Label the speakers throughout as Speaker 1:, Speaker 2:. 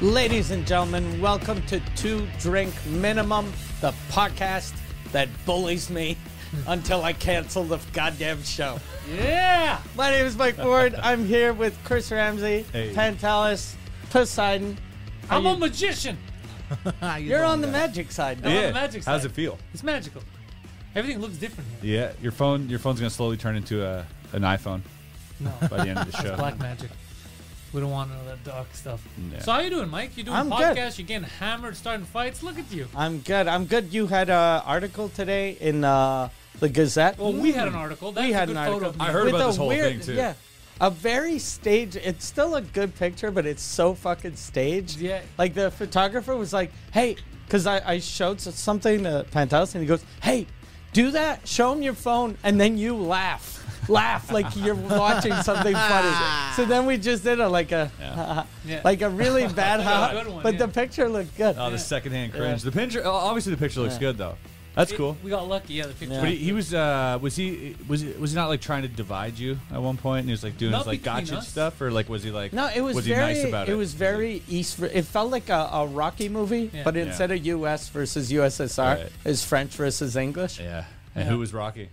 Speaker 1: Ladies and gentlemen, welcome to Two Drink Minimum, the podcast that bullies me until I cancel the goddamn show. Yeah! My name is Mike Ward. I'm here with Chris Ramsey,
Speaker 2: Hey.
Speaker 1: Pantalis, Poseidon. How
Speaker 3: I'm
Speaker 1: you-
Speaker 3: a magician.
Speaker 1: You're on the magic side now.
Speaker 3: Yeah. the magic
Speaker 2: How's
Speaker 3: side.
Speaker 2: it feel?
Speaker 3: It's magical. Everything looks different here.
Speaker 2: Yeah, your phone. Your phone's gonna slowly turn into a an iPhone
Speaker 3: No,
Speaker 2: by the end of the show.
Speaker 3: black magic. We don't want all that dark stuff.
Speaker 2: Yeah.
Speaker 3: So how you doing, Mike? You doing
Speaker 1: I'm good.
Speaker 3: podcast? You getting hammered, starting fights? Look at you.
Speaker 1: I'm good. I'm good. You had an article today in uh, the Gazette.
Speaker 3: Well, we had an article. That's
Speaker 1: we had
Speaker 3: a
Speaker 1: an
Speaker 3: good
Speaker 1: article.
Speaker 3: photo. Of me.
Speaker 2: I heard
Speaker 1: With
Speaker 2: about
Speaker 1: a
Speaker 2: this whole
Speaker 1: weird-
Speaker 2: thing, too.
Speaker 1: Yeah, a very staged. It's still a good picture, but it's so fucking staged.
Speaker 3: Yeah.
Speaker 1: like the photographer was like, "Hey," because I, I showed s- something to Pantelis, and he goes, "Hey, do that. Show him your phone, and then you laugh." Laugh like you're watching something funny. So then we just did a like a
Speaker 2: Yeah.
Speaker 3: Yeah.
Speaker 1: like a really bad
Speaker 3: That's a
Speaker 1: ha-
Speaker 3: good one,
Speaker 1: but the
Speaker 3: yeah.
Speaker 1: picture looked good.
Speaker 2: Oh, the secondhand cringe.
Speaker 1: Yeah.
Speaker 2: The picture. oh, Obviously, the picture looks
Speaker 1: Yeah.
Speaker 2: good though. That's
Speaker 3: It-
Speaker 2: cool.
Speaker 3: We got lucky. Yeah, the picture.
Speaker 1: Yeah.
Speaker 2: But he, he was uh was he was he, was he not like trying to divide you at one point and he was like doing
Speaker 3: Not
Speaker 2: his like
Speaker 3: between
Speaker 2: gotcha
Speaker 3: us.
Speaker 2: stuff or like was he like
Speaker 1: No, it was,
Speaker 2: was he
Speaker 1: very.
Speaker 2: nice about it?
Speaker 1: was very East. It felt like a, a Rocky movie,
Speaker 3: Yeah.
Speaker 1: but
Speaker 2: Yeah.
Speaker 1: instead of U.S. versus USSR,
Speaker 2: Right.
Speaker 1: is French versus English.
Speaker 2: yeah. And who was Rocky?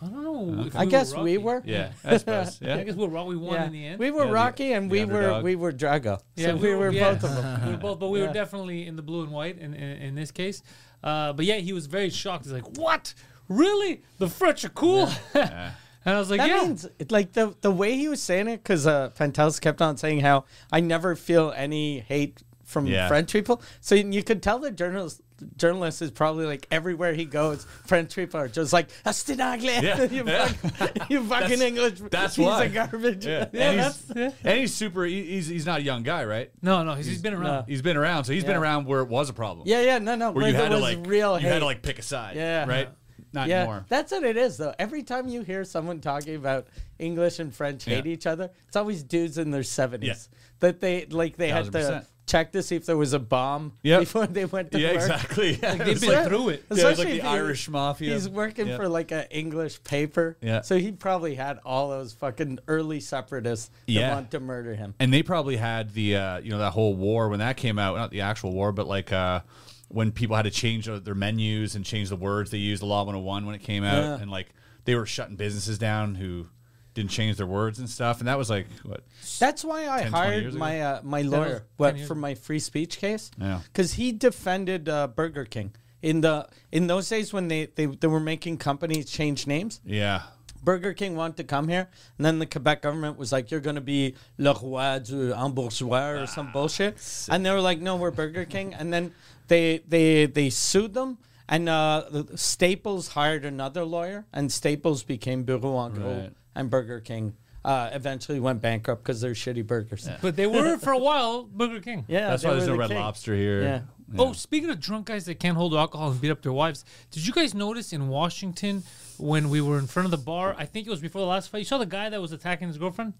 Speaker 3: I don't know. if
Speaker 1: I
Speaker 3: we
Speaker 1: guess
Speaker 3: were
Speaker 1: we
Speaker 3: Rocky.
Speaker 1: were.
Speaker 2: Yeah, I suppose.
Speaker 3: I
Speaker 2: Yeah.
Speaker 3: guess we were Rocky. We won
Speaker 1: Yeah.
Speaker 3: in the end.
Speaker 1: We were
Speaker 2: Yeah, the-
Speaker 1: Rocky, and
Speaker 2: the
Speaker 1: we were
Speaker 2: underdog.
Speaker 1: we were Drago.
Speaker 3: Yeah,
Speaker 1: so we were
Speaker 3: yeah.
Speaker 1: both of them.
Speaker 3: We were both, but we
Speaker 1: Yeah.
Speaker 3: were definitely in the blue and white in, in, in this case. Uh, but yeah, he was very shocked. He's like, "What? Really? The French are cool?"
Speaker 2: Yeah.
Speaker 3: and I was like,
Speaker 1: That
Speaker 3: "Yeah."
Speaker 1: means it- like the the way he was saying it, because uh, Pentels kept on saying how I never feel any hate from
Speaker 2: Yeah.
Speaker 1: French people. So you could tell the journalist journalist is probably like everywhere he goes, French people are just like Astinaglia,
Speaker 2: Yeah,
Speaker 1: you,
Speaker 2: yeah.
Speaker 1: fuck- you fucking English
Speaker 2: that's
Speaker 1: piece
Speaker 2: why.
Speaker 1: of garbage.
Speaker 2: Yeah.
Speaker 3: Yeah,
Speaker 2: and,
Speaker 3: that's-
Speaker 2: he's, and he's super. he- He's he's not a young guy, right?
Speaker 3: no, no, he's, he's been around.
Speaker 2: He's been around, so he's been
Speaker 1: Yeah.
Speaker 2: around where it was a problem.
Speaker 1: Yeah, yeah, no, no.
Speaker 2: where
Speaker 1: like,
Speaker 2: you
Speaker 1: it
Speaker 2: had to
Speaker 1: was
Speaker 2: like
Speaker 1: real
Speaker 2: you
Speaker 1: hate.
Speaker 2: had to like pick a side.
Speaker 1: Yeah.
Speaker 2: Right. Not
Speaker 1: yeah,
Speaker 2: anymore.
Speaker 1: that's what it is though. Every time you hear someone talking about English and French hate
Speaker 2: Yeah.
Speaker 1: each other, it's always dudes in their seventies
Speaker 2: Yeah.
Speaker 1: that they like they had to
Speaker 2: 1000%.
Speaker 1: check to see if there was a bomb
Speaker 2: Yep.
Speaker 1: before they went to
Speaker 2: yeah.
Speaker 1: work.
Speaker 2: Exactly. Yeah. It
Speaker 3: They've
Speaker 2: was
Speaker 3: been
Speaker 2: like-
Speaker 3: through it.
Speaker 2: yeah, it was
Speaker 1: Especially
Speaker 2: like the
Speaker 1: if he-
Speaker 2: Irish mafia.
Speaker 1: He's working
Speaker 2: Yeah.
Speaker 1: for like an English paper,
Speaker 2: Yeah.
Speaker 1: so he probably had all those fucking early separatists that
Speaker 2: Yeah.
Speaker 1: want to murder him.
Speaker 2: and they probably had the uh, you know that whole war when that came out not the actual war but like uh, when people had to change their menus and change the words they used the law 101 when it came out
Speaker 1: Yeah.
Speaker 2: and like they were shutting businesses down who didn't change their words and stuff and that was like what
Speaker 1: That's why I
Speaker 2: 10, 20
Speaker 1: hired
Speaker 2: years ago?
Speaker 1: my uh, my
Speaker 3: was
Speaker 1: lawyer
Speaker 3: 10
Speaker 1: what,
Speaker 3: years
Speaker 1: for
Speaker 3: ago.
Speaker 1: my free speech case.
Speaker 2: Yeah.
Speaker 1: because he defended uh, Burger King in the in those days when they, they they were making companies change names.
Speaker 2: yeah
Speaker 1: Burger King wanted to come here, and then the Quebec government was like, "You're going to be Le Roi du Hambourgeois or some bullshit," and they were like, "No, we're Burger King," and then they they they sued them. And uh, Staples hired another lawyer, and Staples became Bureau en Gros,
Speaker 2: Right.
Speaker 1: and Burger King uh, eventually went bankrupt because they're shitty burgers. Yeah,
Speaker 3: But they were for a while Burger King.
Speaker 2: that's
Speaker 1: they
Speaker 2: why there's
Speaker 1: were
Speaker 2: no
Speaker 1: the
Speaker 2: red
Speaker 1: king.
Speaker 2: lobster here
Speaker 1: Yeah.
Speaker 3: Oh, speaking of drunk guys that can't hold alcohol and beat up their wives, did you guys notice in Washington when we were in front of the bar? I think it was before the last fight. You saw the guy that was attacking his girlfriend?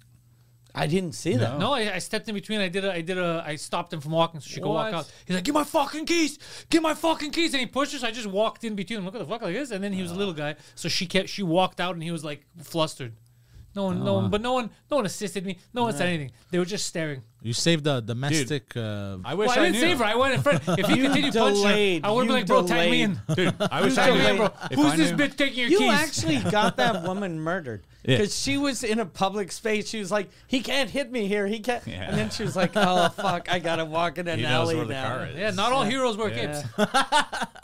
Speaker 1: I didn't see that.
Speaker 3: No, I, I stepped in between. I did a, I did a, I stopped him from walking so she could walk
Speaker 2: What?
Speaker 3: out. He's like, "Give my fucking keys! Give my fucking keys!" And he pushes. I just walked in between. Look at the fuck like this. And then he was a little guy, so she kept. She walked out, and he was like flustered. No one, no one, but no one, no one assisted me. No one said anything. They were just staring.
Speaker 4: You saved the domestic. Uh,
Speaker 2: I wish
Speaker 3: Well, I,
Speaker 2: I,
Speaker 3: didn't
Speaker 2: knew.
Speaker 3: save her. I went in front. If he continued punching,
Speaker 1: delayed.
Speaker 3: her, I would have
Speaker 1: You
Speaker 3: been like, "Bro, tag me
Speaker 1: delayed.
Speaker 3: in."
Speaker 2: Dude, I wish I
Speaker 3: Tag me in,
Speaker 2: knew.
Speaker 3: bro.
Speaker 2: If
Speaker 3: Who's
Speaker 2: I
Speaker 3: this
Speaker 2: knew-
Speaker 3: bitch taking your
Speaker 1: You
Speaker 3: keys?
Speaker 1: actually got that woman murdered
Speaker 2: Yeah.
Speaker 1: because she was in a public space. She was like, "He can't hit me here. He can't."
Speaker 2: Yeah.
Speaker 1: And then she was like, "Oh fuck, I gotta walk in an
Speaker 2: He knows
Speaker 1: alley
Speaker 2: where the
Speaker 1: now."
Speaker 2: car is.
Speaker 3: yeah, not all heroes wear
Speaker 2: Yeah.
Speaker 3: capes.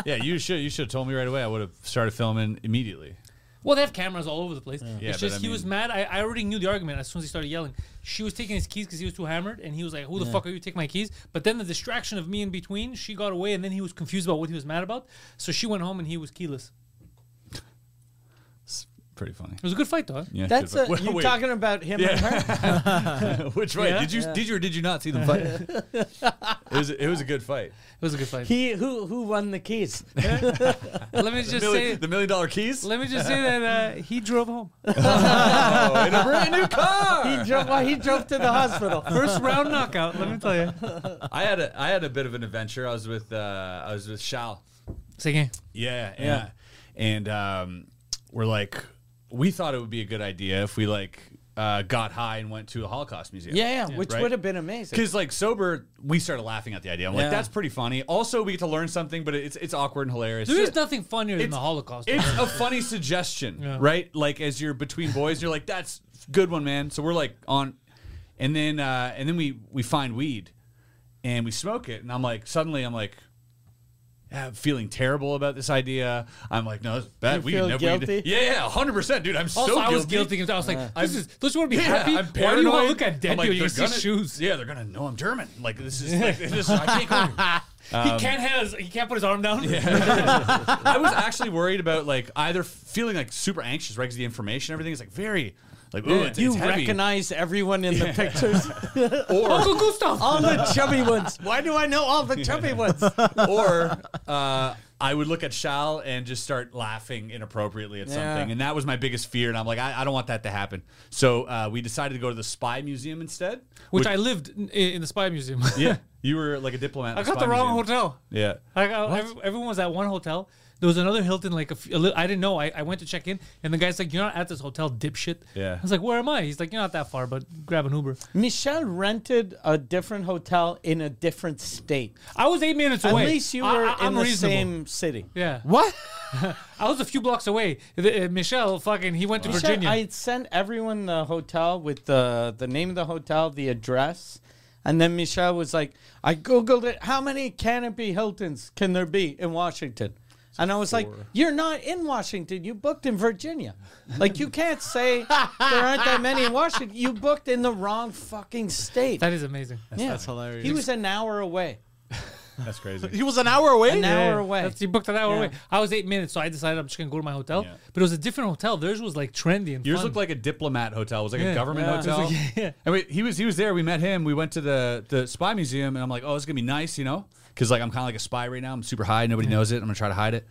Speaker 2: Yeah, you should you should have told me right away. I would have started filming immediately.
Speaker 3: Well, they have cameras all over the place.
Speaker 2: Yeah,
Speaker 3: it's
Speaker 2: but
Speaker 3: just
Speaker 2: I
Speaker 3: he was
Speaker 2: mean-
Speaker 3: mad. I, I already knew the argument as soon as he started yelling. She was taking his keys because he was too hammered, and he was like, "Who the fuck are you? Take my keys!" But then the distraction of me in between, she got away, and then he was confused about what he was mad about. So she went home, and he was keyless.
Speaker 2: It's pretty funny.
Speaker 3: It was a good fight, though.
Speaker 2: Yeah,
Speaker 1: That's
Speaker 2: good
Speaker 1: a,
Speaker 2: fight. Well,
Speaker 1: you
Speaker 2: wait.
Speaker 1: talking about him and her.
Speaker 2: Which right?
Speaker 3: Yeah.
Speaker 2: Did you did you or did you not see them fight? it was it was a good fight.
Speaker 3: It was a good fight.
Speaker 1: He who who won the keys?
Speaker 3: let me just say,
Speaker 2: Million- the million dollar keys.
Speaker 3: let me just say that uh, he drove home.
Speaker 2: Oh, in a brand new car.
Speaker 1: He drove. Well, he drove to the hospital.
Speaker 3: First round knockout. Let me tell you.
Speaker 2: I had a I had a bit of an adventure. I was with uh, I was with Shal.
Speaker 3: Say again.
Speaker 2: Yeah, yeah. And um, we're like, we thought it would be a good idea if we like uh, got high and went to a Holocaust museum.
Speaker 1: Yeah, yeah, which
Speaker 2: Right?
Speaker 1: would have been amazing.
Speaker 2: Because like sober, we started laughing at the idea. I'm
Speaker 1: Yeah.
Speaker 2: like, that's pretty funny. Also, we get to learn something, but it's it's awkward and hilarious.
Speaker 3: There is nothing funnier than
Speaker 2: It's-
Speaker 3: the Holocaust.
Speaker 2: It's a funny suggestion,
Speaker 3: Yeah.
Speaker 2: right? Like as you're between boys, you're like, "That's a good one, man." So we're like on, and then uh, and then we we find weed, and we smoke it, and I'm like, suddenly I'm like. "Ah, I'm feeling terrible about this idea. I'm like, no, that's bad.
Speaker 1: You
Speaker 2: we
Speaker 1: feel
Speaker 2: never.
Speaker 1: guilty?
Speaker 2: Yeah, yeah, hundred percent, dude. I'm
Speaker 3: Also,
Speaker 2: so
Speaker 3: I
Speaker 2: guilty.
Speaker 3: was guilty. I was like, "This is. Don't you want to be
Speaker 2: Yeah,
Speaker 3: happy?
Speaker 2: I'm
Speaker 3: Why do
Speaker 2: paranoid.
Speaker 3: you want to look at dead
Speaker 2: I'm like,
Speaker 3: people? You
Speaker 2: they're
Speaker 3: see
Speaker 2: gonna-
Speaker 3: shoes.
Speaker 2: Yeah, they're gonna know I'm German. Like this is like this. I can't go here.
Speaker 3: he can't have. His, he can't put his arm down.
Speaker 2: I was actually worried about like either feeling like super anxious, right? Because the information, everything is like very like ooh, it's,
Speaker 1: you
Speaker 2: it's heavy.
Speaker 1: recognize everyone in the pictures,
Speaker 3: Uncle Gustav.
Speaker 1: all the chubby ones. Why do I know all the chubby ones?
Speaker 2: or uh, I would look at Shal and just start laughing inappropriately at something,
Speaker 1: Yeah.
Speaker 2: and that was my biggest fear. And I'm like, I, I don't want that to happen. So uh, we decided to go to the spy museum instead,
Speaker 3: Which I lived in, in the spy museum.
Speaker 2: yeah, you were like a diplomat. in
Speaker 3: I got
Speaker 2: spy
Speaker 3: the wrong
Speaker 2: museum.
Speaker 3: hotel.
Speaker 2: Yeah.
Speaker 3: Like I, every, everyone was at one hotel. There was another Hilton. Like a few, a li- I didn't know. I, I went to check in, and the guy's like, "You're not at this hotel, dipshit."
Speaker 2: Yeah.
Speaker 3: I was like, "Where am I?" He's like, "You're not that far, but grab an Uber."
Speaker 1: Michelle rented a different hotel in a different state.
Speaker 3: I was eight minutes
Speaker 1: At
Speaker 3: away.
Speaker 1: least you
Speaker 3: I-
Speaker 1: were
Speaker 3: I,
Speaker 1: in
Speaker 3: I'm
Speaker 1: the
Speaker 3: reasonable.
Speaker 1: same city.
Speaker 3: Yeah.
Speaker 4: What?
Speaker 3: I was a few blocks away. The- uh, Michelle, fucking, he went to
Speaker 1: Michelle,
Speaker 3: Virginia.
Speaker 1: I sent everyone the hotel with the the name of the hotel, the address, and then Michelle was like, "I googled it. How many Canopy Hiltons can there be in Washington?" And I was like, "You're not in Washington. You booked in Virginia. Like you can't say there aren't that many in Washington. You booked in the wrong fucking state."
Speaker 3: that is amazing.
Speaker 1: yeah.
Speaker 4: That's hilarious.
Speaker 1: He was an hour away.
Speaker 2: That's crazy.
Speaker 4: He was an hour away.
Speaker 1: An
Speaker 3: Yeah,
Speaker 1: hour
Speaker 3: yeah.
Speaker 1: away.
Speaker 3: That's, he booked an hour
Speaker 1: Yeah.
Speaker 3: away. I was eight minutes, so I decided I'm just gonna go to my hotel.
Speaker 2: Yeah.
Speaker 3: But it was a different hotel. Theirs was like trendy and
Speaker 2: Yours
Speaker 3: fun.
Speaker 2: looked like a diplomat hotel. It was like
Speaker 3: Yeah.
Speaker 2: a government
Speaker 1: Yeah.
Speaker 2: hotel.
Speaker 3: yeah.
Speaker 2: And we, he was he was there. We met him. We went to the the spy museum, and I'm like, oh, it's gonna be nice, you know, because like I'm kind of like a spy right now. I'm super high. Nobody knows it. I'm gonna try to hide it.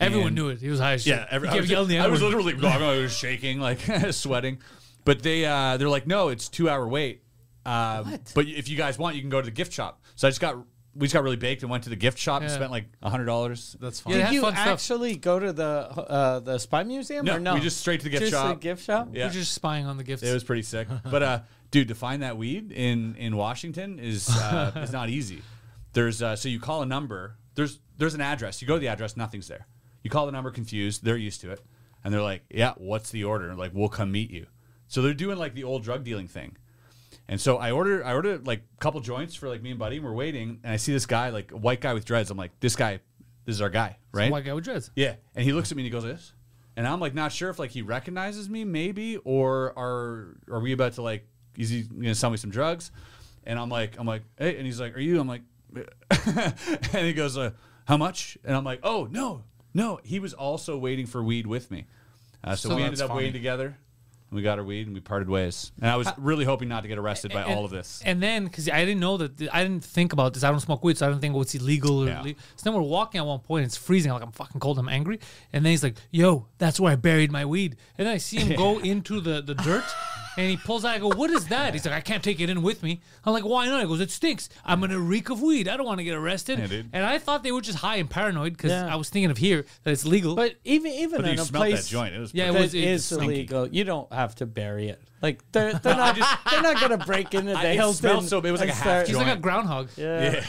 Speaker 3: everyone
Speaker 2: And-
Speaker 3: knew it. He was high as shit.
Speaker 2: Yeah, every,
Speaker 3: he
Speaker 2: I,
Speaker 3: kept
Speaker 2: was,
Speaker 3: yelling the
Speaker 2: I was
Speaker 3: N-word.
Speaker 2: literally I was shaking, like sweating. But they uh, they're like, no, it's two hour wait. Um, But if you guys want, you can go to the gift shop. So I just got we just got really baked and went to the gift shop and
Speaker 3: Yeah.
Speaker 2: spent like hundred dollars.
Speaker 4: That's
Speaker 3: Yeah,
Speaker 4: fine.
Speaker 3: it had
Speaker 1: Did you
Speaker 3: fun stuff.
Speaker 1: actually go to the uh, the spy museum
Speaker 2: No,
Speaker 1: or no?
Speaker 2: we just straight to the gift
Speaker 1: Just
Speaker 2: shop.
Speaker 1: gift shop.
Speaker 2: Yeah.
Speaker 3: You're just spying on the gifts.
Speaker 2: It was pretty sick. But uh, dude, to find that weed in in Washington is uh, is not easy. There's uh, so you call a number. There's there's an address. You go to the address. Nothing's there. You call the number, confused. They're used to it, and they're like, "Yeah, what's the order?" Like, we'll come meet you. So they're doing like the old drug dealing thing. And so I ordered I ordered like a couple joints for like me and buddy, and we're waiting. And I see this guy, like a white guy with dreads. I'm like, this guy, this is our guy, right?
Speaker 3: White guy with dreads.
Speaker 2: Yeah, and he looks at me and he goes like this, and I'm like not sure if like he recognizes me maybe or are are we about to like is he gonna sell me some drugs? And I'm like I'm like hey, and he's like are you? I'm like, and he goes uh, how much? And I'm like oh no no he was also waiting for weed with me, uh, so,
Speaker 4: So
Speaker 2: we
Speaker 4: that's
Speaker 2: ended up
Speaker 4: funny.
Speaker 2: waiting together. and We got our weed and we parted ways. And I was really hoping not to get arrested by all of this.
Speaker 3: And then, because I didn't know that, I didn't think about this. I don't smoke weed, so I don't think what's illegal. Or
Speaker 2: Yeah.
Speaker 3: le- so then we're walking at one point, and it's freezing. I'm like, I'm fucking cold, I'm angry. And then he's like, yo, that's where I buried my weed. And then I see him go into the, the dirt. And he pulls out. I go, "What is that?" He's like, "I can't take it in with me." I'm like, "Why not?" He goes, "It stinks. I'm gonna reek of weed. I don't want to get arrested."
Speaker 2: Yeah, dude.
Speaker 3: and I thought they were just high and paranoid because
Speaker 1: Yeah.
Speaker 3: I was thinking of here that it's legal.
Speaker 1: But even even
Speaker 2: But
Speaker 1: in
Speaker 2: you
Speaker 1: a
Speaker 2: smelled
Speaker 1: place
Speaker 2: that joint. It was
Speaker 3: Yeah,
Speaker 2: pretty-
Speaker 3: it
Speaker 1: that
Speaker 3: was-
Speaker 1: is
Speaker 3: stinky.
Speaker 1: illegal, you don't have to bury it. Like they're they're not they're not gonna break into the
Speaker 2: it
Speaker 1: Hilton.
Speaker 2: smelled so bad. It was like
Speaker 1: and
Speaker 2: a half
Speaker 1: start-
Speaker 3: he's like a
Speaker 2: joint.
Speaker 3: groundhog.
Speaker 1: Yeah.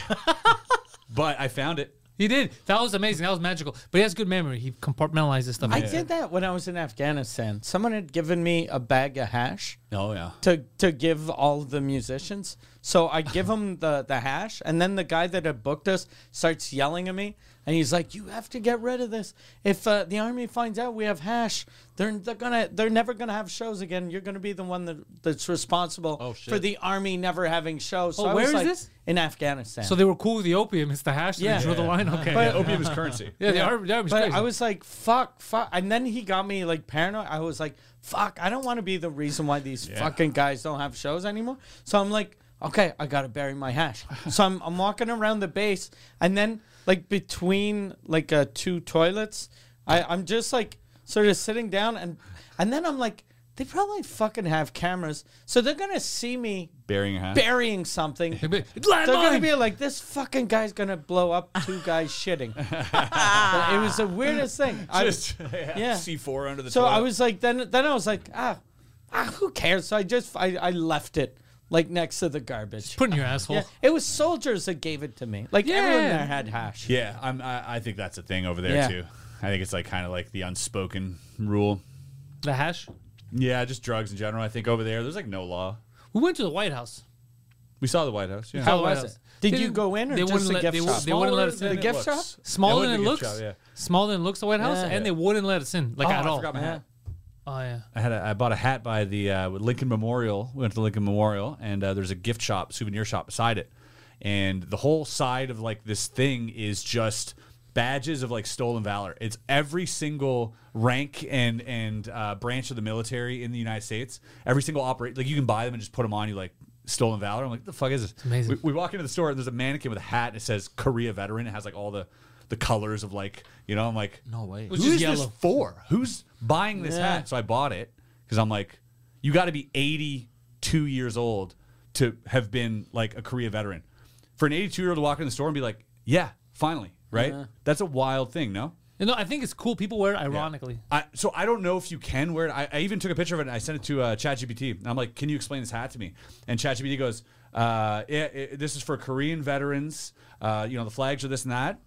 Speaker 2: but I found it.
Speaker 3: He did. That was amazing. That was magical. But he has good memory. He compartmentalizes stuff.
Speaker 1: I did that when I was in Afghanistan. Someone had given me a bag of hash.
Speaker 2: Oh yeah.
Speaker 1: to to give all the musicians. So I give him the the hash, and then the guy that had booked us starts yelling at me, and he's like, "You have to get rid of this. If uh, the army finds out we have hash, they're they're gonna they're never gonna have shows again. You're gonna be the one that, that's responsible for
Speaker 2: shit.
Speaker 1: the army never having shows." So
Speaker 3: Oh,
Speaker 1: I
Speaker 3: where
Speaker 1: was
Speaker 3: is
Speaker 1: like,
Speaker 3: this?
Speaker 1: In Afghanistan.
Speaker 3: So they were cool with the opium. It's the hash. Yeah.
Speaker 1: Yeah.
Speaker 3: They drew the line. Okay.
Speaker 2: Yeah,
Speaker 3: yeah.
Speaker 2: opium is currency.
Speaker 3: yeah, the arm, the army's
Speaker 1: but
Speaker 3: crazy.
Speaker 1: I was like, fuck, fuck. And then he got me like paranoid. I was like, fuck, I don't want to be the reason why these fucking guys don't have shows anymore. So I'm like, okay, I got to bury my hash. so I'm, I'm walking around the base. And then, like, between like uh, two toilets, I, I'm just like sort of sitting down. And, and then I'm like, they probably fucking have cameras. So they're going to see me
Speaker 2: Burying a hat.
Speaker 1: burying something.
Speaker 3: They'd be,
Speaker 1: They're gonna
Speaker 3: "Landmine!"
Speaker 1: be like, this fucking guy's gonna blow up two guys shitting. it was the weirdest thing. I-
Speaker 2: Just yeah,
Speaker 1: Yeah.
Speaker 2: C four under the
Speaker 1: so
Speaker 2: toilet.
Speaker 1: I was like, then then I was like, ah, ah, who cares? So I just I, I left it like next to the garbage.
Speaker 3: Put in your asshole.
Speaker 1: Yeah, it was soldiers that gave it to me. Like everyone
Speaker 3: Yeah.
Speaker 1: there had hash.
Speaker 2: Yeah, I'm, I, I think that's a thing over there
Speaker 1: Yeah.
Speaker 2: too. I think it's like kind of like the unspoken rule.
Speaker 3: The hash.
Speaker 2: Yeah, just drugs in general. I think over there, there's like no law.
Speaker 3: We went to the White House.
Speaker 2: We saw the White House. Yeah.
Speaker 1: How
Speaker 3: How
Speaker 1: was
Speaker 3: was
Speaker 1: it? Did
Speaker 3: They-
Speaker 1: you go in or
Speaker 3: they
Speaker 1: just
Speaker 3: wouldn't
Speaker 1: the
Speaker 3: let-
Speaker 1: gift
Speaker 3: they
Speaker 1: shop?
Speaker 3: wouldn't- smaller let us in.
Speaker 1: The gift shop?
Speaker 3: Smaller than it looks.
Speaker 2: yeah.
Speaker 3: Smaller than it looks. The White House,
Speaker 1: Yeah.
Speaker 3: and they wouldn't let us in like
Speaker 2: Oh,
Speaker 3: at
Speaker 2: I
Speaker 3: all.
Speaker 2: forgot my hat.
Speaker 3: Oh yeah.
Speaker 2: I had a, I bought a hat by the uh, Lincoln Memorial. We went to the Lincoln Memorial, and uh, there's a gift shop, souvenir shop beside it, and the whole side of like this thing is just badges of like stolen valor. It's every single rank and and uh, branch of the military in the United States. Every single operate like you can buy them and just put them on. You like stolen valor. I'm like, the fuck is this?
Speaker 3: amazing.
Speaker 2: We, we walk into the store and there's a mannequin with a hat and it says Korea veteran. It has like all the the colors of like you know. I'm like,
Speaker 4: No way.
Speaker 3: was
Speaker 2: who's
Speaker 3: just
Speaker 2: this
Speaker 3: yellow.
Speaker 2: for? Who's buying this
Speaker 1: Yeah.
Speaker 2: hat? So I bought it because I'm like, you got to be 82 years old to have been like a Korea veteran. For an 82 year old to walk in the store and be like, yeah, finally, right? That's a wild thing, no?
Speaker 3: You know, I think it's cool. People wear it ironically.
Speaker 2: I, so I don't know if you can wear it. I, I even took a picture of it and I sent it to uh, ChatGPT. And I'm like, can you explain this hat to me? And ChatGPT goes, uh, yeah, it, this is for Korean veterans. Uh, you know, the flags are this and that.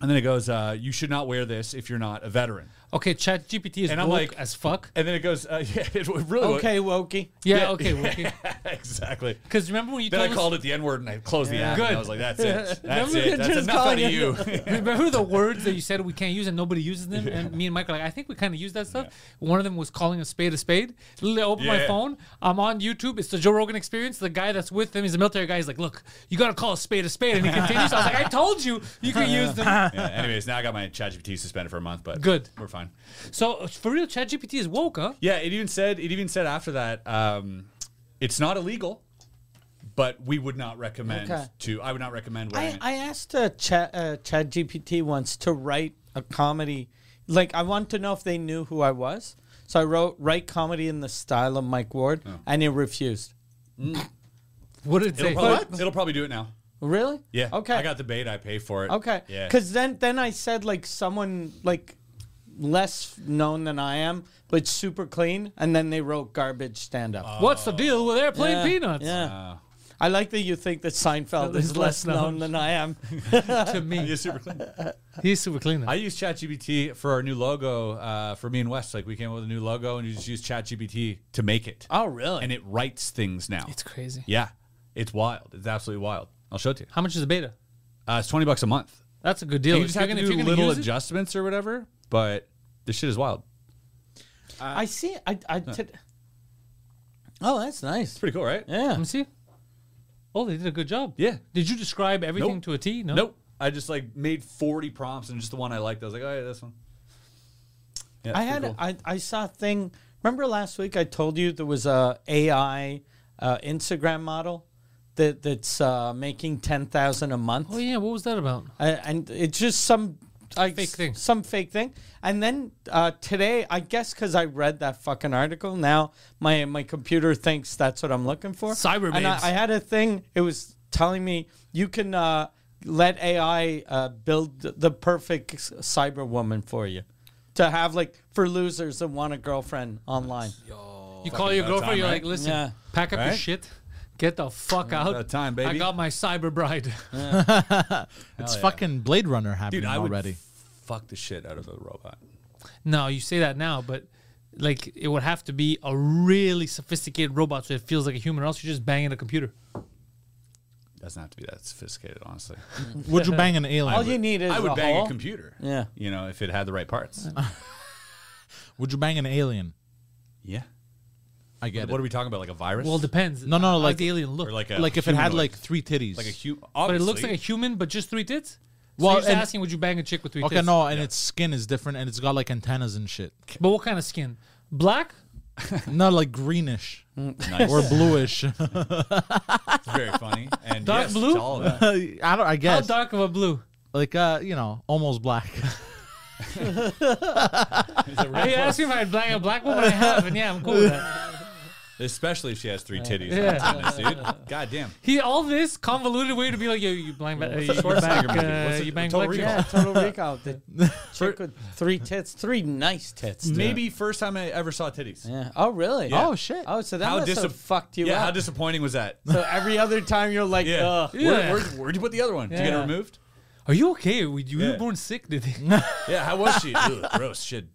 Speaker 2: And then it goes, uh, you should not wear this if you're not a veteran.
Speaker 3: Okay, Chat GPT is
Speaker 2: And
Speaker 3: and
Speaker 2: I'm like-
Speaker 3: as fuck.
Speaker 2: And then it goes, uh, yeah, it really
Speaker 1: Okay, Wokey.
Speaker 3: Yeah, okay.
Speaker 2: exactly.
Speaker 3: Because remember when you
Speaker 2: Then
Speaker 3: told
Speaker 2: I
Speaker 3: us,
Speaker 2: called it the N word and I closed the app. And
Speaker 3: Good.
Speaker 2: I was like, that's it. That's
Speaker 1: Remember
Speaker 2: it.
Speaker 1: when
Speaker 2: That's
Speaker 1: Jim's
Speaker 2: enough out of
Speaker 1: calling
Speaker 2: you.
Speaker 3: remember the words that you said we can't use and nobody uses them? And me and Mike are like, I think we kind of use that stuff. One of them was calling a spade a spade. Literally, I open
Speaker 2: Yeah.
Speaker 3: my phone. I'm on YouTube. It's the Joe Rogan experience. The guy that's with him, he's a military guy. He's like, look, you got to call a spade a spade. And he continues. I was like, I told you you could use them.
Speaker 2: yeah, anyways, now I got my ChatGPT suspended for a month, but
Speaker 3: Good.
Speaker 2: We're fine.
Speaker 3: So uh, for real, ChatGPT is woke, huh?
Speaker 2: Yeah, it even said it even said after that, um, it's not illegal, but we would not recommend
Speaker 1: Okay.
Speaker 2: to. I would not recommend wearing
Speaker 1: I,
Speaker 2: it.
Speaker 1: I asked uh, Chat uh, GPT once to write a comedy. Like, I wanted to know if they knew who I was. So I wrote, write comedy in the style of Mike Ward, and it refused.
Speaker 3: What did it
Speaker 2: it'll,
Speaker 3: say?
Speaker 2: probably, it'll probably do it now.
Speaker 1: Really?
Speaker 2: Yeah.
Speaker 1: Okay.
Speaker 2: I got the bait. I pay for it.
Speaker 1: Okay.
Speaker 2: Yeah.
Speaker 1: Because then, then I said like someone like less known than I am, but super clean, and then they wrote garbage stand up.
Speaker 3: What's the deal with airplane
Speaker 1: yeah,
Speaker 3: peanuts?
Speaker 1: Yeah.
Speaker 2: Uh,
Speaker 1: I like that you think that Seinfeld is less known than I am.
Speaker 2: Uh,
Speaker 3: To me,
Speaker 2: yeah, super clean.
Speaker 3: he's super clean.
Speaker 2: I use ChatGPT for our new logo uh, for me and Wes. Like we came up with a new logo, and you just use ChatGPT to make it,
Speaker 1: oh, really?
Speaker 2: and it writes things now.
Speaker 3: It's crazy.
Speaker 2: yeah, it's wild. It's absolutely wild. I'll show it to you.
Speaker 3: How much is the beta?
Speaker 2: Uh, it's twenty bucks a month.
Speaker 3: That's a good deal.
Speaker 2: you just
Speaker 3: If
Speaker 2: have
Speaker 3: you're
Speaker 2: to
Speaker 3: gonna- if
Speaker 2: do
Speaker 3: you're gonna
Speaker 2: little
Speaker 3: use it-
Speaker 2: adjustments or whatever, but this shit is wild.
Speaker 1: I see. I. I did- oh, that's nice.
Speaker 2: It's pretty cool, right?
Speaker 1: Yeah.
Speaker 3: Let me see. Oh, they did a good job.
Speaker 2: Yeah.
Speaker 3: Did you describe everything
Speaker 2: Nope.
Speaker 3: to a T? No.
Speaker 2: Nope. I just like made forty prompts, and just the one I liked, I was like, oh yeah, this one. Yeah, it's
Speaker 1: I
Speaker 2: pretty
Speaker 1: had.
Speaker 2: cool.
Speaker 1: I. I saw a thing. Remember last week I told you there was a AI uh, Instagram model that that's uh, making ten thousand a month.
Speaker 3: Oh yeah. What was that about?
Speaker 1: Uh, and it's just some like,
Speaker 3: Fake thing.
Speaker 1: Some fake thing. And then uh, today, I guess because I read that fucking article, now my my computer thinks that's what I'm looking for.
Speaker 3: Cyber
Speaker 1: And I,
Speaker 3: babes.
Speaker 1: I had a thing. It was telling me you can uh, let AI uh, build the perfect s- cyber woman for you. To have like for losers that want a girlfriend online.
Speaker 3: you call your
Speaker 2: about
Speaker 3: girlfriend.
Speaker 2: time,
Speaker 3: you're
Speaker 2: right?
Speaker 3: like, listen,
Speaker 1: Yeah.
Speaker 3: pack up your
Speaker 2: Right?
Speaker 3: shit, get the fuck out.
Speaker 2: about time, baby.
Speaker 3: I got my cyber bride.
Speaker 4: It's
Speaker 2: yeah.
Speaker 4: fucking Blade Runner happening
Speaker 2: dude, I would
Speaker 4: already.
Speaker 2: fuck the shit out of a robot.
Speaker 3: no, you say that now, but like it would have to be a really sophisticated robot so it feels like a human, or else you're just banging a computer.
Speaker 2: Doesn't have to be that sophisticated, honestly.
Speaker 4: would you bang an
Speaker 1: All
Speaker 4: alien?
Speaker 1: you need is
Speaker 2: I would
Speaker 1: a
Speaker 2: bang
Speaker 1: hole.
Speaker 2: a computer.
Speaker 1: Yeah.
Speaker 2: You know, if it had the right parts.
Speaker 4: would you bang an alien?
Speaker 2: yeah.
Speaker 4: I get
Speaker 2: What
Speaker 4: it.
Speaker 2: are we talking about? Like a virus?
Speaker 3: Well, it depends.
Speaker 4: No, no,
Speaker 3: How
Speaker 4: like-
Speaker 3: the alien look.
Speaker 2: or like a
Speaker 4: like if it had
Speaker 2: humanoid?
Speaker 4: like three titties.
Speaker 2: like a human.
Speaker 3: but it looks like a human, but just three tits. So
Speaker 4: Well,
Speaker 3: well, you're just
Speaker 4: and-
Speaker 3: asking, would you bang a chick with three
Speaker 4: okay,
Speaker 3: tits?
Speaker 4: no, and its skin is different, and it's got like antennas and shit.
Speaker 3: But what kind of skin? Black?
Speaker 4: Not like greenish
Speaker 2: nice.
Speaker 4: or bluish.
Speaker 2: very funny and
Speaker 3: Dark
Speaker 2: yes,
Speaker 3: blue?
Speaker 2: to all of that.
Speaker 4: I don't. I
Speaker 3: How
Speaker 4: guess
Speaker 3: dark of a blue?
Speaker 4: like uh, you know, almost black.
Speaker 2: It's a real
Speaker 3: Are you
Speaker 2: plus.
Speaker 3: asking if I bang a black woman? I have, and yeah, I'm cool with that.
Speaker 2: Especially if she has three titties.
Speaker 3: Yeah.
Speaker 2: on tennis, dude. God damn.
Speaker 3: He all this convoluted way to be like, yo, you bang, ba- uh, you bang,
Speaker 2: Schwarzenegger movie? What's
Speaker 3: uh,
Speaker 2: it-
Speaker 3: you bang
Speaker 2: Total
Speaker 3: black-
Speaker 2: Recall?
Speaker 3: yeah.
Speaker 1: Yeah, Total Recall. The chick with three tits, three nice tits. too.
Speaker 2: Maybe first time I ever saw titties.
Speaker 1: Yeah. Oh, really?
Speaker 2: Yeah.
Speaker 4: Oh shit.
Speaker 1: Oh, so that
Speaker 2: How
Speaker 1: must
Speaker 2: disap-
Speaker 1: have fucked you
Speaker 2: yeah, how
Speaker 1: up.
Speaker 2: disappointing was that?
Speaker 1: so every other time you're like,
Speaker 2: Yeah.
Speaker 1: ugh.
Speaker 3: Yeah.
Speaker 2: Where, where, where'd you put the other one? Did you get it
Speaker 1: Uh, Yeah.
Speaker 2: removed?
Speaker 3: Are you okay? Were you
Speaker 2: Yeah.
Speaker 3: born sick? Did they?
Speaker 2: Yeah, how was she? Ugh, gross. Shit.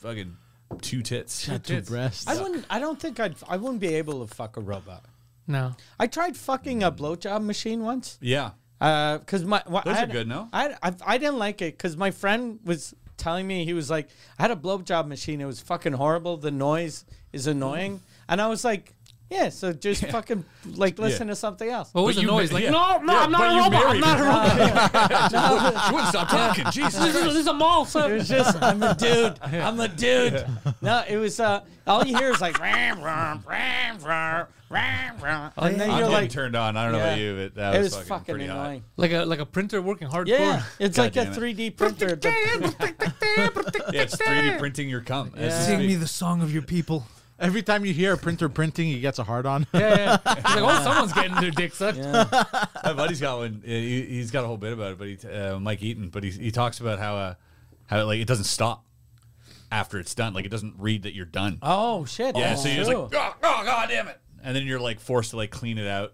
Speaker 2: Fucking two tits.
Speaker 4: Got two
Speaker 3: tits.
Speaker 4: breasts.
Speaker 1: I wouldn't. I don't think I'd. I wouldn't be able to fuck a robot.
Speaker 3: No.
Speaker 1: I tried fucking a blowjob machine once.
Speaker 2: Yeah.
Speaker 1: because my well,
Speaker 2: Those
Speaker 1: I
Speaker 2: are
Speaker 1: had-
Speaker 2: good, no?
Speaker 1: I, I I didn't like it because my friend was telling me he was like, I had a blowjob machine. It was fucking horrible. The noise is annoying, and I was like, yeah. So just fucking like listen to something else.
Speaker 3: What was
Speaker 2: But
Speaker 3: the
Speaker 2: you
Speaker 3: noise?
Speaker 2: ma-
Speaker 3: Like,
Speaker 2: yeah.
Speaker 3: no, no,
Speaker 2: Yeah,
Speaker 3: I'm not
Speaker 2: but
Speaker 3: a
Speaker 2: you
Speaker 3: robot. I'm
Speaker 2: married
Speaker 3: not a
Speaker 2: her.
Speaker 3: robot.
Speaker 2: She wouldn't stop talking. Jesus
Speaker 3: this, is, this
Speaker 2: Christ.
Speaker 3: is a mall, sir.
Speaker 1: It was just I'm a dude. I'm a dude. No, it was uh all you hear is like
Speaker 2: Oh,
Speaker 1: ram ram ram ram ram ram and then
Speaker 2: I'm
Speaker 1: you're
Speaker 2: getting
Speaker 1: like
Speaker 2: turned on. I don't know about
Speaker 1: Yeah.
Speaker 2: you, but that
Speaker 1: it
Speaker 2: was,
Speaker 1: was fucking,
Speaker 2: pretty hot.
Speaker 1: annoying.
Speaker 3: Like a like a printer working hardcore.
Speaker 1: Yeah, it's
Speaker 2: God
Speaker 1: like a
Speaker 2: damn it.
Speaker 1: 3D printer. The-
Speaker 2: Yeah, it's 3D printing your cum. as we
Speaker 1: Yeah.
Speaker 2: speak.
Speaker 3: the song of your people.
Speaker 4: Every time you hear a printer printing, he gets a hard on.
Speaker 3: Yeah, yeah. It's like, oh, someone's getting their dick sucked.
Speaker 2: My buddy's got one. uh, He, he's got a whole bit about it, but he, t- uh, Mike Eaton. But he, he talks about how uh, how like it doesn't stop after it's done. Like it doesn't read that you're done.
Speaker 1: oh shit!
Speaker 2: yeah,
Speaker 1: that's
Speaker 2: so you're just like,
Speaker 1: true.
Speaker 2: oh, oh god damn it, and then you're like forced to like clean it out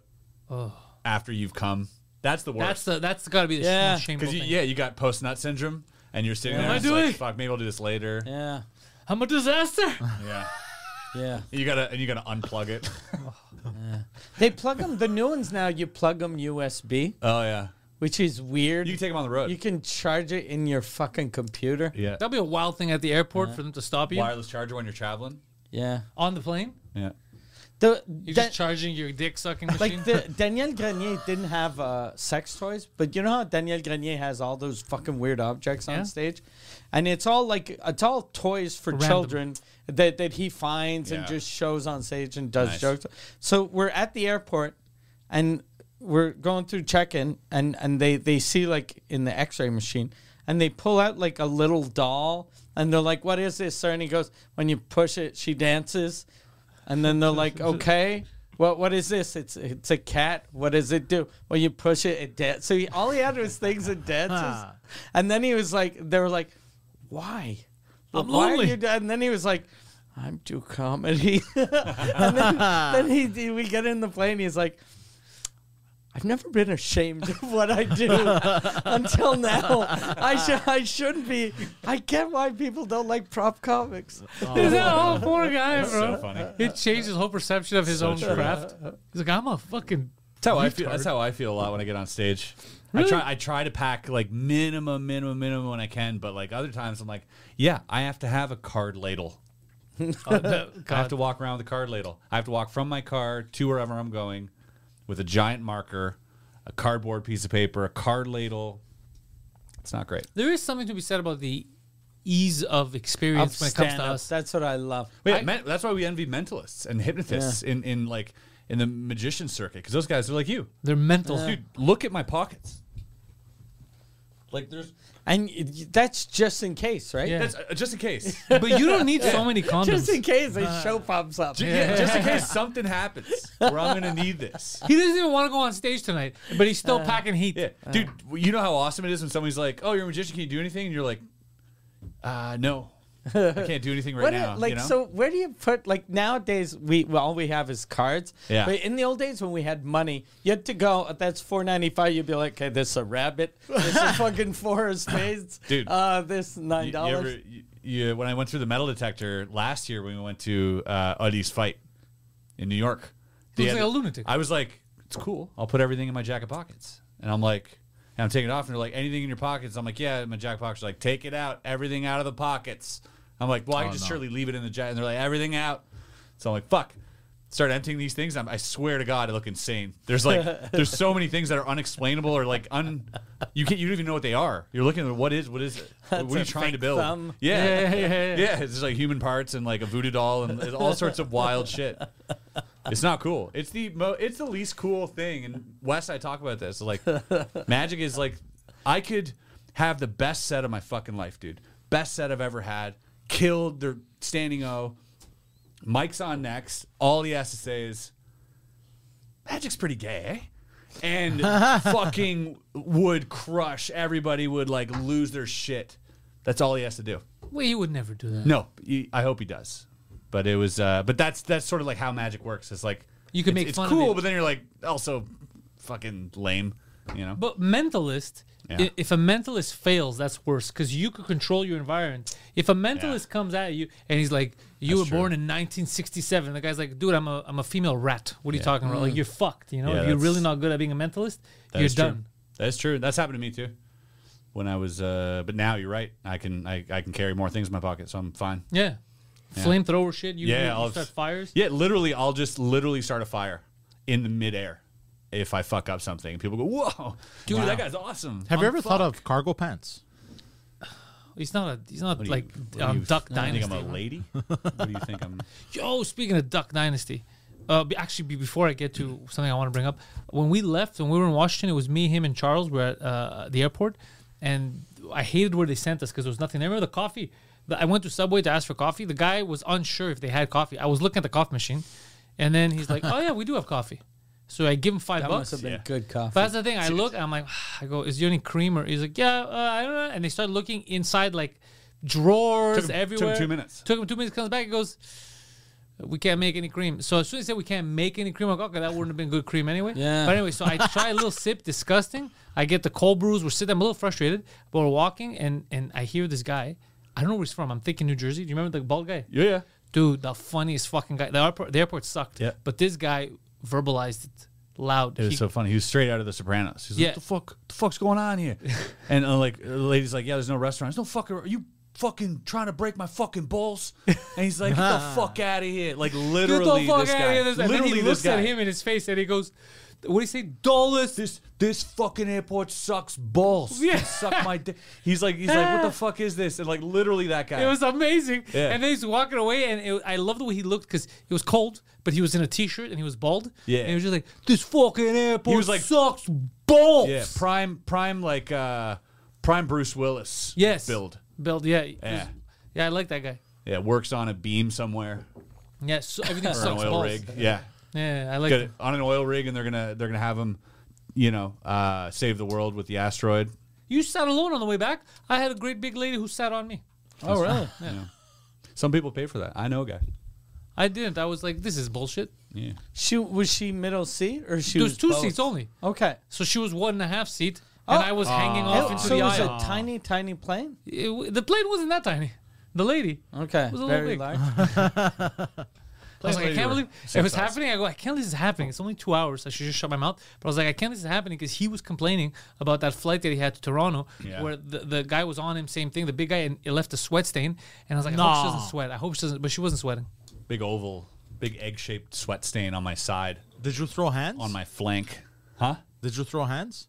Speaker 2: after you've come. That's the
Speaker 3: Oh. That's
Speaker 2: worst.
Speaker 3: the that's got to be the
Speaker 1: Yeah.
Speaker 3: yeah. shameful
Speaker 2: Because
Speaker 3: thing.
Speaker 2: yeah, you got post nut syndrome, and you're sitting there
Speaker 3: am
Speaker 2: and
Speaker 3: I
Speaker 2: it's like,
Speaker 3: doing?
Speaker 2: fuck, maybe I'll do this later. Yeah.
Speaker 1: yeah,
Speaker 3: I'm a disaster.
Speaker 1: yeah.
Speaker 2: You gotta and you gotta unplug it.
Speaker 1: They plug them. The new ones now, you plug them USB,
Speaker 2: oh yeah,
Speaker 1: which is weird.
Speaker 2: you can take them on the road.
Speaker 1: You can charge it in your fucking computer. Yeah.
Speaker 2: yeah,
Speaker 3: That'd be a wild thing at the airport for them to stop you
Speaker 2: wireless charger when you're traveling.
Speaker 3: on the plane.
Speaker 2: Yeah.
Speaker 1: The
Speaker 3: You're
Speaker 1: Da-
Speaker 3: just charging your dick sucking machine.
Speaker 1: like the Daniel Grenier didn't have uh, sex toys, but you know how Daniel Grenier has all those fucking weird objects
Speaker 3: Yeah.
Speaker 1: on stage, and it's all like it's all toys for
Speaker 3: Random.
Speaker 1: children that that he finds and
Speaker 2: Yeah.
Speaker 1: just shows on stage and does
Speaker 2: Nice.
Speaker 1: jokes. So we're at the airport, and we're going through check-in, and and they they see like in the X-ray machine, and they pull out like a little doll, and they're like, "What is this, sir?" And he goes, "When you push it, she dances." And then they're like, okay, what what is this? It's it's a cat. What does it do? Well, you push it, it dances. So he, all he had was things that dances. And then he was like, they were like, why?
Speaker 3: I'm
Speaker 1: why
Speaker 3: lonely.
Speaker 1: Are you, da-" and then he was like, I'm do comedy. and then, then he, he- we get in the plane. He's like. I've never been ashamed of what I do until now. I, sh- I shouldn't be. I get why people don't like prop comics.
Speaker 3: Is that all poor guy, bro?
Speaker 2: so funny.
Speaker 3: It changed his whole perception of his
Speaker 2: So
Speaker 3: own
Speaker 2: true.
Speaker 3: craft. He's like, I'm a fucking.
Speaker 2: That's how I feel. That's how I feel a lot when I get on stage. I try. I try to pack like minimum, minimum, minimum when I can. But like other times, I'm like, yeah, I have to have a card ladle. I have to walk around with a card ladle. I have to walk from my car to wherever I'm going with a giant marker, a cardboard piece of paper, a card ladle. It's not great.
Speaker 3: There is something to be said about the ease of
Speaker 1: Of
Speaker 3: experience when it comes to
Speaker 1: stand-up.
Speaker 3: us.
Speaker 1: That's what I love.
Speaker 2: But yeah, men- that's why we envy mentalists and hypnotists in, in like in the magician circuit because those guys are like you,
Speaker 3: They're mental.
Speaker 2: dude. Look at my pockets. Like there's
Speaker 1: And y- y- that's just in case, right?
Speaker 3: Yeah.
Speaker 2: that's uh, just in case.
Speaker 3: But you don't need so many
Speaker 1: Just in
Speaker 3: condoms.
Speaker 1: case a show pops up.
Speaker 2: Ju- yeah, just in case something happens where I'm gonna need this.
Speaker 3: He doesn't even want to go on stage tonight, but he's still packing heat.
Speaker 2: Yeah, dude, w- you know how awesome it is when somebody's like, "Oh, you're a magician. Can you do anything?" And you're like, "Uh, no, I can't do anything right
Speaker 1: What
Speaker 2: now."
Speaker 1: do- like
Speaker 2: you know?
Speaker 1: so where do you put like nowadays we well, all we have is cards
Speaker 2: Yeah.
Speaker 1: but in the old days when we had money you had to go uh, that's 495 you'd be like okay this is a rabbit this is a fucking four of spades
Speaker 2: Dude.
Speaker 1: uh this nine
Speaker 2: You- you ever-
Speaker 1: dollars
Speaker 2: you- you- when I went through the metal detector last year when we went to uh, Udi's fight in New York,
Speaker 3: He
Speaker 2: they
Speaker 3: looks
Speaker 2: had-
Speaker 3: like a lunatic.
Speaker 2: I was like, "It's cool. I'll put everything in my jacket pockets," and I'm like. And I'm taking it off, and they're like, anything in your pockets? I'm like, yeah, in my jacket pockets. They're like, take it out, everything out of the pockets. I'm like, well, I can
Speaker 4: Oh,
Speaker 2: just
Speaker 4: no.
Speaker 2: surely leave it in the jacket. And they're like, everything out. So I'm like, fuck. Start emptying these things. I'm, I swear to God, I look insane. There's like, there's so many things that are unexplainable or like un, you can't, you don't even know what they are. You're looking at what is, what is, it? what are
Speaker 1: a
Speaker 2: you trying to
Speaker 1: fake
Speaker 2: build?
Speaker 1: thumb.
Speaker 2: Yeah.
Speaker 3: Yeah, yeah, yeah, yeah.
Speaker 2: It's just like human parts and like a voodoo doll and it's all sorts of wild shit. It's not cool. It's the mo- it's the least cool thing. And Wes, I talk about this. Like, magic is like, I could have the best set of my fucking life, dude. Best set I've ever had. Killed their standing O. Mike's on next. All he has to say is, "Magic's pretty gay." eh?" And fucking would crush everybody. Would like lose their shit. That's all he has to do.
Speaker 3: Well, he would never do that.
Speaker 2: No, he, I hope he does. But it was, uh, but that's that's sort of like how magic works. It's like
Speaker 3: You can
Speaker 2: it's-
Speaker 3: make
Speaker 2: it's
Speaker 3: fun of
Speaker 2: cool,
Speaker 3: it.
Speaker 2: but then you're like also fucking lame, you know.
Speaker 3: But mentalist,
Speaker 2: Yeah.
Speaker 3: i- if a mentalist fails, that's worse because you could control your environment. If a mentalist comes at you and he's like, "You
Speaker 2: That's
Speaker 3: were born
Speaker 2: true.
Speaker 3: in 1967," the guy's like, "Dude, I'm a I'm a female rat. What are you talking about? Like you're fucked. You know,
Speaker 2: Mm. Yeah,
Speaker 3: if you're really
Speaker 2: that's-
Speaker 3: not good at being a mentalist,
Speaker 2: That
Speaker 3: you're
Speaker 2: is true.
Speaker 3: done."
Speaker 2: That is true. That's happened to me too. When I was, uh, but now you're right. I can I, I can carry more things in my pocket, so I'm fine.
Speaker 3: Yeah. Flamethrower shit. You,
Speaker 2: Yeah,
Speaker 3: you
Speaker 2: I'll-
Speaker 3: start fires.
Speaker 2: Yeah, literally, I'll just literally start a fire in the midair if I fuck up something. People go, "Whoa, dude,
Speaker 4: Wow.
Speaker 2: that guy's awesome."
Speaker 4: Have
Speaker 2: I'm
Speaker 4: you ever
Speaker 2: fucked."
Speaker 4: thought of cargo pants?
Speaker 3: He's not a. He's not
Speaker 2: What do you-
Speaker 3: like
Speaker 2: what do
Speaker 3: on
Speaker 4: um,
Speaker 2: you
Speaker 3: Duck
Speaker 2: think
Speaker 3: Dynasty.
Speaker 2: I'm a lady? what do you think I'm?
Speaker 3: Yo, speaking of Duck Dynasty, uh, be- actually, be- before I get to something I want to bring up, when we left, when we were in Washington, it was me, him, and Charles. We were at uh, the airport, and I hated where they sent us because there was nothing. I remember the coffee. The, I went to Subway to ask for coffee. The guy was unsure if they had coffee. I was looking at the coffee machine, and then he's like, "Oh yeah, we do have coffee." So I give him five
Speaker 1: That must
Speaker 3: bucks.
Speaker 1: have been
Speaker 2: Yeah.
Speaker 1: good coffee.
Speaker 3: But that's the thing. I look, I'm like, I go, is there any creamer? He's like, yeah, uh, I don't know. And they start looking inside, like drawers
Speaker 2: Took him- took him
Speaker 3: everywhere.
Speaker 2: two minutes.
Speaker 3: Took him two minutes. Comes back, and goes, we can't make any cream. So as soon as he said we can't make any cream, I'm like, okay, that wouldn't have been good cream anyway.
Speaker 1: Yeah.
Speaker 3: But anyway, so I try a little sip, disgusting. I get the cold brews. We're sitting, I'm a little frustrated, but we're walking, and and I hear this guy. I don't know where he's from. I'm thinking New Jersey. Do you remember the bald guy?
Speaker 2: Yeah, yeah.
Speaker 3: dude, the funniest fucking guy. The airport, the airport sucked.
Speaker 2: Yeah.
Speaker 3: But this guy verbalized it loud.
Speaker 2: It was
Speaker 3: He-
Speaker 2: so funny. He was straight out of The Sopranos. He's
Speaker 3: Yeah.
Speaker 2: like, "The fuck, the fuck's going on here?" and uh, like, the lady's like, "Yeah, there's no restaurants. No fucking. Are you fucking trying to break my fucking balls?" And he's like, "Get the fuck out of here!" Like literally,
Speaker 3: Get the fuck
Speaker 2: this
Speaker 3: out
Speaker 2: guy.
Speaker 3: of here. This, and
Speaker 2: literally,
Speaker 3: then he
Speaker 2: this
Speaker 3: looks
Speaker 2: guy.
Speaker 3: at him in his face and he goes, What do you say? Dollars.
Speaker 2: This this fucking airport sucks balls.
Speaker 3: Yeah.
Speaker 2: It suck my dick. He's like, he's like, "What the fuck is this?" And like literally, that guy.
Speaker 3: It was amazing.
Speaker 2: Yeah.
Speaker 3: And then he's walking away, and it, I love the way he looked because it was cold, but he was in a t shirt and he was bald.
Speaker 2: Yeah.
Speaker 3: And he was just like, This fucking airport
Speaker 2: He was like-
Speaker 3: sucks balls.
Speaker 2: yeah, prime prime like uh prime Bruce Willis.
Speaker 3: yes.
Speaker 2: build.
Speaker 3: Build, yeah. It
Speaker 2: Yeah.
Speaker 3: was- yeah, I like that guy.
Speaker 2: Yeah, works on a beam somewhere
Speaker 3: Yeah, so, everything
Speaker 2: or an
Speaker 3: sucks
Speaker 2: oil
Speaker 3: balls.
Speaker 2: rig. Yeah.
Speaker 3: Yeah, I like
Speaker 2: Get it on an oil rig, and they're gonna they're gonna have him, you know, uh, save the world with the asteroid.
Speaker 3: You sat alone on the way back. I had a great big lady who sat on me.
Speaker 2: Oh really? yeah. Some people pay for that. I know a guy.
Speaker 3: I didn't. I was like, This is bullshit.
Speaker 2: Yeah.
Speaker 1: she was she middle seat or she
Speaker 3: There
Speaker 1: was
Speaker 3: was two
Speaker 1: both?
Speaker 3: seats only.
Speaker 1: Okay.
Speaker 3: So she was one and a half seat, and
Speaker 1: Oh.
Speaker 3: I was hanging
Speaker 2: Oh.
Speaker 1: It-
Speaker 3: off into
Speaker 1: so
Speaker 3: the
Speaker 1: it was
Speaker 3: aisle.
Speaker 1: a tiny, tiny plane.
Speaker 3: It w- the plane wasn't that tiny. The lady.
Speaker 1: Okay,
Speaker 3: was a little
Speaker 1: very
Speaker 3: big.
Speaker 1: large.
Speaker 3: I was like, I
Speaker 2: lady
Speaker 3: can't
Speaker 2: were
Speaker 3: believe it
Speaker 2: same
Speaker 3: was
Speaker 2: size.
Speaker 3: happening. I go, I can't believe this is happening. It's only two hours. I should just shut my mouth. But I was like, I can't believe this is happening because he was complaining about that flight that he had to Toronto,
Speaker 2: Yeah.
Speaker 3: where the, the guy was on him, same thing. The big guy, and it left a sweat stain. And I was like, I hope she doesn't sweat. I hope she doesn't. But she wasn't sweating.
Speaker 2: Big oval, big egg shaped sweat stain on my side,
Speaker 4: Did you throw hands?
Speaker 2: on my flank. Huh?
Speaker 4: Did you throw hands?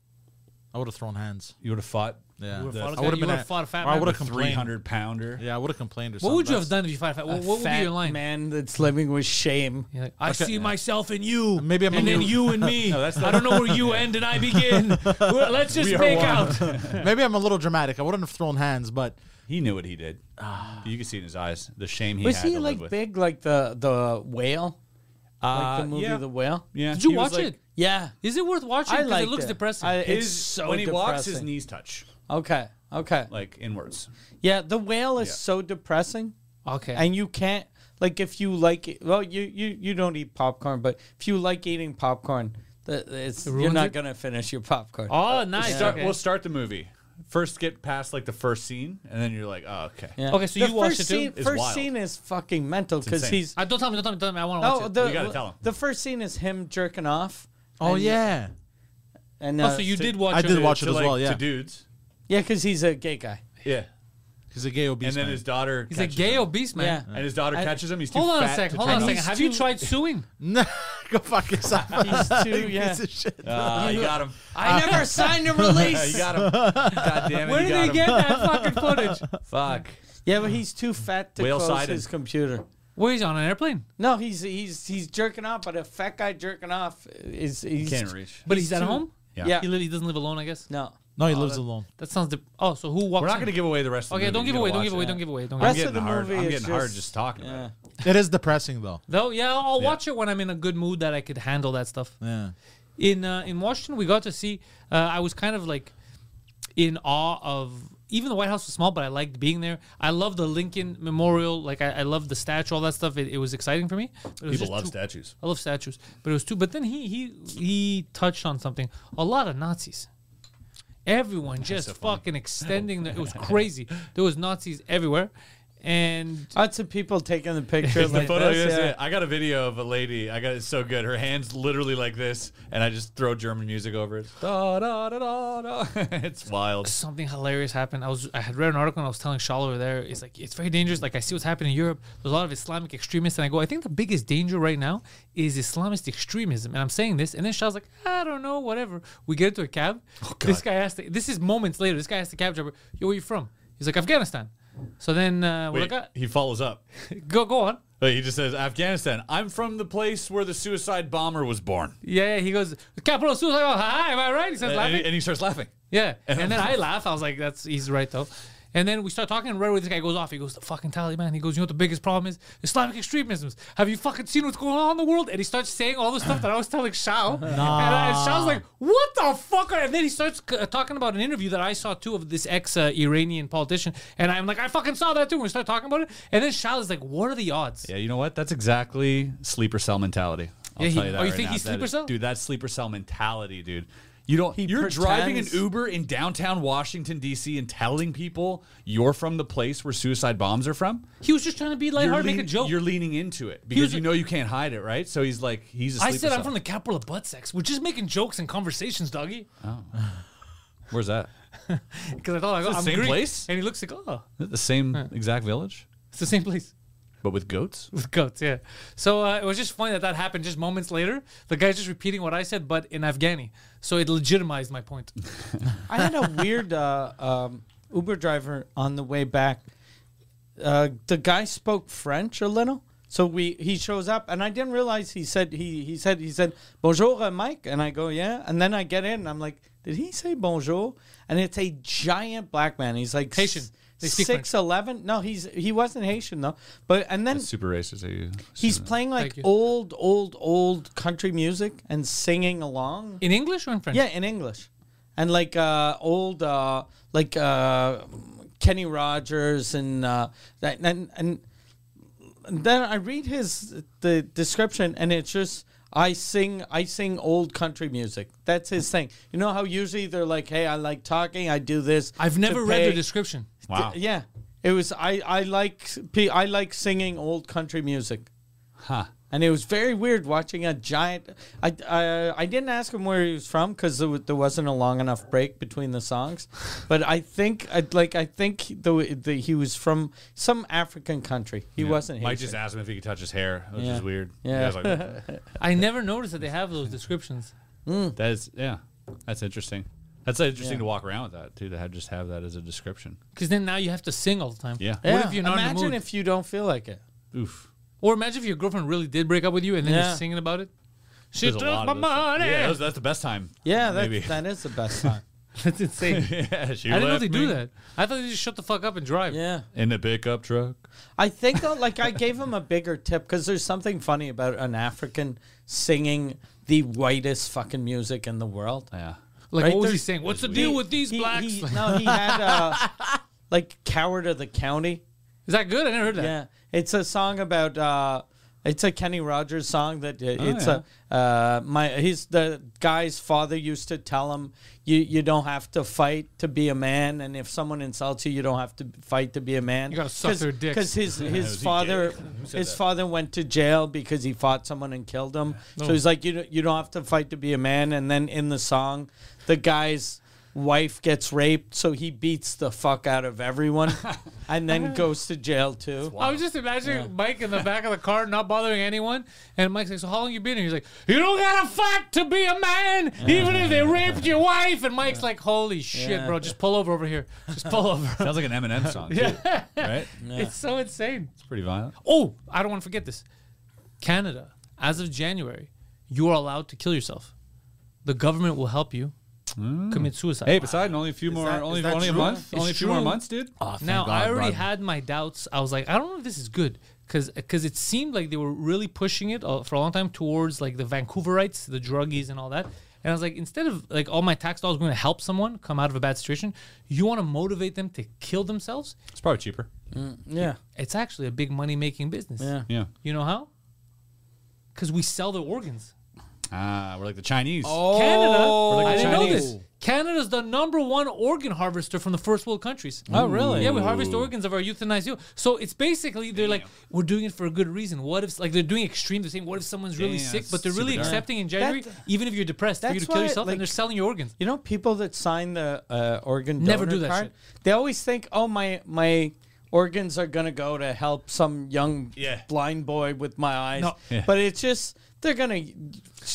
Speaker 4: I would have thrown hands.
Speaker 2: You would have fought.
Speaker 4: Yeah,
Speaker 3: would've
Speaker 4: The-
Speaker 3: fought a
Speaker 4: I
Speaker 3: guy-
Speaker 4: would have
Speaker 3: you
Speaker 4: been.
Speaker 3: would've
Speaker 4: at-
Speaker 3: fought a fat
Speaker 4: or I
Speaker 3: man.
Speaker 4: would have
Speaker 2: Three
Speaker 4: complained.
Speaker 2: hundred pounder.
Speaker 4: Yeah, I would have complained or
Speaker 3: What
Speaker 4: something.
Speaker 3: would you have
Speaker 4: That's-
Speaker 3: done if you fought? a fight? What, what would be
Speaker 1: Fat
Speaker 3: your line?
Speaker 1: Man that's living with shame.
Speaker 3: You're like, I see myself in you.
Speaker 4: Maybe I'm a
Speaker 3: and then
Speaker 4: little-
Speaker 3: you and me. I don't know where you end and I begin. Well, Let's just
Speaker 2: We are
Speaker 3: make
Speaker 2: one.
Speaker 3: out.
Speaker 4: Maybe I'm a little dramatic. I wouldn't have thrown hands, but
Speaker 2: He knew what he did.
Speaker 3: Ah.
Speaker 2: you could see it in his eyes the shame he
Speaker 1: was
Speaker 2: had
Speaker 1: he
Speaker 2: to live
Speaker 1: like
Speaker 2: with.
Speaker 1: big, like the the whale, like
Speaker 2: Uh,
Speaker 1: the movie
Speaker 2: yeah.
Speaker 1: The Whale?
Speaker 2: Yeah.
Speaker 3: Did you
Speaker 2: He was
Speaker 3: watch
Speaker 2: like-
Speaker 3: it?
Speaker 1: Yeah,
Speaker 3: Is it worth watching?
Speaker 1: I
Speaker 3: 'Cause
Speaker 1: like
Speaker 3: it looks depressing.
Speaker 1: I,
Speaker 2: His,
Speaker 1: it's so
Speaker 2: when he walks, his
Speaker 1: depressing.
Speaker 2: knees touch
Speaker 1: Okay, okay.
Speaker 2: like inwards.
Speaker 1: Yeah, The Whale is
Speaker 2: Yeah.
Speaker 1: so depressing,
Speaker 3: okay.
Speaker 1: and you can't like if you like it. Well, you you you don't eat popcorn, but if you like eating popcorn, the, it's you're
Speaker 3: ruins
Speaker 1: not
Speaker 3: it?
Speaker 1: gonna finish your popcorn.
Speaker 3: oh, nice.
Speaker 2: Start-
Speaker 3: okay.
Speaker 2: We'll start the movie. First, get past like the first scene, and then you're like, oh, okay.
Speaker 1: Yeah.
Speaker 3: Okay, so
Speaker 1: The
Speaker 3: you watched
Speaker 1: first
Speaker 3: it too?
Speaker 1: Scene,
Speaker 2: It's
Speaker 1: first
Speaker 2: wild.
Speaker 1: scene is fucking mental because
Speaker 2: insane.
Speaker 1: he's
Speaker 3: I don't tell me, don't tell me, don't tell me. I want to watch
Speaker 1: oh
Speaker 3: it.
Speaker 1: the
Speaker 2: You gotta tell him.
Speaker 1: the first scene is him jerking off.
Speaker 4: oh
Speaker 1: and-
Speaker 4: yeah,
Speaker 1: and
Speaker 3: oh,
Speaker 1: uh,
Speaker 3: so you did watch
Speaker 4: I
Speaker 3: it.
Speaker 4: did watch it
Speaker 2: To,
Speaker 4: as
Speaker 2: like,
Speaker 4: well. Yeah,
Speaker 2: to dudes.
Speaker 1: yeah, because he's a gay guy.
Speaker 2: Yeah.
Speaker 4: he's a gay obese
Speaker 2: And then
Speaker 4: man.
Speaker 2: his daughter.
Speaker 3: He's a
Speaker 2: catches
Speaker 3: gay
Speaker 2: him.
Speaker 3: obese man.
Speaker 1: Yeah.
Speaker 2: And his daughter
Speaker 1: I-
Speaker 2: catches him. He's too
Speaker 3: Hold on a
Speaker 2: fat
Speaker 3: sec.
Speaker 2: to
Speaker 3: Hold on a
Speaker 2: try-
Speaker 3: second.
Speaker 1: He's
Speaker 3: Have you
Speaker 1: too-
Speaker 3: tried suing?
Speaker 4: No, go fuck yourself.
Speaker 1: He's too, yeah.
Speaker 4: Piece of shit.
Speaker 2: Ah, you got him.
Speaker 1: I never signed a
Speaker 2: Yeah,
Speaker 1: release.
Speaker 2: you got him. God damn it.
Speaker 3: Where
Speaker 2: you
Speaker 3: did
Speaker 2: got
Speaker 3: they
Speaker 2: him.
Speaker 3: get that fucking footage?
Speaker 2: Fuck.
Speaker 1: Yeah, but he's too fat to
Speaker 2: Whale
Speaker 1: close
Speaker 2: sided.
Speaker 1: his computer.
Speaker 3: Where is he on an airplane?
Speaker 1: No, he's he's he's jerking off, but a fat guy jerking off is he's,
Speaker 2: Can't reach.
Speaker 3: But he's, at
Speaker 1: too-
Speaker 3: home.
Speaker 2: Yeah.
Speaker 1: Yeah.
Speaker 3: He literally doesn't live alone. I guess
Speaker 1: No.
Speaker 4: No, he lives alone.
Speaker 3: that sounds. Dep- oh, so who walks?
Speaker 2: We're not
Speaker 3: in?
Speaker 2: going to give away the rest of
Speaker 3: Okay,
Speaker 2: the
Speaker 3: don't
Speaker 2: movie.
Speaker 3: give
Speaker 2: You
Speaker 3: away.
Speaker 2: gotta
Speaker 3: Don't give
Speaker 2: watch
Speaker 3: away.
Speaker 2: it.
Speaker 3: Don't give away. Don't give
Speaker 1: Rest
Speaker 3: away.
Speaker 2: I'm
Speaker 1: of
Speaker 2: getting
Speaker 1: the
Speaker 2: hard.
Speaker 1: movie
Speaker 2: I'm
Speaker 1: is
Speaker 2: getting hard
Speaker 1: just-
Speaker 2: just talking about
Speaker 1: Yeah.
Speaker 2: it.
Speaker 4: It is depressing though.
Speaker 3: Though, yeah, I'll, I'll watch it when I'm in a good mood that I could handle that stuff.
Speaker 4: Yeah.
Speaker 3: in uh, in Washington, we got to see. Uh, I was kind of like in awe of even the White House was small, but I liked being there. I love the Lincoln Memorial. Like I, I love the statue, all that stuff. It, it was exciting for me. But it was
Speaker 2: People
Speaker 3: just
Speaker 2: love
Speaker 3: too-
Speaker 2: statues.
Speaker 3: I love statues, but it was too. But then he he he touched on something. A lot of Nazis. Everyone just fucking extending. The, it was crazy. There was Nazis everywhere, and
Speaker 1: Lots of people taking the picture
Speaker 2: It's the
Speaker 1: like
Speaker 2: photo.
Speaker 1: this.
Speaker 2: yes,
Speaker 1: Yeah.
Speaker 2: yeah. I got a video of a lady. I got it so good. Her hands literally like this, and I just throw German music over it. Da, da, da, da, da. it's wild.
Speaker 3: something hilarious happened. I was I had read an article and I was telling Shaw over there. It's like it's very dangerous. Like I see what's happening in Europe. There's a lot of Islamic extremists, and I go. I think the biggest danger right now is Islamist extremism. And I'm saying this, and then Shaw's like, I don't know, whatever. We get into a cab. this guy asked. The, this is moments later. This guy asked the cab driver, "Yo, where you from?" He's like, Afghanistan. So then uh, we're
Speaker 2: Wait,
Speaker 3: like,
Speaker 2: he follows up.
Speaker 3: "Uh, go go on.
Speaker 2: Wait, He just says, "Afghanistan. I'm from the place where the suicide bomber was born."
Speaker 3: Yeah, yeah. He goes, capital suicide. Oh, hi, am I right? He starts
Speaker 2: And,
Speaker 3: laughing.
Speaker 2: and he starts laughing.
Speaker 3: Yeah. And then I laugh. I was like, that's he's right though. And then we start talking, and right away this guy goes off. He goes, the fucking Taliban. He goes, you know what the biggest problem is? Islamic extremism. Have you fucking seen what's going on in the world? And he starts saying all the stuff that I was telling Shao. And, I, and Shao's like, what the fuck? are-" And then he starts c- uh, talking about an interview that I saw too of this ex uh, Iranian politician. And I'm like, I fucking saw that too. And we start talking about it. And then Shao is like, what are the odds?
Speaker 2: Yeah, you know what? That's exactly sleeper cell mentality. I'll
Speaker 3: Yeah, he-
Speaker 2: tell you that.
Speaker 3: oh, you
Speaker 2: right
Speaker 3: think
Speaker 2: now.
Speaker 3: he's
Speaker 2: That
Speaker 3: sleeper
Speaker 2: is-
Speaker 3: cell?
Speaker 2: dude? That's sleeper cell mentality, dude. You don't. you're driving an
Speaker 1: pretends-
Speaker 2: Uber in downtown Washington D.C. and telling people you're from the place where suicide bombs are from.
Speaker 3: He was just trying to be lighthearted,
Speaker 2: lean-
Speaker 3: make a joke.
Speaker 2: You're leaning into it
Speaker 3: was
Speaker 2: because you
Speaker 3: a-
Speaker 2: know you can't hide it, right? So he's like, he's. A
Speaker 3: I
Speaker 2: sleeper
Speaker 3: said I'm
Speaker 2: cell.
Speaker 3: from the capital of butt sex. We're just making jokes and conversations, doggy.
Speaker 2: Where's that?
Speaker 3: Because I thought I go,
Speaker 2: It's the
Speaker 3: I'm
Speaker 2: same
Speaker 3: Greek.
Speaker 2: place?
Speaker 3: And he looks like, oh,
Speaker 2: Is it the same exact village,
Speaker 3: it's the same place
Speaker 2: but with goats?
Speaker 3: with goats. Yeah. So uh, it was just funny that that happened just moments later. The guy's just repeating what I said, but in Afghani. So it legitimized my point.
Speaker 1: I had a weird uh, um, Uber driver on the way back. Uh, the guy spoke French a little, so we he shows up, and I didn't realize he said he he said he said bonjour, uh, Mike, and I go yeah, and then I get in, and I'm like, did he say bonjour? And it's a giant black man. He's like
Speaker 3: Haitian. They speak French.
Speaker 1: six eleven. No, he's he wasn't Haitian though, but and
Speaker 3: Hmm.
Speaker 1: then
Speaker 2: Super racist. Are you?
Speaker 1: he's playing like
Speaker 3: Thank you.
Speaker 1: old old old country music and singing along.
Speaker 3: In English or in French?
Speaker 1: Yeah, in English. And like uh, old, uh, like uh, Kenny Rogers, and uh, that, and and then I read his the description, and it's just I sing I sing old country music. That's his thing. You know how usually they're like, hey, I like talking, I do this.
Speaker 3: I've
Speaker 1: to
Speaker 3: never read their
Speaker 1: pay-
Speaker 3: description.
Speaker 2: Wow.
Speaker 1: Yeah, it was I I like I like singing old country music.
Speaker 2: Huh.
Speaker 1: And it was very weird watching a giant. I I, I didn't ask him where he was from because there, wa- there wasn't a long enough break between the songs, but I think I'd like I think the, the he was from some African country. He wasn't.
Speaker 2: Mike
Speaker 1: Haitian.
Speaker 2: just asked him if he could touch his hair, which
Speaker 1: Yeah.
Speaker 2: is weird.
Speaker 1: Yeah.
Speaker 2: I was like,
Speaker 3: I never noticed that they have those descriptions.
Speaker 2: that is, yeah, that's interesting. That's interesting to walk around with that too. To have, just have that as a description.
Speaker 3: Because then now you have to sing all the time.
Speaker 2: Yeah.
Speaker 3: What if you're not
Speaker 1: Imagine
Speaker 3: in the mood?
Speaker 1: if you don't feel like it.
Speaker 2: Oof.
Speaker 3: or imagine if your girlfriend really did break up with you and then
Speaker 1: Yeah.
Speaker 3: you're singing about it. She
Speaker 2: There's
Speaker 3: took
Speaker 2: a lot
Speaker 3: my
Speaker 2: of those.
Speaker 3: money.
Speaker 2: Yeah, those- that's the best time.
Speaker 1: Yeah, that,
Speaker 2: Maybe.
Speaker 1: that is the best time.
Speaker 3: That's insane.
Speaker 2: yeah, she
Speaker 3: I didn't know
Speaker 2: left
Speaker 3: they
Speaker 2: me
Speaker 3: do that. I thought they just shut the fuck up and drive.
Speaker 1: Yeah.
Speaker 2: in the pickup truck.
Speaker 1: I think uh, like I gave him a bigger tip because there's something funny about an African singing the whitest fucking music in the world.
Speaker 2: Yeah.
Speaker 3: Like,
Speaker 1: Right
Speaker 3: what was
Speaker 1: there-
Speaker 3: he saying? What's the deal with these
Speaker 1: He-
Speaker 3: blacks?
Speaker 1: he- no, he had uh, like "Coward of the County."
Speaker 3: Is that good? I never heard that.
Speaker 1: Yeah, it's a song about. Uh, it's a Kenny Rogers song that
Speaker 3: Oh,
Speaker 1: uh, it's
Speaker 2: yeah.
Speaker 1: a uh, my he's the guy's father used to tell him you you don't have to fight to be a man and if someone insults you you don't have to fight to be a man
Speaker 3: You gotta suck their dicks.
Speaker 1: because his his
Speaker 2: was he
Speaker 1: father
Speaker 2: gay? said
Speaker 1: his
Speaker 2: that?
Speaker 1: father went to jail because he fought someone and killed him so he's like you don't- you don't have to fight to be a man and then in the song the guy's wife gets raped so he beats the fuck out of everyone and then goes to jail too
Speaker 3: I was just imagining Mike in the back of the car, not bothering anyone. And Mike's like, "So how long you been here?" He's like, "You don't gotta fight to be a man, even if they raped your wife." And Mike's like, "Holy shit,
Speaker 1: Yeah.
Speaker 3: bro! Just pull over over here. Just pull over."
Speaker 2: Sounds like an Eminem song, too, right?
Speaker 3: It's so insane.
Speaker 2: It's pretty violent.
Speaker 3: Oh, I don't want to forget this. Canada, as of January, you are allowed to kill yourself. The government will help you commit suicide.
Speaker 2: Hey, Poseidon, only a few more,
Speaker 1: that-
Speaker 2: only
Speaker 1: is that
Speaker 2: only
Speaker 1: true?
Speaker 2: a month,
Speaker 1: It's
Speaker 2: only a few more
Speaker 1: true. Oh,
Speaker 2: months, dude.
Speaker 3: now I already had my doubts. I was like, I don't know if this is good because it seemed like they were really pushing it uh, for a long time towards like the Vancouverites, the druggies, and all that. And I was like, instead of like all my tax dollars going to help someone come out of a bad situation, you want to motivate them to kill themselves?
Speaker 2: It's probably cheaper.
Speaker 1: Yeah.
Speaker 3: It's actually a big money making business.
Speaker 1: Yeah.
Speaker 2: Yeah.
Speaker 3: You know how? Because we sell their organs.
Speaker 2: Ah, we're like the Chinese.
Speaker 1: Oh,
Speaker 3: Canada.
Speaker 2: We're like
Speaker 3: I
Speaker 2: the
Speaker 3: didn't know
Speaker 2: Chinese.
Speaker 3: this. Canada's the number one organ harvester from the first world countries.
Speaker 1: Oh, really?
Speaker 3: Yeah, we harvest organs of our euthanized youth. So it's basically they're like, we're doing it for a good reason. What if like they're doing extreme? They're saying, what if someone's really
Speaker 2: Damn,
Speaker 3: sick, but they're
Speaker 2: super
Speaker 3: really
Speaker 2: dark.
Speaker 3: accepting in January,
Speaker 1: That-
Speaker 3: even if you're depressed, for you
Speaker 1: that's
Speaker 3: to kill
Speaker 1: why,
Speaker 3: yourself,
Speaker 1: like-
Speaker 3: and they're selling your organs.
Speaker 1: You know, people that sign the uh, organ donor
Speaker 3: Never do that
Speaker 1: card,
Speaker 3: shit.
Speaker 1: they always think, "Oh, my my organs are gonna go to help some young
Speaker 2: Yeah.
Speaker 1: blind boy with my eyes,"
Speaker 3: No.
Speaker 2: Yeah.
Speaker 1: but it's just they're gonna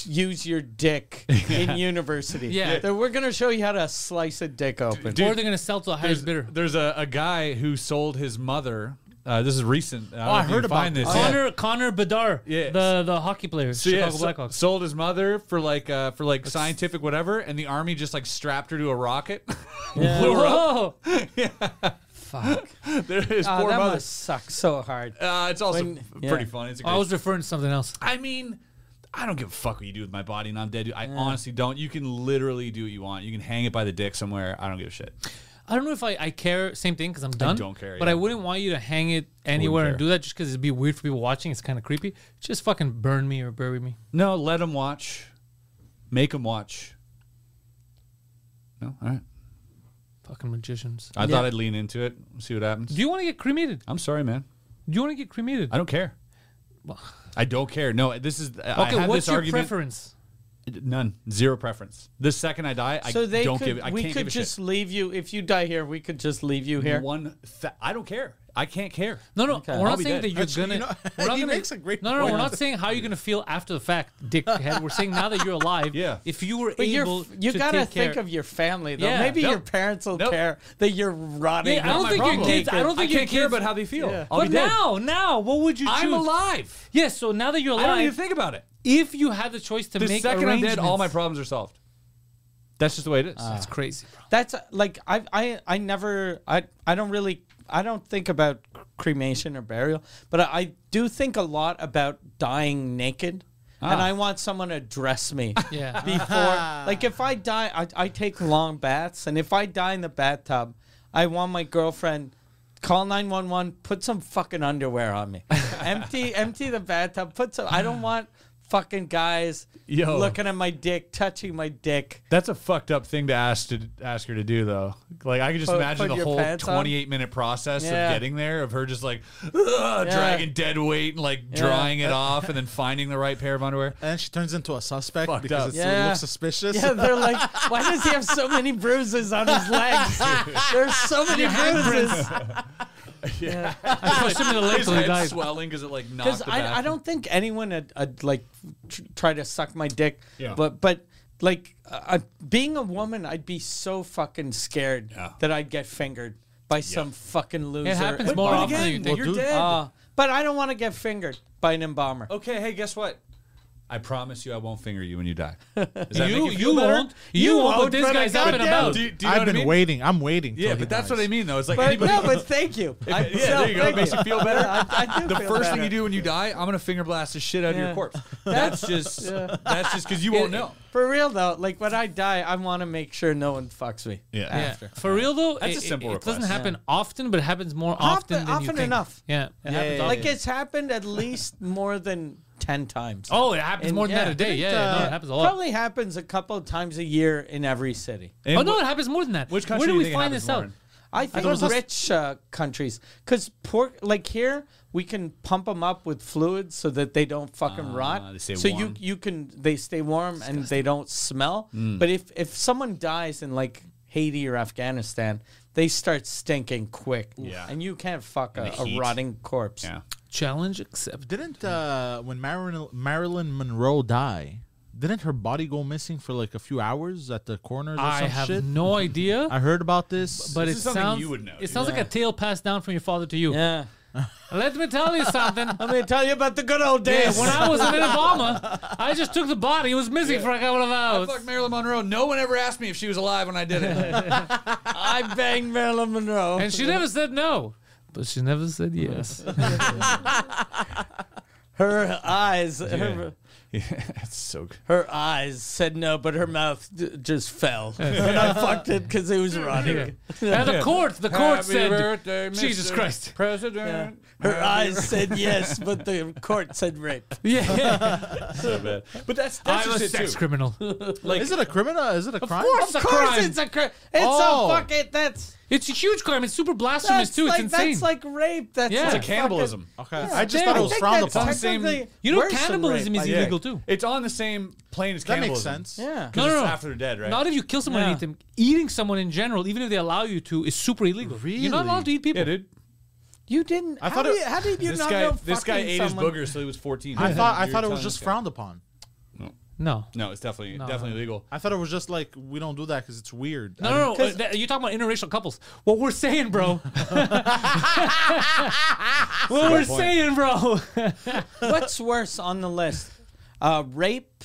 Speaker 1: use your dick in university.
Speaker 3: Yeah.
Speaker 1: They're- we're gonna show you how to slice a dick open.
Speaker 2: dude,
Speaker 3: or they're gonna sell to the highest
Speaker 2: There's,
Speaker 3: bidder.
Speaker 2: there's a, a guy who sold his mother. Uh, this is recent.
Speaker 1: Oh,
Speaker 4: I
Speaker 2: don't know if you
Speaker 4: heard
Speaker 2: can
Speaker 4: about
Speaker 2: find
Speaker 4: this.
Speaker 2: this. Yeah.
Speaker 3: Connor Connor Bedard,
Speaker 2: Yeah.
Speaker 3: the the hockey player,
Speaker 2: So yeah,
Speaker 3: Chicago
Speaker 2: so-
Speaker 3: Blackhawks.
Speaker 2: sold his mother for like uh, for like scientific whatever, and the army just like strapped her to a rocket. blew her up.
Speaker 3: Whoa!
Speaker 1: Fuck.
Speaker 2: There- his
Speaker 1: Ah,
Speaker 2: poor
Speaker 1: that
Speaker 2: mother.
Speaker 1: must suck so hard.
Speaker 2: Uh, it's also
Speaker 1: When-
Speaker 2: f-
Speaker 1: yeah.
Speaker 2: pretty funny. It's a great
Speaker 3: Oh, I was referring to something else.
Speaker 2: I mean, I don't give a fuck what you do with my body, and I'm dead. dude. I honestly don't. You can literally do what you want. You can hang it by the dick somewhere. I don't give a shit.
Speaker 3: I don't know if I, I care. Same thing because I'm done.
Speaker 2: don't care,
Speaker 3: But
Speaker 2: yeah.
Speaker 3: I wouldn't want you to hang it anywhere and
Speaker 2: care.
Speaker 3: do that just because it'd be weird for people watching. It's kind of creepy. Just fucking burn me or bury me.
Speaker 2: No, let them watch. Make them watch. No, all right.
Speaker 3: Fucking magicians.
Speaker 2: I thought I'd lean into it. See what happens.
Speaker 3: Do you want to get cremated?
Speaker 2: I'm sorry, man.
Speaker 3: Do you want to get cremated?
Speaker 2: I don't care. I don't care. No, this is. Okay, I
Speaker 3: okay,
Speaker 2: have
Speaker 3: what's
Speaker 2: this
Speaker 3: your
Speaker 2: argument.
Speaker 3: preference?
Speaker 2: None. Zero preference. The second I die, I
Speaker 1: so they
Speaker 2: don't
Speaker 1: could,
Speaker 2: give. I
Speaker 1: we
Speaker 2: can't
Speaker 1: could
Speaker 2: give a
Speaker 1: just leave you if you die here. We could just leave you here.
Speaker 2: shit. One. Th- I don't care. I can't care.
Speaker 3: No, no, we're
Speaker 2: I'll
Speaker 3: not
Speaker 2: be
Speaker 3: saying
Speaker 2: dead.
Speaker 3: that you're
Speaker 4: Actually,
Speaker 3: gonna.
Speaker 4: you know,
Speaker 3: we're not
Speaker 4: he
Speaker 3: gonna-
Speaker 4: makes a great
Speaker 3: No, no, no,
Speaker 4: point.
Speaker 3: we're not saying how you're gonna feel after the fact, dickhead. we're saying now that you're alive.
Speaker 2: Yeah.
Speaker 3: If you were
Speaker 1: But you're,
Speaker 3: able,
Speaker 1: you
Speaker 3: to
Speaker 1: gotta
Speaker 3: take
Speaker 1: think
Speaker 3: care-
Speaker 1: of your family though.
Speaker 3: Yeah.
Speaker 1: Maybe
Speaker 2: No.
Speaker 1: your parents will
Speaker 2: No.
Speaker 1: care that you're rotting.
Speaker 3: Yeah, I don't
Speaker 1: in
Speaker 2: My
Speaker 3: think
Speaker 1: my
Speaker 3: your
Speaker 2: problem.
Speaker 3: kids- I don't think
Speaker 2: I
Speaker 3: your
Speaker 2: can't care
Speaker 3: kids-
Speaker 2: about how they feel.
Speaker 1: Yeah.
Speaker 2: I'll
Speaker 3: But
Speaker 2: be dead.
Speaker 3: now, now, what would you choose?
Speaker 2: I'm alive.
Speaker 3: Yes. So now that you're
Speaker 2: I don't even
Speaker 3: alive,
Speaker 2: think about it.
Speaker 3: if you had the choice to
Speaker 2: The
Speaker 3: make
Speaker 2: second I'm dead, all my
Speaker 3: arrangements-
Speaker 2: problems are solved. That's just the way it is.
Speaker 3: That's crazy, bro.
Speaker 1: That's uh, like I I I never I I don't really I don't think about cremation or burial, but I, I do think a lot about dying naked. And
Speaker 2: Ah.
Speaker 1: I want someone to dress me
Speaker 3: Yeah.
Speaker 1: before. like if I die, I, I take long baths, and if I die in the bathtub, I want my girlfriend call nine one one, put some fucking underwear on me, empty empty the bathtub, put some. I don't want fucking guys
Speaker 2: Yo.
Speaker 1: looking at my dick, touching my dick.
Speaker 2: That's a fucked up thing to ask to ask her to do, though. Like I can just
Speaker 1: Put-
Speaker 2: imagine
Speaker 1: put
Speaker 2: the
Speaker 1: your
Speaker 2: whole
Speaker 1: pants on?
Speaker 2: 28 minute process
Speaker 1: Yeah.
Speaker 2: of getting there, of her just like "Ugh," dragging dead weight and like drying
Speaker 3: Uh,
Speaker 2: it off, and then finding the right pair of underwear.
Speaker 4: And then she turns into a suspect
Speaker 2: Fucked
Speaker 4: because
Speaker 2: up.
Speaker 4: it's,
Speaker 1: Yeah.
Speaker 4: it looks suspicious.
Speaker 1: Yeah, they're like, why does he have so many bruises on his legs? There's so many bruises.
Speaker 3: I pushed him in the leg
Speaker 2: His
Speaker 3: till he
Speaker 2: head
Speaker 3: died.
Speaker 2: swelling because it like knocked.
Speaker 1: Because
Speaker 2: The
Speaker 1: I,
Speaker 2: back.
Speaker 1: I don't think anyone would, would like tr- try to suck my dick.
Speaker 2: Yeah.
Speaker 1: But but like uh, I- being a woman, I'd be so fucking scared
Speaker 2: Yeah.
Speaker 1: that I'd get fingered by some fucking loser.
Speaker 3: happens more
Speaker 1: but
Speaker 3: often Oh, than you think.
Speaker 1: you're
Speaker 3: Well, dude-
Speaker 1: dead. Uh, but I don't want to get fingered by an embalmer.
Speaker 2: Okay, hey, guess what? I promise you, I won't finger you when you die. Does that
Speaker 3: You,
Speaker 2: make
Speaker 3: you,
Speaker 2: you feel better?
Speaker 3: won't. You,
Speaker 1: You
Speaker 3: won't.
Speaker 1: won't,
Speaker 3: But this
Speaker 1: but I
Speaker 3: guy's
Speaker 1: got
Speaker 3: up and
Speaker 1: down.
Speaker 3: about.
Speaker 2: Do, you- do you know
Speaker 4: I've
Speaker 2: what
Speaker 4: been
Speaker 2: I mean?
Speaker 4: waiting. I'm waiting. till
Speaker 2: Yeah,
Speaker 4: he
Speaker 2: but that's
Speaker 4: dies.
Speaker 2: what I mean, though. It's like
Speaker 1: But
Speaker 2: anybody.
Speaker 1: no, but thank you. I,
Speaker 2: yeah,
Speaker 1: so
Speaker 2: there you go.
Speaker 1: thank
Speaker 2: Makes you feel better.
Speaker 1: Yeah, I, I do
Speaker 2: the
Speaker 1: feel
Speaker 2: first
Speaker 1: better.
Speaker 2: thing you do when you die, I'm gonna finger blast the shit out of
Speaker 1: Yeah.
Speaker 2: your corpse. That's just that's just because you won't know.
Speaker 1: For real though, like when I die, I want to make sure no one fucks me.
Speaker 2: Yeah.
Speaker 3: Yeah. For real though,
Speaker 2: That's a
Speaker 3: it- it-
Speaker 2: simple
Speaker 3: It, doesn't
Speaker 2: request.
Speaker 3: happen often, but it happens more
Speaker 1: Often-
Speaker 3: often, than you
Speaker 1: often
Speaker 3: think.
Speaker 1: enough.
Speaker 3: Yeah. It happens
Speaker 4: yeah,
Speaker 1: Like
Speaker 3: often.
Speaker 1: it's happened at least more than ten times.
Speaker 3: Oh, it happens
Speaker 1: And
Speaker 3: more than
Speaker 1: yeah,
Speaker 3: that a day.
Speaker 1: didn't,
Speaker 3: Yeah, yeah, no,
Speaker 1: uh,
Speaker 3: it happens a lot.
Speaker 1: Probably happens a couple of times a year in every city.
Speaker 2: And
Speaker 3: oh no,
Speaker 2: wh-
Speaker 3: it happens more than that.
Speaker 2: which
Speaker 3: Where
Speaker 2: country
Speaker 3: do
Speaker 2: do
Speaker 3: we
Speaker 2: you think it
Speaker 3: find
Speaker 2: happens
Speaker 3: this
Speaker 2: more
Speaker 3: out?
Speaker 2: in?
Speaker 1: I think
Speaker 4: was just-
Speaker 1: rich uh, countries, because poor, like here, we can pump them up with fluids so that they don't fucking rot.
Speaker 2: Ah, they stay
Speaker 1: so
Speaker 2: warm.
Speaker 1: you you can they stay warm and they don't smell.
Speaker 2: Mm.
Speaker 1: But if if someone dies in like Haiti or Afghanistan, they start stinking quick.
Speaker 2: Yeah.
Speaker 1: and you can't fuck a,
Speaker 2: the
Speaker 1: a
Speaker 2: heat.
Speaker 1: rotting corpse.
Speaker 2: yeah.
Speaker 3: Challenge accepted.
Speaker 4: Didn't uh, when Marilyn Marilyn Monroe die? Didn't her body go missing for like a few hours at the coroner's or
Speaker 3: I
Speaker 4: some
Speaker 3: have
Speaker 4: shit?
Speaker 3: no idea,
Speaker 4: I heard about this,
Speaker 3: but
Speaker 2: This
Speaker 3: it
Speaker 2: is something
Speaker 3: sounds
Speaker 2: you would know,
Speaker 3: it
Speaker 2: dude.
Speaker 3: sounds like a tale passed down from your father to you.
Speaker 1: Yeah.
Speaker 3: Let me tell you something.
Speaker 1: I'm gonna tell you about the good old
Speaker 3: Yeah,
Speaker 1: days.
Speaker 3: when I was in Obama, I just took the body. It was missing for a couple of
Speaker 2: I
Speaker 3: hours.
Speaker 2: fucked Marilyn Monroe. No one ever asked me if she was alive when I did it.
Speaker 1: I banged Marilyn Monroe.
Speaker 3: And she never said no. But she never said yes.
Speaker 1: her eyes, her,
Speaker 2: yeah, it's so good.
Speaker 1: her eyes said no, but her mouth d- just fell. and I fucked it because it was rotting.
Speaker 3: And the court, the court
Speaker 2: Happy
Speaker 3: said,
Speaker 2: birthday,
Speaker 3: Jesus
Speaker 2: Mr.
Speaker 3: Christ.
Speaker 2: President.
Speaker 1: Her eyes said yes, but the court said rape.
Speaker 3: "Yeah,
Speaker 2: So bad. But that's that's
Speaker 3: I'm a
Speaker 2: just it
Speaker 3: sex
Speaker 2: too.
Speaker 3: criminal."
Speaker 4: is it a criminal? Is it a crime?
Speaker 3: course. It's a crime.
Speaker 1: it's a crime. It's
Speaker 4: Oh.
Speaker 1: a fucking that's
Speaker 3: It's a huge crime. It's super blasphemous
Speaker 1: that's
Speaker 3: too.
Speaker 1: like
Speaker 3: it's insane.
Speaker 1: that's like rape. That's
Speaker 3: Yeah.
Speaker 1: like
Speaker 2: It's a cannibalism.
Speaker 4: Okay,
Speaker 1: fucking-
Speaker 4: I just
Speaker 1: Yeah,
Speaker 4: thought it was
Speaker 1: think
Speaker 4: frowned
Speaker 1: that's
Speaker 4: upon.
Speaker 2: the same-
Speaker 1: technically
Speaker 3: You know
Speaker 1: worse than
Speaker 3: cannibalism
Speaker 1: rape,
Speaker 3: is
Speaker 1: I
Speaker 3: illegal too.
Speaker 2: It's on the same plane as
Speaker 4: That
Speaker 2: cannibalism.
Speaker 4: makes sense.
Speaker 1: think. Yeah.
Speaker 2: 'Cause
Speaker 3: No, no,
Speaker 2: it's
Speaker 3: no.
Speaker 2: after they're dead, right?
Speaker 3: Not if you kill someone
Speaker 1: Yeah.
Speaker 3: and eat them. Eating someone in general, even if they allow you to, is super illegal. You're not
Speaker 4: Really?
Speaker 3: allowed to eat people.
Speaker 2: yeah, dude.
Speaker 1: You didn't.
Speaker 4: I
Speaker 1: how,
Speaker 4: thought
Speaker 1: did,
Speaker 4: it-
Speaker 1: how did you
Speaker 2: This
Speaker 1: not
Speaker 2: guy,
Speaker 1: know?
Speaker 2: this guy
Speaker 1: fucking
Speaker 2: ate
Speaker 1: someone?
Speaker 2: his booger till he was 14.
Speaker 4: I thought I
Speaker 2: You're
Speaker 4: thought it was
Speaker 2: telling
Speaker 4: just
Speaker 2: this guy.
Speaker 4: frowned upon.
Speaker 3: No.
Speaker 2: No, it's definitely
Speaker 3: No.
Speaker 2: definitely legal.
Speaker 4: I thought it was just like we don't do that because it's weird.
Speaker 3: No,
Speaker 4: I
Speaker 3: no, no. Uh,
Speaker 1: 'cause-
Speaker 3: that- you're talking about interracial couples. What we're saying, bro. what we're
Speaker 2: point.
Speaker 3: saying, bro.
Speaker 1: What's worse on the list? Uh, rape,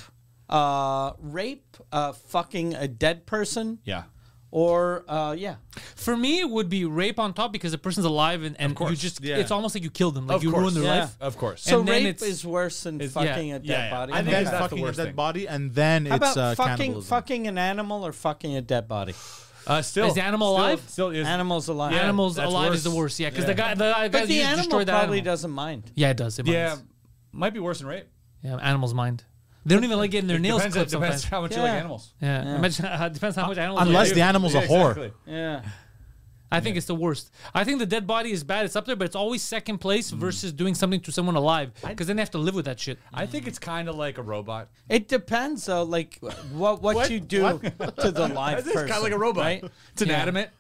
Speaker 1: uh, rape, uh, fucking a dead person,
Speaker 2: Yeah.
Speaker 1: or uh, yeah,
Speaker 3: For me, it would be rape on top because the person's alive and, and you
Speaker 2: course.
Speaker 3: just,
Speaker 4: Yeah.
Speaker 3: it's almost like you killed them. Like
Speaker 2: Of
Speaker 3: you
Speaker 2: course.
Speaker 3: ruined their
Speaker 1: Yeah.
Speaker 3: life.
Speaker 2: Of course.
Speaker 1: So
Speaker 3: And then
Speaker 1: rape
Speaker 3: it's-
Speaker 1: is worse than
Speaker 2: is-
Speaker 1: fucking
Speaker 3: yeah,
Speaker 1: a dead
Speaker 2: yeah, yeah.
Speaker 1: body.
Speaker 2: I
Speaker 4: And
Speaker 2: think
Speaker 4: then
Speaker 2: that's the
Speaker 4: fucking a
Speaker 2: worst
Speaker 4: dead
Speaker 2: thing.
Speaker 4: body, and then
Speaker 1: How
Speaker 4: it's
Speaker 1: about
Speaker 4: uh,
Speaker 1: fucking
Speaker 4: cannibalism.
Speaker 1: fucking an animal or fucking a dead body?
Speaker 2: Uh, still,
Speaker 3: Is the animal
Speaker 2: still-
Speaker 3: alive?
Speaker 2: Still is.
Speaker 1: Animals alive.
Speaker 2: Yeah.
Speaker 3: Animals
Speaker 2: That's
Speaker 3: alive
Speaker 2: worse.
Speaker 3: is the worst. Yeah, because the
Speaker 2: Yeah.
Speaker 3: guy, the guy,
Speaker 1: But the
Speaker 3: you
Speaker 1: animal
Speaker 3: destroyed that
Speaker 1: probably
Speaker 3: animal.
Speaker 1: doesn't mind.
Speaker 3: Yeah, it does. It
Speaker 2: Yeah,
Speaker 3: minds.
Speaker 2: might be worse than rape.
Speaker 3: yeah, animals mind. They don't even like getting their nails
Speaker 2: depends,
Speaker 3: clipped
Speaker 2: depends
Speaker 3: sometimes.
Speaker 2: how much you like
Speaker 1: Yeah.
Speaker 2: animals.
Speaker 3: Yeah, Imagine, depends how much animals.
Speaker 4: Unless
Speaker 3: are.
Speaker 4: the animal's a
Speaker 2: Yeah,
Speaker 4: whore.
Speaker 2: exactly.
Speaker 1: Yeah.
Speaker 3: I think it's the worst. I think the dead body is bad. It's up there, but it's always second place
Speaker 2: Mm.
Speaker 3: versus doing something to someone alive because then they have to live with that shit.
Speaker 2: I think it's kind of like a robot.
Speaker 1: It depends, though, like what what, you do to the live
Speaker 2: It's
Speaker 1: person.
Speaker 2: kind of like a robot.
Speaker 1: right?
Speaker 2: It's inanimate.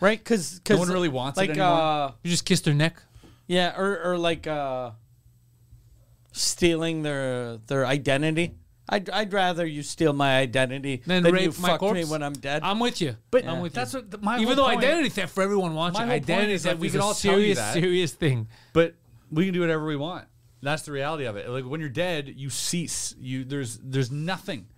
Speaker 1: Right? Because
Speaker 2: No one really wants it
Speaker 1: like,
Speaker 2: anymore.
Speaker 1: uh,
Speaker 3: You just kiss their neck.
Speaker 1: yeah, or or like uh, stealing their their identity. I'd, I'd rather you steal my identity
Speaker 3: Then
Speaker 1: than you
Speaker 3: rape my
Speaker 1: fuck me
Speaker 3: corpse?
Speaker 1: when I'm dead.
Speaker 3: I'm with you.
Speaker 2: But
Speaker 3: I'm with
Speaker 2: that's
Speaker 3: you.
Speaker 2: what the- my
Speaker 3: even
Speaker 2: whole
Speaker 3: though
Speaker 2: point-
Speaker 3: identity theft for everyone watching,
Speaker 2: My whole point
Speaker 3: identity
Speaker 2: is that
Speaker 3: theft
Speaker 2: we
Speaker 3: is
Speaker 2: can
Speaker 3: a
Speaker 2: all tell you
Speaker 3: serious,
Speaker 2: that.
Speaker 3: serious thing.
Speaker 2: But we can do whatever we want. That's the reality of it. Like when you're dead, you cease. You there's there's nothing.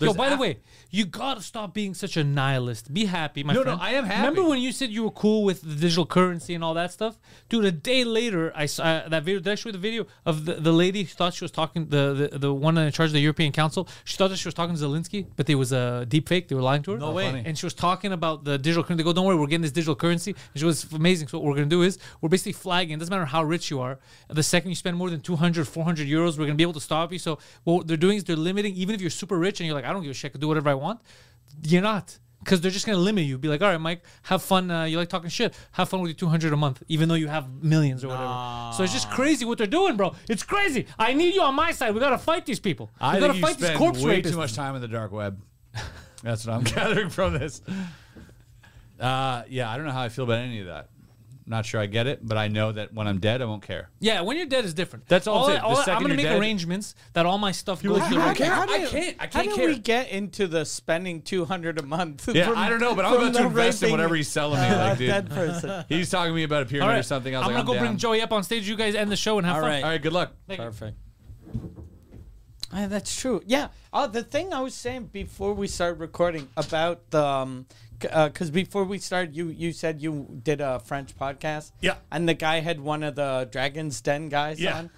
Speaker 3: Yo,
Speaker 2: There's
Speaker 3: by
Speaker 2: a-
Speaker 3: the way, you gotta stop being such a nihilist. Be happy, my
Speaker 2: No, no,
Speaker 3: friend.
Speaker 2: I am happy.
Speaker 3: Remember when you said you were cool with the digital currency and all that stuff? Dude, a day later, I saw uh, that video. Did I show you the video of the, the lady who thought she was talking, the, the the one in charge of the European Council? She thought that she was talking to Zelensky, but there was a deep fake. They were lying to her.
Speaker 2: No way. funny.
Speaker 3: And she was talking about the digital currency. They go, don't worry, we're getting this digital currency. And she was amazing. So what we're gonna do is we're basically flagging. It doesn't matter how rich you are. The second you spend more than 200, 400 euros, we're gonna be able to stop you. So what they're doing is they're limiting. Even if you're super rich and you're like, I don't give a shit, I can do whatever I want. You're not. Because they're just gonna limit you. Be like, all right, Mike, have fun. Uh, you like talking shit. Have fun with your 200 a month, even though you have millions or whatever. So it's just crazy what they're doing, bro. It's crazy. I need you on my side. We gotta fight these people.
Speaker 2: I
Speaker 3: we
Speaker 2: think
Speaker 3: gotta
Speaker 2: you
Speaker 3: fight
Speaker 2: spend
Speaker 3: these corpse
Speaker 2: way
Speaker 3: rapists.
Speaker 2: too much time in the dark web. That's what I'm gathering from this. Uh, yeah, I don't know how I feel about any of that. Not sure I get it, but I know that when I'm dead, I won't care.
Speaker 3: Yeah, when you're dead is different.
Speaker 2: That's all I'm
Speaker 3: I-
Speaker 2: saying. The
Speaker 3: I-
Speaker 2: second
Speaker 3: I'm gonna
Speaker 2: you're
Speaker 3: make
Speaker 2: dead-
Speaker 3: arrangements that all my stuff
Speaker 2: People
Speaker 3: goes
Speaker 2: like,
Speaker 3: to
Speaker 2: "You
Speaker 3: the
Speaker 2: don't care?"
Speaker 1: How do
Speaker 2: I
Speaker 1: you-
Speaker 2: can't- I
Speaker 1: How
Speaker 2: can't
Speaker 1: do
Speaker 2: care.
Speaker 1: we get into the spending two hundred a month?
Speaker 2: Yeah,
Speaker 1: from-
Speaker 2: I don't know, but I'm
Speaker 1: from
Speaker 2: about
Speaker 1: the
Speaker 2: to invest in
Speaker 1: raping,
Speaker 2: whatever he's selling me.
Speaker 1: uh,
Speaker 2: Like,
Speaker 1: Dead
Speaker 2: dude,
Speaker 1: person.
Speaker 2: he's talking to me about a pyramid
Speaker 3: All right,
Speaker 2: or something. I was
Speaker 3: I'm
Speaker 2: like,
Speaker 3: gonna go
Speaker 2: I'm
Speaker 3: bring
Speaker 2: down.
Speaker 3: Joey up on stage. You guys end the show and have
Speaker 1: All
Speaker 3: fun.
Speaker 1: right.
Speaker 2: All right, good luck.
Speaker 3: Thank you.
Speaker 1: Perfect. Ah, that's true. Yeah. Uh, the thing I was saying before we started recording about the, um, because before we started, you you said you did a French podcast.
Speaker 2: Yeah.
Speaker 1: And the guy had one of the Dragons Den guys
Speaker 2: Yeah.
Speaker 1: on.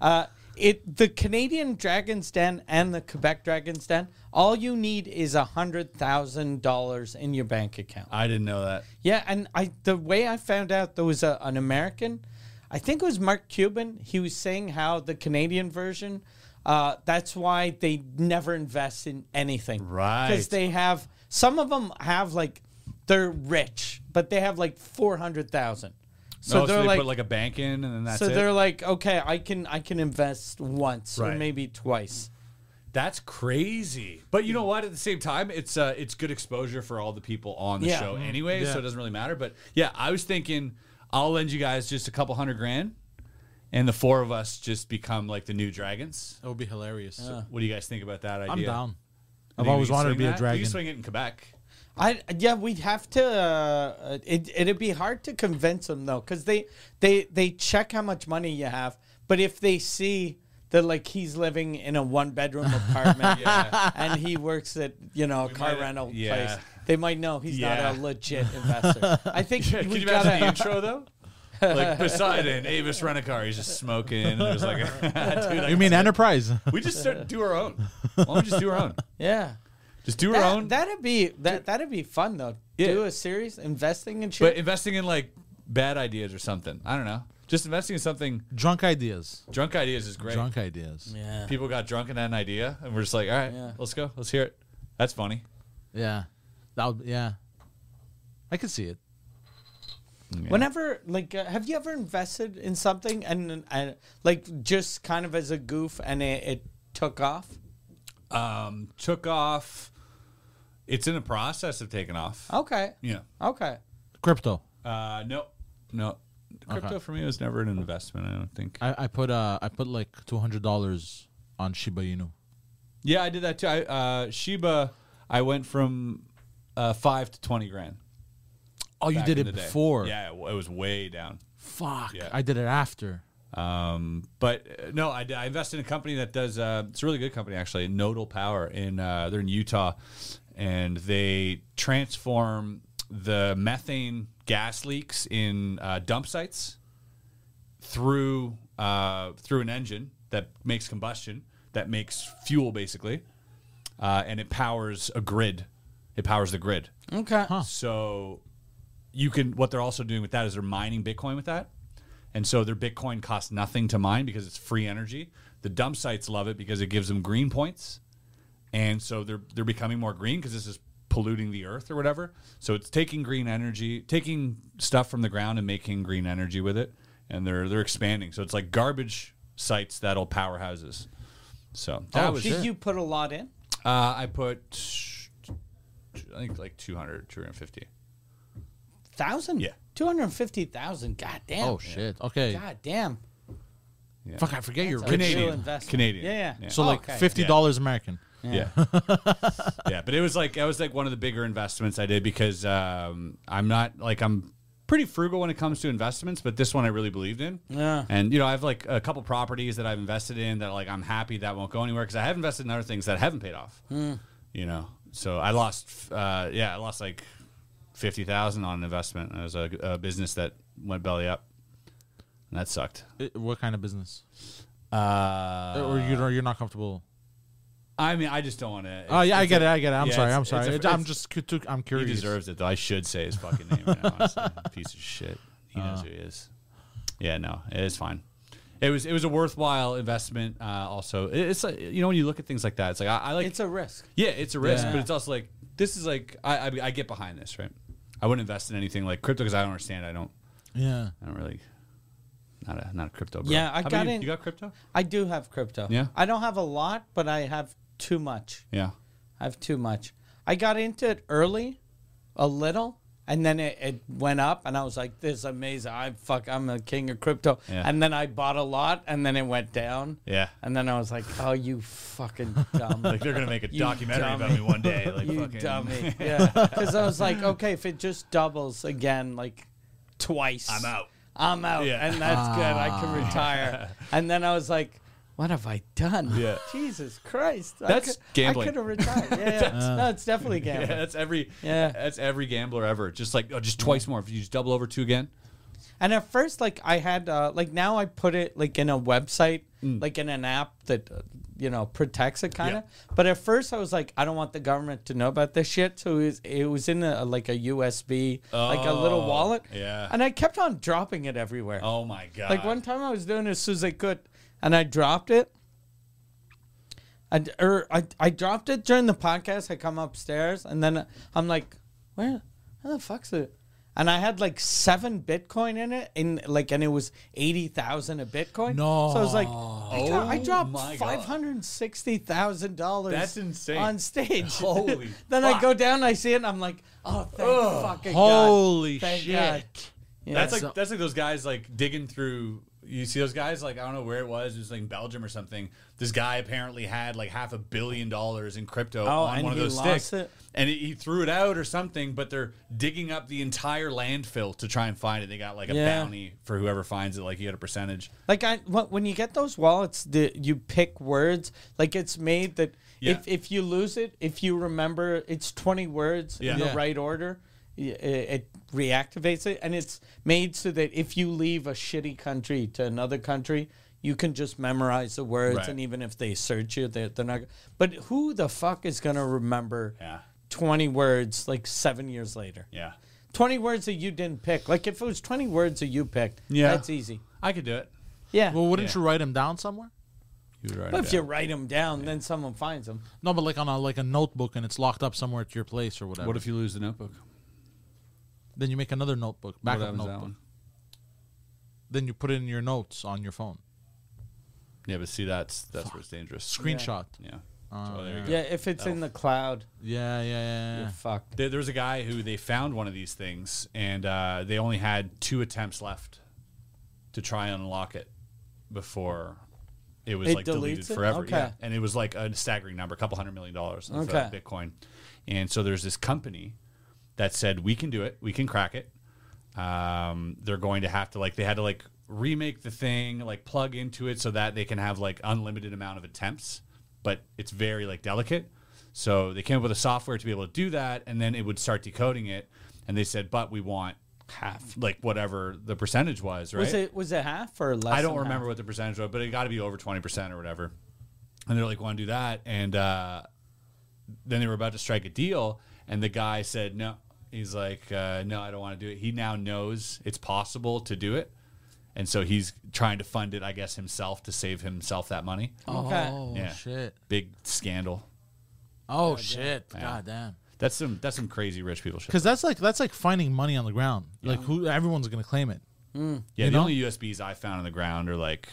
Speaker 1: Uh, it the Canadian Dragons Den and the Quebec Dragons Den. All you need is a hundred thousand dollars in your bank account.
Speaker 2: I didn't know that.
Speaker 1: Yeah, and I the way I found out there was a, an American, I think it was Mark Cuban. He was saying how the Canadian version, uh, that's why they never invest in anything,
Speaker 2: Right.
Speaker 1: Because they have some of them have like they're rich, but they have like four hundred thousand. So
Speaker 2: oh,
Speaker 1: they're
Speaker 2: so they
Speaker 1: like,
Speaker 2: put like a bank in, and then that's
Speaker 1: so
Speaker 2: it.
Speaker 1: they're like, okay, I can I can invest once or
Speaker 2: Right.
Speaker 1: maybe twice.
Speaker 2: That's crazy. But you know what? At the same time, it's uh, it's good exposure for all the people on the
Speaker 1: Yeah.
Speaker 2: show
Speaker 1: Mm.
Speaker 2: anyway, so it doesn't really matter. But yeah, I was thinking I'll lend you guys just a couple hundred grand, and the four of us just become like the new dragons.
Speaker 4: That would be hilarious.
Speaker 2: What do you guys think about that idea?
Speaker 4: I'm down.
Speaker 2: You
Speaker 4: I've
Speaker 2: think we
Speaker 4: always
Speaker 2: can
Speaker 4: wanted to
Speaker 2: swing
Speaker 4: be a
Speaker 2: that? We
Speaker 4: dragon.
Speaker 2: can swing it in Quebec.
Speaker 1: I yeah, we'd have to. Uh, it it'd be hard to convince them though, because they they they check how much money you have, but if they see that like he's living in a one bedroom apartment
Speaker 2: Yeah.
Speaker 1: and he works at you know a car
Speaker 2: might-
Speaker 1: rental
Speaker 2: yeah.
Speaker 1: place, they might know he's
Speaker 2: Yeah.
Speaker 1: not a legit investor. I think
Speaker 2: Can
Speaker 1: we
Speaker 2: you imagine
Speaker 1: gotta.
Speaker 2: the intro though? Like Poseidon, Avis Rent-A-Car, he's just smoking. And there's like, dude, I
Speaker 4: You mean Enterprise?
Speaker 2: We just start, do our own. Why don't we just do our own?
Speaker 1: Yeah.
Speaker 2: Just do our own.
Speaker 1: That, that'd be that. That'd be fun though.
Speaker 2: Yeah.
Speaker 1: Do a series investing and shit.
Speaker 2: but investing in like bad ideas or something. I don't know. Just investing in something.
Speaker 4: Drunk ideas.
Speaker 2: Drunk ideas is great.
Speaker 4: Drunk ideas.
Speaker 1: yeah.
Speaker 2: People got drunk and had an idea, and we're just like, all right,
Speaker 1: Yeah.
Speaker 2: let's go. Let's hear it. That's funny.
Speaker 4: Yeah. That would, yeah. I could see it.
Speaker 1: Whenever, like, uh, have you ever invested in something and, and like, just kind of as a goof and it, it took off?
Speaker 2: Um, took off. It's in the process of taking off.
Speaker 4: Oh.
Speaker 1: Okay.
Speaker 2: Yeah.
Speaker 1: Okay.
Speaker 4: Crypto.
Speaker 2: Uh, no, no. Crypto for me was never an investment. I don't think.
Speaker 4: I, I put uh I put like two hundred dollars on Shiba Inu.
Speaker 2: yeah, I did that too. I, uh, Shiba, I went from uh, five to twenty grand.
Speaker 4: Oh, you
Speaker 2: back
Speaker 4: did
Speaker 2: in
Speaker 4: it
Speaker 2: the day.
Speaker 4: before.
Speaker 2: Yeah, it w- it was way down.
Speaker 4: Fuck.
Speaker 2: Yeah.
Speaker 4: I did it after.
Speaker 2: Um, but uh, no, I, I invest in a company that does. Uh, it's a really good company actually, Nodal Power. In uh, they're in Utah, and they transform the methane gas leaks in uh, dump sites through uh, through an engine that makes combustion, that makes fuel basically, uh, and it powers a grid. It powers the grid.
Speaker 1: Okay.
Speaker 2: So you can what they're also doing with that is they're mining Bitcoin with that. And so their Bitcoin costs nothing to mine because it's free energy. The dump sites love it because it gives them green points. And so they're they're becoming more green because this is polluting the earth or whatever. So it's taking green energy, taking stuff from the ground and making green energy with it. And they're they're expanding. So it's like garbage sites that'll power houses. So that
Speaker 4: Oh,
Speaker 2: was
Speaker 1: Did
Speaker 4: sure.
Speaker 1: you put a lot in?
Speaker 2: uh, I put I think like 200, 250.
Speaker 1: Thousand?
Speaker 2: Yeah.
Speaker 1: 250,000. God damn.
Speaker 4: Oh shit. Okay.
Speaker 1: God damn.
Speaker 4: Fuck, I forget you're
Speaker 1: That's
Speaker 4: rich.
Speaker 1: a real
Speaker 2: Canadian.
Speaker 1: investment.
Speaker 2: Canadian.
Speaker 1: Yeah. Yeah.
Speaker 2: Yeah.
Speaker 4: So
Speaker 1: Oh,
Speaker 4: like
Speaker 1: okay.
Speaker 4: fifty dollars American.
Speaker 2: Yeah. yeah, but it was like that was like one of the bigger investments I did because um, I'm not like I'm pretty frugal when it comes to investments, but this one I really believed in.
Speaker 1: Yeah.
Speaker 2: And you know, I have like a couple properties that I've invested in that like I'm happy that won't go anywhere because I have invested in other things that haven't paid off.
Speaker 4: Hmm.
Speaker 2: You know, so I lost. Uh, yeah, I lost like fifty thousand on an investment. It was a, a business that went belly up, and that sucked.
Speaker 4: Uh, What kind of business?
Speaker 2: Uh,
Speaker 4: or you don't- you're not comfortable?
Speaker 2: I mean, I just don't want to.
Speaker 4: Oh yeah, I get it. I get it. I'm
Speaker 2: yeah,
Speaker 4: sorry.
Speaker 2: it's-
Speaker 4: I'm
Speaker 2: it's
Speaker 4: sorry.
Speaker 2: a-
Speaker 4: It- I'm
Speaker 2: it's-
Speaker 4: just cu- too, I'm
Speaker 2: He
Speaker 4: curious.
Speaker 2: deserves it, though. I should say his fucking name right now. honestly. Piece of shit. He knows who he is. Yeah, no, it is fine. It was it was a worthwhile investment. Uh, also, It- it's like you know when you look at things like that, it's like I, I like
Speaker 1: It's a risk.
Speaker 2: yeah, it's a risk,
Speaker 1: Yeah.
Speaker 2: but it's also like this is like I, I I get behind this, right? I wouldn't invest in anything like crypto because I don't understand. I don't
Speaker 4: Yeah.
Speaker 2: I don't really not a not a crypto. Bro.
Speaker 1: Yeah, I
Speaker 2: How about
Speaker 1: got
Speaker 2: you?
Speaker 1: in-
Speaker 2: You got crypto?
Speaker 1: I do have crypto.
Speaker 2: Yeah.
Speaker 1: I don't have a lot, but I have too much.
Speaker 2: Yeah,
Speaker 1: I have too much. I got into it early, a little, and then it, it went up, and I was like, "This is amazing! I fuck, I'm the king of crypto."
Speaker 2: Yeah.
Speaker 1: And then I bought a lot, and then it went down.
Speaker 2: yeah.
Speaker 1: And then I was like, "Oh, you fucking dumb!"
Speaker 2: Like they're gonna make a
Speaker 1: You
Speaker 2: documentary about
Speaker 1: dummy.
Speaker 2: me one day. Like
Speaker 1: you
Speaker 2: fucking
Speaker 1: dummy. Yeah. Because I was like, okay, if it just doubles again, like twice,
Speaker 2: I'm out.
Speaker 1: I'm out.
Speaker 2: Yeah.
Speaker 1: And that's good. I can retire. And then I was like, what have I done?
Speaker 2: Yeah.
Speaker 1: Jesus Christ.
Speaker 2: That's
Speaker 1: I could,
Speaker 2: gambling.
Speaker 1: I could have retired. Yeah. yeah. no, it's definitely gambling.
Speaker 2: Yeah, that's every
Speaker 1: Yeah.
Speaker 2: that's every gambler ever. Just like oh, just twice more. If you just double over two again,
Speaker 1: And at first, like I had, uh, like now I put it like in a website,
Speaker 2: Mm.
Speaker 1: like in an app that uh, you know protects it kind of. But at first, I was like, I don't want the government to know about this shit. So it was, it was in a like a USB, like a little
Speaker 2: Oh,
Speaker 1: wallet.
Speaker 2: yeah.
Speaker 1: And I kept on dropping it everywhere.
Speaker 2: oh my god!
Speaker 1: Like one time, I was doing it as soon as I could, and I dropped it. And or I, I dropped it during the podcast. I come upstairs and then I'm like, where, where the fuck's it? And I had like seven Bitcoin in it, in like, and it was eighty thousand a Bitcoin.
Speaker 4: No.
Speaker 1: so I was like, I, dro- I
Speaker 2: Oh my
Speaker 1: dropped
Speaker 2: God.
Speaker 1: five hundred sixty thousand dollars.
Speaker 2: That's insane.
Speaker 1: On stage,
Speaker 2: Holy
Speaker 1: then I
Speaker 2: fuck.
Speaker 1: go down, I see it, and I'm like, oh, thank fucking God.
Speaker 4: Holy
Speaker 1: Thank
Speaker 4: shit.
Speaker 1: God. Yeah.
Speaker 2: that's like that's like those guys like digging through you see those guys like I don't know where it was. It was like in Belgium or something. This guy apparently had like half a billion dollars in crypto
Speaker 1: Oh,
Speaker 2: on
Speaker 1: and
Speaker 2: one of
Speaker 1: he
Speaker 2: those
Speaker 1: lost
Speaker 2: sticks,
Speaker 1: it?
Speaker 2: and he- he threw it out or something. But they're digging up the entire landfill to try and find it. They got like a
Speaker 1: Yeah.
Speaker 2: bounty for whoever finds it. Like he had a percentage.
Speaker 1: Like I, wh- when you get those wallets, the, you pick words. Like it's made that
Speaker 2: Yeah.
Speaker 1: if if you lose it, if you remember, it's twenty words
Speaker 2: Yeah.
Speaker 1: in the
Speaker 4: Yeah.
Speaker 1: right order. y- It, it reactivates it, and it's made so that if you leave a shitty country to another country, you can just memorize the words.
Speaker 2: Right.
Speaker 1: And even if they search you, they're, they're not. But who the fuck is gonna remember
Speaker 2: Yeah.
Speaker 1: twenty words like seven years later?
Speaker 2: Yeah,
Speaker 1: 20 words that you didn't pick. Like if it was 20 words that you picked,
Speaker 2: Yeah.
Speaker 1: that's easy.
Speaker 2: I could do it.
Speaker 1: Yeah.
Speaker 4: Well, wouldn't
Speaker 2: Yeah.
Speaker 4: you write them down somewhere?
Speaker 2: You were right.
Speaker 1: but if you write them down, then someone finds them.
Speaker 4: No, but like on a like a notebook and it's locked up somewhere at your place or whatever.
Speaker 2: what if you lose the notebook?
Speaker 4: then you make another notebook,
Speaker 2: What
Speaker 4: backup
Speaker 2: happens to that
Speaker 4: notebook.
Speaker 2: one?
Speaker 4: Then you put it in your notes on your phone,
Speaker 2: Yeah, but see, that's that's where it's dangerous.
Speaker 4: screenshot.
Speaker 2: Yeah.
Speaker 4: Oh,
Speaker 2: So there you go.
Speaker 1: Uh, Yeah, if it's in the cloud,
Speaker 4: Yeah, yeah, yeah.
Speaker 1: you're
Speaker 4: yeah.
Speaker 1: fucked.
Speaker 2: There, there was a guy who they found one of these things, and uh, they only had two attempts left to try and unlock it before it was
Speaker 1: It
Speaker 2: like deleted
Speaker 1: deletes it?
Speaker 2: forever.
Speaker 1: Okay.
Speaker 2: Yeah, and it was like a staggering number, a couple hundred million dollars for
Speaker 1: Okay.
Speaker 2: that Bitcoin. And so there's this company that said we can do it, we can crack it. Um, they're going to have to like they had to like remake the thing, like plug into it so that they can have like unlimited amount of attempts, but it's very like delicate. So they came up with a software to be able to do that, and then it would start decoding it. And they said, but we want half, like whatever the percentage was, right?
Speaker 1: Was it was it half or less?
Speaker 2: I don't
Speaker 1: than
Speaker 2: remember
Speaker 1: half?
Speaker 2: what the percentage was, but it got to be over 20% or whatever. And they're like, want to do that. And uh, then they were about to strike a deal. And the guy said, no. He's like, uh, no, I don't want to do it. He now knows it's possible to do it. And so he's trying to fund it, I guess, himself to save himself that money.
Speaker 1: Okay.
Speaker 4: Oh
Speaker 2: Yeah.
Speaker 4: shit!
Speaker 2: Big scandal.
Speaker 4: Oh shit! God damn.
Speaker 2: That's some that's some crazy rich people shit.
Speaker 4: Because that's like that's like finding money on the ground. Like who everyone's gonna claim it.
Speaker 2: Yeah,
Speaker 4: you
Speaker 2: the
Speaker 4: know?
Speaker 2: only USBs I found on the ground are like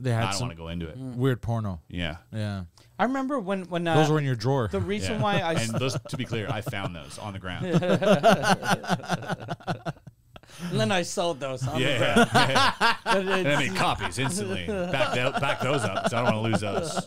Speaker 4: They
Speaker 2: I
Speaker 4: had
Speaker 2: don't
Speaker 4: some Mm.
Speaker 2: want to go into it.
Speaker 4: weird porno.
Speaker 2: Yeah,
Speaker 4: Yeah,
Speaker 1: I remember when when uh,
Speaker 4: those were in your drawer.
Speaker 1: the reason
Speaker 2: Yeah.
Speaker 1: why I s-
Speaker 2: and those to be clear, I found those on the ground. Yeah,
Speaker 1: and then I sold those. On the
Speaker 2: yeah, yeah.
Speaker 1: but
Speaker 2: And I
Speaker 1: it's-
Speaker 2: made copies instantly. Back, tho- back those up because I don't want to lose those.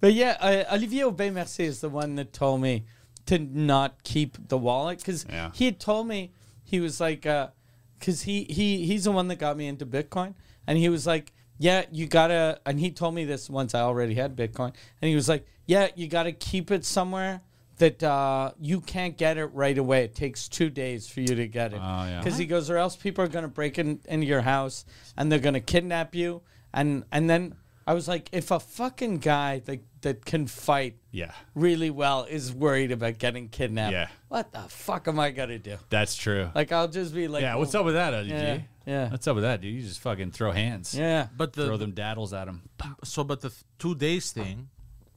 Speaker 1: But yeah, uh, Olivier Aubé Mercier is the one that told me to not keep the wallet because
Speaker 2: Yeah.
Speaker 1: he had told me he was like, because he he he's the one that got me into Bitcoin, and he was like, yeah, you gotta, and he told me this once I already had Bitcoin, and he was like, yeah, you gotta keep it somewhere. That uh, you can't get it right away. It takes two days for you to get it.
Speaker 2: Oh, yeah.
Speaker 1: Because he goes, or else people are gonna break in, into your house and they're gonna kidnap you. And and then I was like, if a fucking guy that that can fight
Speaker 2: Yeah,
Speaker 1: really well is worried about getting kidnapped,
Speaker 2: Yeah.
Speaker 1: what the fuck am I gonna do?
Speaker 2: that's true.
Speaker 1: Like I'll just be like, "Oh,
Speaker 2: yeah, what's up with that, uh, LG?
Speaker 1: Yeah, yeah.
Speaker 2: What's up with that, dude? You just fucking throw hands.
Speaker 1: Yeah,
Speaker 4: but
Speaker 2: Throw
Speaker 4: the
Speaker 2: them daddles at him.
Speaker 4: so but the th- two days thing.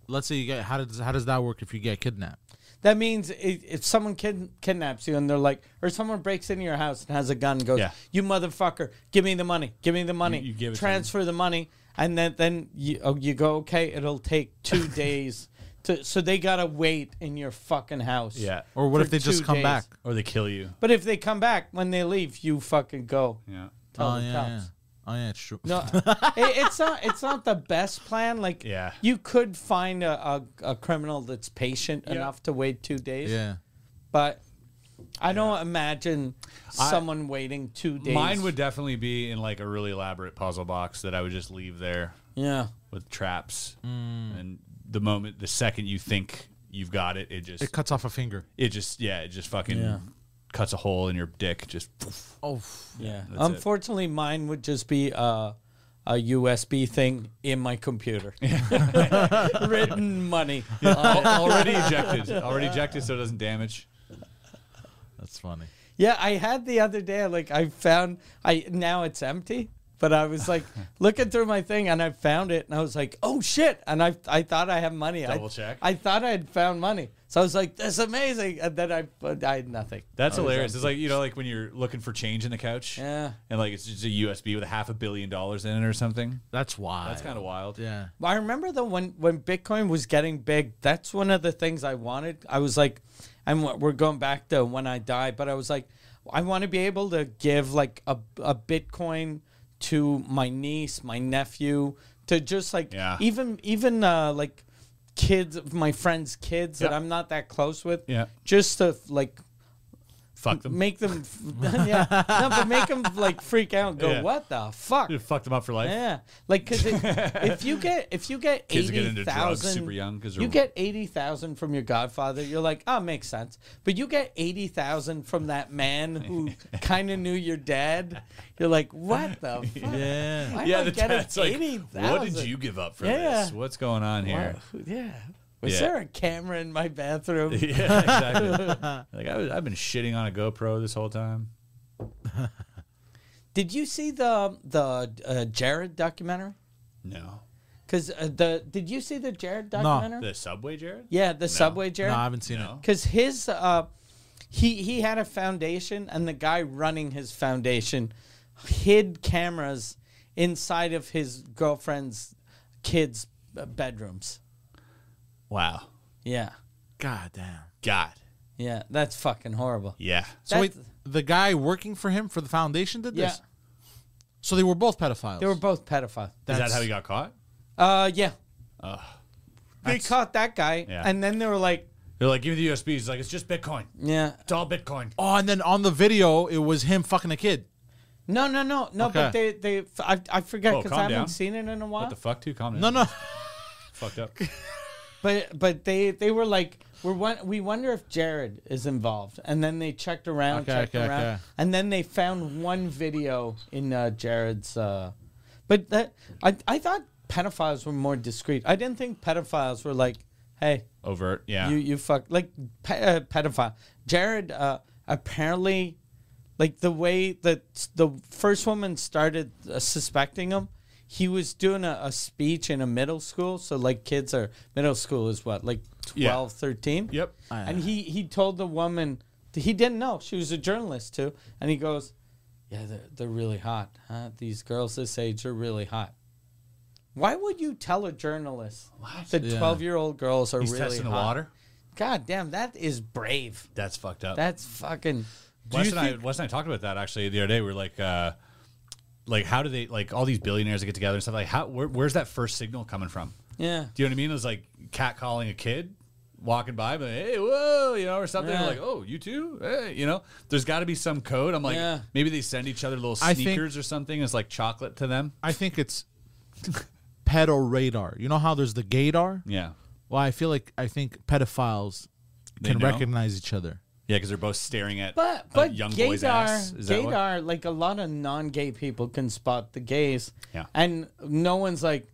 Speaker 4: Let's say you get how does how does that work if you get kidnapped?
Speaker 1: that means if, if someone kid, kidnaps you and they're like, or someone breaks into your house and has a gun, and goes,
Speaker 2: Yeah.
Speaker 1: you motherfucker, give me the money, give me the money,
Speaker 2: you give it to
Speaker 1: transfer the money, and then then you oh, you go, okay, it'll take two days. To, so they gotta wait in your fucking house.
Speaker 2: Yeah.
Speaker 4: Or what
Speaker 1: for
Speaker 4: if they just
Speaker 1: two
Speaker 4: come
Speaker 1: days.
Speaker 4: back?
Speaker 2: Or they kill you.
Speaker 1: But if they come back when they leave, you fucking go.
Speaker 2: Yeah.
Speaker 1: Tell
Speaker 4: oh
Speaker 1: the
Speaker 4: yeah, yeah.
Speaker 1: cops.
Speaker 4: Oh yeah, it's true.
Speaker 1: No, it, it's not. It's not the best plan. Like,
Speaker 2: Yeah.
Speaker 1: you could find a, a, a criminal that's patient
Speaker 2: Yeah.
Speaker 1: enough to wait two days.
Speaker 4: Yeah.
Speaker 1: but I don't imagine
Speaker 2: I-
Speaker 1: someone waiting two days.
Speaker 2: Mine would definitely be in like a really elaborate puzzle box that I would just leave there
Speaker 1: Yeah.
Speaker 2: with traps.
Speaker 1: Mm.
Speaker 2: And the moment, the second you think you've got it, it just,
Speaker 4: It
Speaker 2: it,
Speaker 4: cuts off a finger.
Speaker 2: just, yeah, it just fucking
Speaker 1: Yeah.
Speaker 2: cuts a hole in your dick. Just,
Speaker 4: Oh,
Speaker 1: Yeah.
Speaker 2: that's it.
Speaker 1: Unfortunately, mine would just be uh, a USB thing in my computer. Written money. Uh,
Speaker 2: Al- already ejected. Already ejected so it doesn't damage.
Speaker 4: that's funny.
Speaker 1: Yeah, I had the other day. Like I found, I now it's empty. But I was like looking through my thing, and I found it, and I was like, "Oh shit!" And I, I thought I have money. I-
Speaker 2: Double check.
Speaker 1: I thought I had found money, so I was like, "That's amazing!" And then I, but I had nothing.
Speaker 2: That's hilarious. It's like you know, like when you're looking for change in the couch,
Speaker 1: Oh, Yeah.
Speaker 2: and like it's just a USB with a half a billion dollars in it or something.
Speaker 4: That's wild.
Speaker 2: That's kind of wild.
Speaker 4: yeah.
Speaker 1: Well, I remember though when when Bitcoin was getting big, that's one of the things I wanted. I was like, and we're- we're going back to when I die, but I was like, I want to be able to give like a a Bitcoin to my niece, my nephew, to just like
Speaker 2: Yeah.
Speaker 1: even even uh, like kids, my friends' kids that
Speaker 2: Yeah.
Speaker 1: I'm not that close with.
Speaker 2: Yeah.
Speaker 1: Just to like
Speaker 2: Fuck them.
Speaker 1: make them, yeah, no, but make them like freak out and go,
Speaker 2: Yeah.
Speaker 1: what the fuck?
Speaker 2: Dude, fuck them up for life.
Speaker 1: Yeah, like because if you get if you get
Speaker 2: Kids get
Speaker 1: eighty
Speaker 2: into drugs
Speaker 1: thousand
Speaker 2: super young 'cause
Speaker 1: you
Speaker 2: they're-
Speaker 1: get eighty thousand from your Godfather, you're like, oh, makes sense. But you get eighty thousand from that man who kind of knew your dad. You're like, what the fuck?
Speaker 4: Yeah.
Speaker 1: Why am
Speaker 2: Yeah,
Speaker 1: I
Speaker 2: the
Speaker 1: getting
Speaker 2: dad's like, what did
Speaker 1: 80,000?
Speaker 2: you give up for
Speaker 1: Yeah.
Speaker 2: this? What's going on here?
Speaker 1: Wow, Yeah. Was
Speaker 2: Yeah.
Speaker 1: there a camera in my bathroom?
Speaker 2: yeah, exactly. like I was, I've been shitting on a GoPro this whole time.
Speaker 1: Did you see the the uh, Jared documentary?
Speaker 2: No,
Speaker 1: Because uh, the did you see the Jared documentary?
Speaker 2: the subway, Jared.
Speaker 1: yeah, the subway Jared.
Speaker 4: No, I haven't seen
Speaker 2: No.
Speaker 4: it.
Speaker 1: because his uh, he he had a foundation, and the guy running his foundation hid cameras inside of his girlfriend's kids' uh, bedrooms.
Speaker 2: Wow.
Speaker 1: Yeah,
Speaker 4: God damn.
Speaker 2: God.
Speaker 1: yeah, that's fucking horrible.
Speaker 2: Yeah.
Speaker 4: So wait,
Speaker 1: That's-
Speaker 4: the guy working for him for the foundation did
Speaker 1: Yeah.
Speaker 4: this. So they were both pedophiles.
Speaker 1: They were both pedophiles.
Speaker 2: Is
Speaker 4: That's-
Speaker 2: that how he got caught?
Speaker 1: Uh, yeah. they caught that guy,
Speaker 2: Yeah.
Speaker 1: and then they were like,
Speaker 2: They're like, give me the USBs. He's like, it's just Bitcoin.
Speaker 1: "Yeah,
Speaker 2: It's all Bitcoin.
Speaker 4: Oh, and then on the video, it was him fucking a kid.
Speaker 1: no, no, no, no." But they,
Speaker 4: Okay.
Speaker 1: they, I, I forget
Speaker 2: Whoa,
Speaker 1: because
Speaker 2: calm
Speaker 1: I haven't
Speaker 2: down.
Speaker 1: seen it in a while.
Speaker 2: What the fuck, too? Calm down.
Speaker 4: No, no.
Speaker 2: Fucked up.
Speaker 1: But but they they were like we're one, we wonder if Jared is involved, and then they checked around,
Speaker 4: Okay,
Speaker 1: checked
Speaker 4: okay,
Speaker 1: around,
Speaker 4: okay.
Speaker 1: and then they found one video in uh, Jared's. Uh, but that I I thought pedophiles were more discreet. I didn't think pedophiles were like, hey,
Speaker 2: Overt. Yeah.
Speaker 1: you you fuck like pe- uh, pedophile. Jared uh, apparently, like the way that s- the first woman started uh, suspecting him, he was doing a, a speech in a middle school. So like kids are middle school is what like 12,
Speaker 2: Yeah.
Speaker 1: 13?
Speaker 2: Yep.
Speaker 1: and he he told the woman he didn't know she was a journalist too, and he goes, yeah, they're, they're really hot. Huh? These girls this age are really hot. Why would you tell a journalist that
Speaker 4: Yeah.
Speaker 1: twelve-year-old girls are
Speaker 2: He's
Speaker 1: really
Speaker 2: testing the
Speaker 1: hot?
Speaker 2: water.
Speaker 1: God damn, that is brave.
Speaker 2: That's fucked up.
Speaker 1: That's fucking.
Speaker 4: Do
Speaker 2: Wes
Speaker 4: you
Speaker 2: and I, Wes and I talked about that actually the other day. We were like, uh, like how do they like all these billionaires that get together and stuff like how where, where's that first signal coming from?
Speaker 1: Yeah.
Speaker 2: Do you know what I mean? It was like cat calling a kid walking by, but hey, whoa, you know, or something.
Speaker 1: Yeah.
Speaker 2: Like, oh, you too, hey, you know. There's got to be some code. I'm like,
Speaker 1: Yeah.
Speaker 2: maybe they send each other little
Speaker 4: I think-
Speaker 2: sneakers or something. It's like chocolate to them.
Speaker 4: I think it's pedo radar. You know how there's the gaydar?
Speaker 2: Yeah,
Speaker 4: Well, I feel like I think pedophiles
Speaker 2: They
Speaker 4: can
Speaker 2: know?
Speaker 4: recognize each other.
Speaker 2: yeah, because they're both staring at
Speaker 1: But
Speaker 2: a
Speaker 1: but
Speaker 2: young
Speaker 1: gaydar,
Speaker 2: boy's ass. Is that what-
Speaker 1: gaydar, like a lot of non-gay people can spot the gays.
Speaker 2: Yeah.
Speaker 1: And no one's like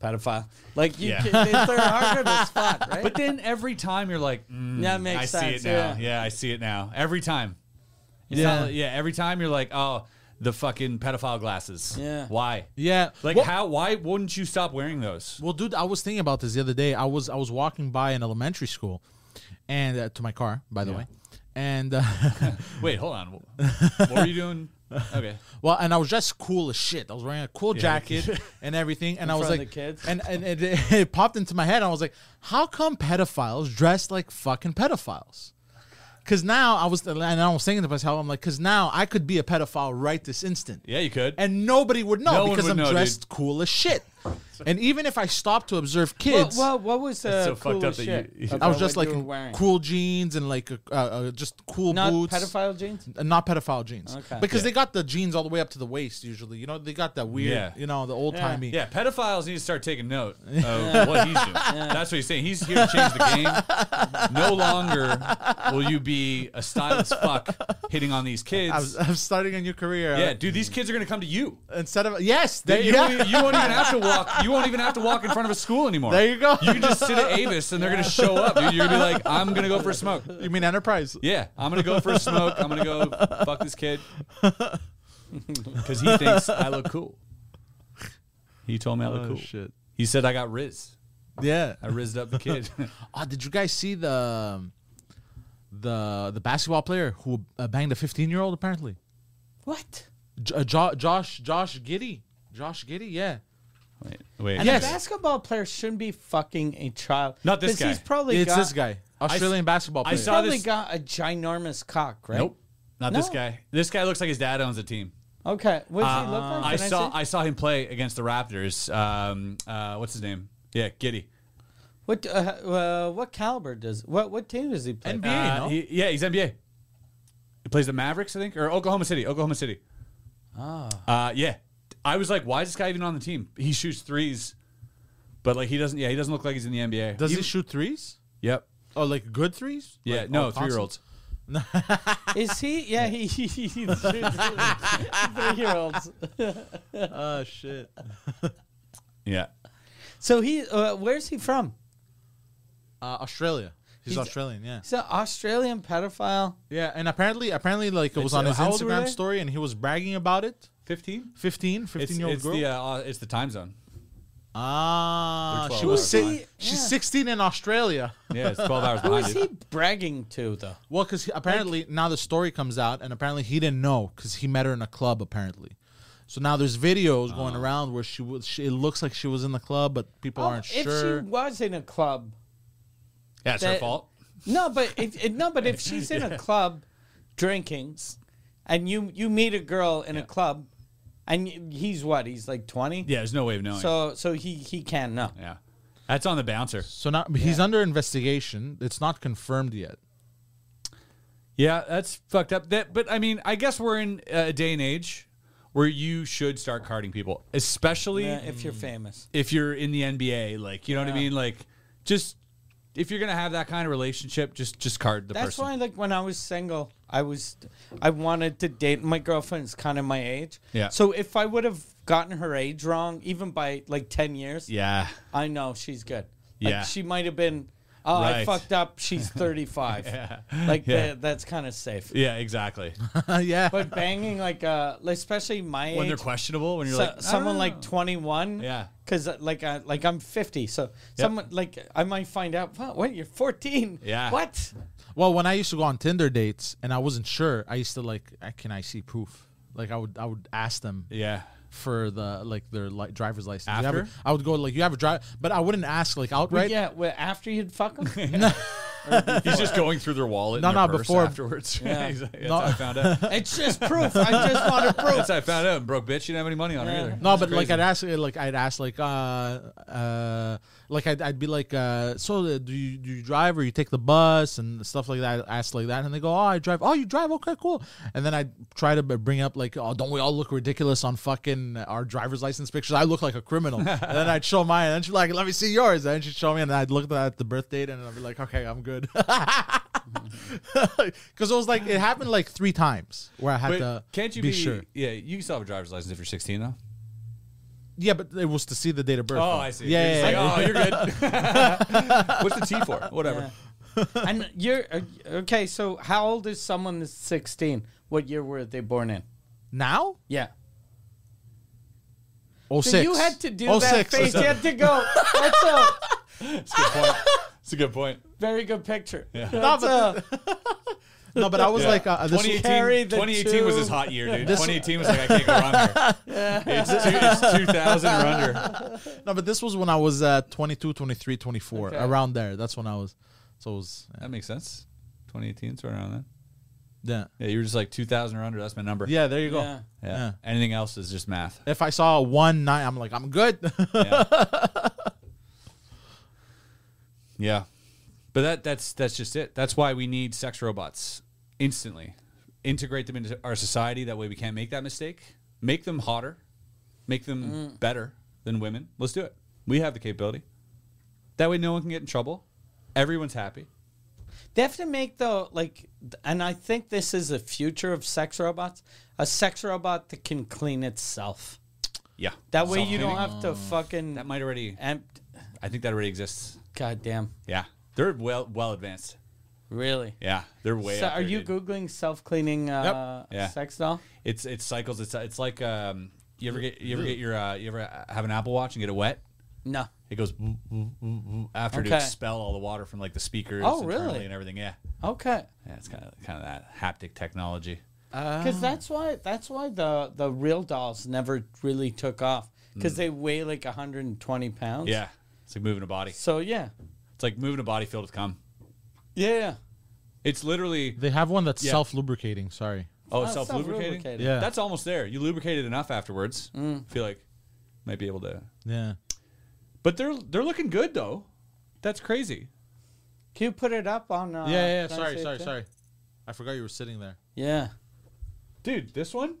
Speaker 1: pedophile. Like you,
Speaker 2: Yeah.
Speaker 1: can, they're harder to spot, right?
Speaker 2: But then every time you're like, mm,
Speaker 1: That makes
Speaker 2: I
Speaker 1: sense,
Speaker 2: see it now.
Speaker 1: yeah.
Speaker 2: Yeah. I see it now. Every time. It's
Speaker 4: Yeah.
Speaker 2: yeah. yeah. Every time you're like, oh, the fucking pedophile glasses.
Speaker 1: Yeah.
Speaker 2: Why?
Speaker 4: Yeah.
Speaker 2: Like
Speaker 4: Well-
Speaker 2: how? Why wouldn't you stop wearing those?
Speaker 4: Well, dude, I was thinking about this the other day. I was I was walking by an elementary school, and uh, to my car, by the way, and uh,
Speaker 2: Wait, hold on. What were you doing? Okay.
Speaker 4: well, and I was just cool as shit. I was wearing a cool jacket and everything, and I was
Speaker 1: front of
Speaker 4: like,
Speaker 1: the kids?
Speaker 4: and and it, it popped into my head. I was like, how come pedophiles dress like fucking pedophiles? Because now I was and I was thinking to myself, I'm like, because now I could be a pedophile right this instant.
Speaker 2: Yeah, you could.
Speaker 4: And nobody would know
Speaker 2: No one
Speaker 4: because
Speaker 2: would
Speaker 4: I'm
Speaker 2: know, dude.
Speaker 4: dressed cool as shit. And even if I stopped to observe
Speaker 1: well,
Speaker 4: kids,
Speaker 1: well, what was the
Speaker 2: That's so fucked up
Speaker 1: coolest
Speaker 2: that
Speaker 1: shit
Speaker 2: you-
Speaker 1: about
Speaker 4: I was just
Speaker 1: what
Speaker 4: like
Speaker 1: you
Speaker 4: in
Speaker 1: were wearing?
Speaker 4: cool jeans and like uh, uh, uh, just cool
Speaker 1: not
Speaker 4: boots.
Speaker 1: pedophile jeans.
Speaker 4: Uh, Not pedophile jeans.
Speaker 1: Okay.
Speaker 4: Because they got the jeans all the way up to the waist usually. You know, they got that weird,
Speaker 2: Yeah.
Speaker 4: you know, the old timey.
Speaker 2: yeah, pedophiles need to start taking note of what he's doing. That's what he's saying. He's here to change the game. No longer will you be a stylist fuck hitting on these kids.
Speaker 4: I'm, I'm starting a new career. uh,
Speaker 2: yeah, dude, these kids are gonna come to you.
Speaker 4: Instead of yes, there,
Speaker 2: you,
Speaker 4: yeah.
Speaker 2: don't, you won't even have to walk. You won't even have to walk in front of a school anymore.
Speaker 4: There you go.
Speaker 2: You can just sit at Avis, and they're gonna show up. Dude. You're gonna be like, I'm gonna go for a smoke.
Speaker 4: You mean enterprise?
Speaker 2: Yeah, I'm gonna go for a smoke. I'm gonna go fuck this kid because he thinks I look cool. He told me I look
Speaker 4: Oh,
Speaker 2: cool.
Speaker 4: shit.
Speaker 2: He said I got riz.
Speaker 4: Yeah.
Speaker 2: I rizzed up the kid.
Speaker 4: Oh, did you guys see the um, the the basketball player who uh, banged a 15 year old apparently?
Speaker 1: What?
Speaker 4: J- uh, jo- Josh Josh Giddy. Josh Giddy, yeah.
Speaker 2: wait, wait.
Speaker 1: And
Speaker 4: Yes.
Speaker 1: a basketball player shouldn't be fucking a child.
Speaker 2: Not this
Speaker 1: 'Cause
Speaker 2: guy.
Speaker 1: He's probably
Speaker 4: it's
Speaker 1: got,
Speaker 4: this guy. Australian basketball player.
Speaker 2: I
Speaker 1: He's
Speaker 2: saw
Speaker 1: probably
Speaker 2: this-
Speaker 1: got a ginormous cock, right?
Speaker 2: Nope, not this
Speaker 1: No.
Speaker 2: guy. This guy looks like his dad owns a team.
Speaker 1: Okay. What does he look
Speaker 2: Uh,
Speaker 1: like?
Speaker 2: I
Speaker 1: Can
Speaker 2: saw
Speaker 1: see?
Speaker 2: I saw him play against the Raptors. Um, uh, what's his name? Yeah, Giddy.
Speaker 1: What uh, uh, what caliber does what what team does he play?
Speaker 4: NBA.
Speaker 2: Uh,
Speaker 4: no?
Speaker 2: he- yeah, he's NBA. He plays the Mavericks, I think, or Oklahoma City. Oklahoma City. Ah. Uh, yeah. I was like, why is this guy even on the team? He shoots threes, but like he doesn't. Yeah, he doesn't look like he's in the NBA.
Speaker 4: Does he
Speaker 2: Even-
Speaker 4: shoot threes?
Speaker 2: Yep.
Speaker 4: Oh, like good threes?
Speaker 2: Yeah.
Speaker 4: Like, oh,
Speaker 2: no,
Speaker 4: constant-
Speaker 2: three year olds.
Speaker 1: Is he? Yeah, he. he, he, three year olds.
Speaker 4: Oh shit.
Speaker 2: Yeah.
Speaker 1: So he. Uh, where's he from?
Speaker 4: Uh, Australia. He's,
Speaker 1: He's-
Speaker 4: Australian, yeah.
Speaker 1: He's an Australian pedophile.
Speaker 4: Yeah, and apparently, apparently, like it was
Speaker 2: It's-
Speaker 4: on his
Speaker 2: how old were
Speaker 4: Instagram
Speaker 2: they?
Speaker 4: story, and he was bragging about it.
Speaker 2: Fifteen.
Speaker 4: 15,
Speaker 2: It's,
Speaker 4: 15 year old
Speaker 2: it's
Speaker 4: girl.
Speaker 2: the uh, uh, it's the time zone.
Speaker 4: ah,
Speaker 2: They're
Speaker 4: she
Speaker 2: 12
Speaker 4: was
Speaker 2: hours
Speaker 4: si-
Speaker 1: behind.
Speaker 4: she's
Speaker 1: Yeah.
Speaker 4: sixteen in Australia.
Speaker 2: Yeah, it's twelve hours
Speaker 1: Who
Speaker 2: behind.
Speaker 1: is
Speaker 2: you.
Speaker 1: he bragging to though?
Speaker 4: Well, because apparently now the story comes out, and apparently he didn't know because he met her in a club. Apparently, so now there's videos going around where she was. She, it looks like she was in the club, but people
Speaker 1: Oh,
Speaker 4: aren't
Speaker 1: if
Speaker 4: sure.
Speaker 1: she was in a club,
Speaker 2: Yeah, it's her
Speaker 1: That-
Speaker 2: fault.
Speaker 1: no, but if, if- no, but if she's in a club, drinking, and you you meet a girl in a club, and y- he's what? He's like twenty.
Speaker 2: Yeah, there's no way of knowing.
Speaker 1: So so he he can know.
Speaker 2: yeah, that's on the bouncer.
Speaker 4: so now he's under investigation. It's not confirmed yet.
Speaker 2: Yeah, that's fucked up. That, but I mean, I guess we're in uh, a day and age where you should start carding people, especially
Speaker 1: Yeah, if you're famous.
Speaker 2: if you're in the NBA. Like, you know what I
Speaker 1: Yeah.
Speaker 2: mean? Like, just if you're gonna have that kind of relationship, just just card the
Speaker 1: That's
Speaker 2: person.
Speaker 1: why, like, when I was single, I was, I wanted to date. My girlfriend's kind of my age.
Speaker 2: Yeah.
Speaker 1: So if I would have gotten her age wrong, even by like ten years,
Speaker 2: Yeah,
Speaker 1: I know she's good. Like,
Speaker 2: Yeah.
Speaker 1: She might have been. Oh, I
Speaker 2: Right.
Speaker 1: fucked up. She's thirty five. Like
Speaker 2: Yeah.
Speaker 1: tha- that's kind of safe.
Speaker 2: yeah, exactly.
Speaker 4: yeah.
Speaker 1: But banging like uh, like, especially my
Speaker 2: when
Speaker 1: age,
Speaker 2: they're questionable, when you're
Speaker 1: so-
Speaker 2: like "I
Speaker 1: someone
Speaker 2: don't
Speaker 1: like twenty one.
Speaker 2: Yeah.
Speaker 1: Because like I like I'm fifty, so someone like I might find out. What? What? You're fourteen.
Speaker 2: Yeah.
Speaker 1: What?
Speaker 4: Well, when I used to go on Tinder dates and I wasn't sure, I used to like, "Uh, can I see proof? Like I would, I would ask them
Speaker 2: know." yeah,
Speaker 4: for the like their li- driver's license. You have a-
Speaker 2: After?
Speaker 4: I would go like, you have a drive, but I wouldn't ask like
Speaker 1: Well,
Speaker 4: outright.
Speaker 1: Yeah. Well, after you'd fuck them.
Speaker 2: he's just going through their wallet.
Speaker 4: No,
Speaker 2: and their
Speaker 4: no,
Speaker 2: purse
Speaker 4: before-
Speaker 2: afterwards.
Speaker 1: Yeah.
Speaker 2: He's like, that's
Speaker 4: No.
Speaker 2: how I found out.
Speaker 1: It's just proof. I just want to prove.
Speaker 2: That's how I found out. And broke bitch, you didn't have any money on her
Speaker 1: Yeah.
Speaker 2: either.
Speaker 4: No,
Speaker 2: It's
Speaker 4: but like
Speaker 2: crazy.
Speaker 4: I'd ask, uh, like I'd ask, like uh, uh, like I'd, I'd be like, uh, so uh, do you do you drive or you take the bus and stuff like that? I ask like that, and they go, oh, I drive. Oh, you drive? Okay, cool. And then I would try to b- bring up like, oh, don't we all look ridiculous on fucking our driver's license pictures? I look like a criminal. and then I'd show mine, and then she'd be like, let me see yours. And then she'd show me, and I'd look at the birth date, and I'd be like, okay, I'm good. Because it was like it happened like three times where I had
Speaker 2: Mm-hmm. But
Speaker 4: to
Speaker 2: can't you
Speaker 4: be,
Speaker 2: be,
Speaker 4: sure.
Speaker 2: Yeah, you can still have a driver's license if you're 16 though.
Speaker 4: Yeah, but it was to see the date of birth.
Speaker 2: Oh,
Speaker 4: though.
Speaker 2: I see.
Speaker 4: Yeah,
Speaker 2: You're
Speaker 4: yeah,
Speaker 2: just
Speaker 4: yeah.
Speaker 2: like, oh, you're good. What's the T for? Whatever.
Speaker 1: and you're uh, okay. So how old is someone that's sixteen? What year were they born in?
Speaker 4: Now?
Speaker 1: Yeah.
Speaker 4: Oh,
Speaker 1: So
Speaker 4: six.
Speaker 1: you had to do
Speaker 4: Oh,
Speaker 1: that
Speaker 4: six.
Speaker 1: face. You had to go. That's a
Speaker 2: It's a good point. It's a good point.
Speaker 1: very good picture.
Speaker 2: Yeah.
Speaker 1: That's a,
Speaker 4: No, but I was
Speaker 2: Yeah.
Speaker 4: like, uh, this was,
Speaker 2: 2018,
Speaker 1: carry the
Speaker 2: 2018 was
Speaker 1: two.
Speaker 2: his hot year, dude. 2018 was like, I can't go on here. It's, two, it's 2000 or under.
Speaker 4: no, but this was when I was uh, 22, 23, 24,
Speaker 1: Okay.
Speaker 4: around there. That's when I was. So it was
Speaker 2: That makes sense. 2018 is right around then.
Speaker 4: yeah,
Speaker 2: Yeah, you were just like 2000 or under. That's my number.
Speaker 4: yeah. There you go.
Speaker 1: Yeah.
Speaker 2: Yeah.
Speaker 4: Yeah.
Speaker 2: Anything else is just math.
Speaker 4: If I saw one night, I'm like, I'm good.
Speaker 2: Yeah. yeah. But that that's that's just it. That's why we need sex robots instantly. Integrate them into our society that way we can't make that mistake. Make them hotter. Make them
Speaker 1: Mm.
Speaker 2: better than women. Let's do it. We have the capability. That way no one can get in trouble. Everyone's happy.
Speaker 1: They have to make though like, and I think this is the future of sex robots. A sex robot that can clean itself.
Speaker 2: Yeah.
Speaker 1: That way you don't
Speaker 2: Self-cleaning.
Speaker 1: have to fucking.
Speaker 2: That might already
Speaker 1: Em-
Speaker 2: I think that already exists.
Speaker 1: God damn.
Speaker 2: Yeah. They're well well advanced.
Speaker 1: Really.
Speaker 2: Yeah. They're way
Speaker 1: So
Speaker 2: up
Speaker 1: are
Speaker 2: there,
Speaker 1: you
Speaker 2: dude.
Speaker 1: googling self-cleaning uh,
Speaker 2: Yeah.
Speaker 1: sex doll?
Speaker 2: It's it's cycles. It's it's like um, you ever get you ever get your uh, you ever have an Apple Watch and get it wet.
Speaker 1: No.
Speaker 2: It goes woo, woo, woo, woo after to
Speaker 1: Okay.
Speaker 2: expel all the water from like the speakers.
Speaker 1: Oh,
Speaker 2: internally
Speaker 1: really?
Speaker 2: And everything. Yeah,
Speaker 1: Okay.
Speaker 2: yeah. It's kind of kind of that haptic technology. Ah.
Speaker 1: Because that's why that's why the the real dolls never really took off because they weigh like 120 pounds.
Speaker 2: Mm. Yeah, it's like moving a body.
Speaker 1: So yeah.
Speaker 2: It's like moving a body filled with cum.
Speaker 1: Yeah.
Speaker 2: It's literally
Speaker 4: they have one that's
Speaker 2: Yeah.
Speaker 4: self lubricating. Sorry.
Speaker 2: Oh, it's
Speaker 1: Oh, it's
Speaker 2: self lubricating.
Speaker 1: self-lubricating. Mm.
Speaker 4: Yeah.
Speaker 2: that's almost there. You lubricated enough afterwards. Feel like might be able to.
Speaker 4: Yeah.
Speaker 2: But they're they're looking good though. That's crazy.
Speaker 1: Can you put it up on? Uh,
Speaker 4: Yeah, yeah, yeah.
Speaker 1: can I
Speaker 4: Sorry,
Speaker 1: say it
Speaker 4: sorry,
Speaker 1: too?
Speaker 4: sorry. I forgot you were sitting there.
Speaker 1: Yeah.
Speaker 2: Dude, this one?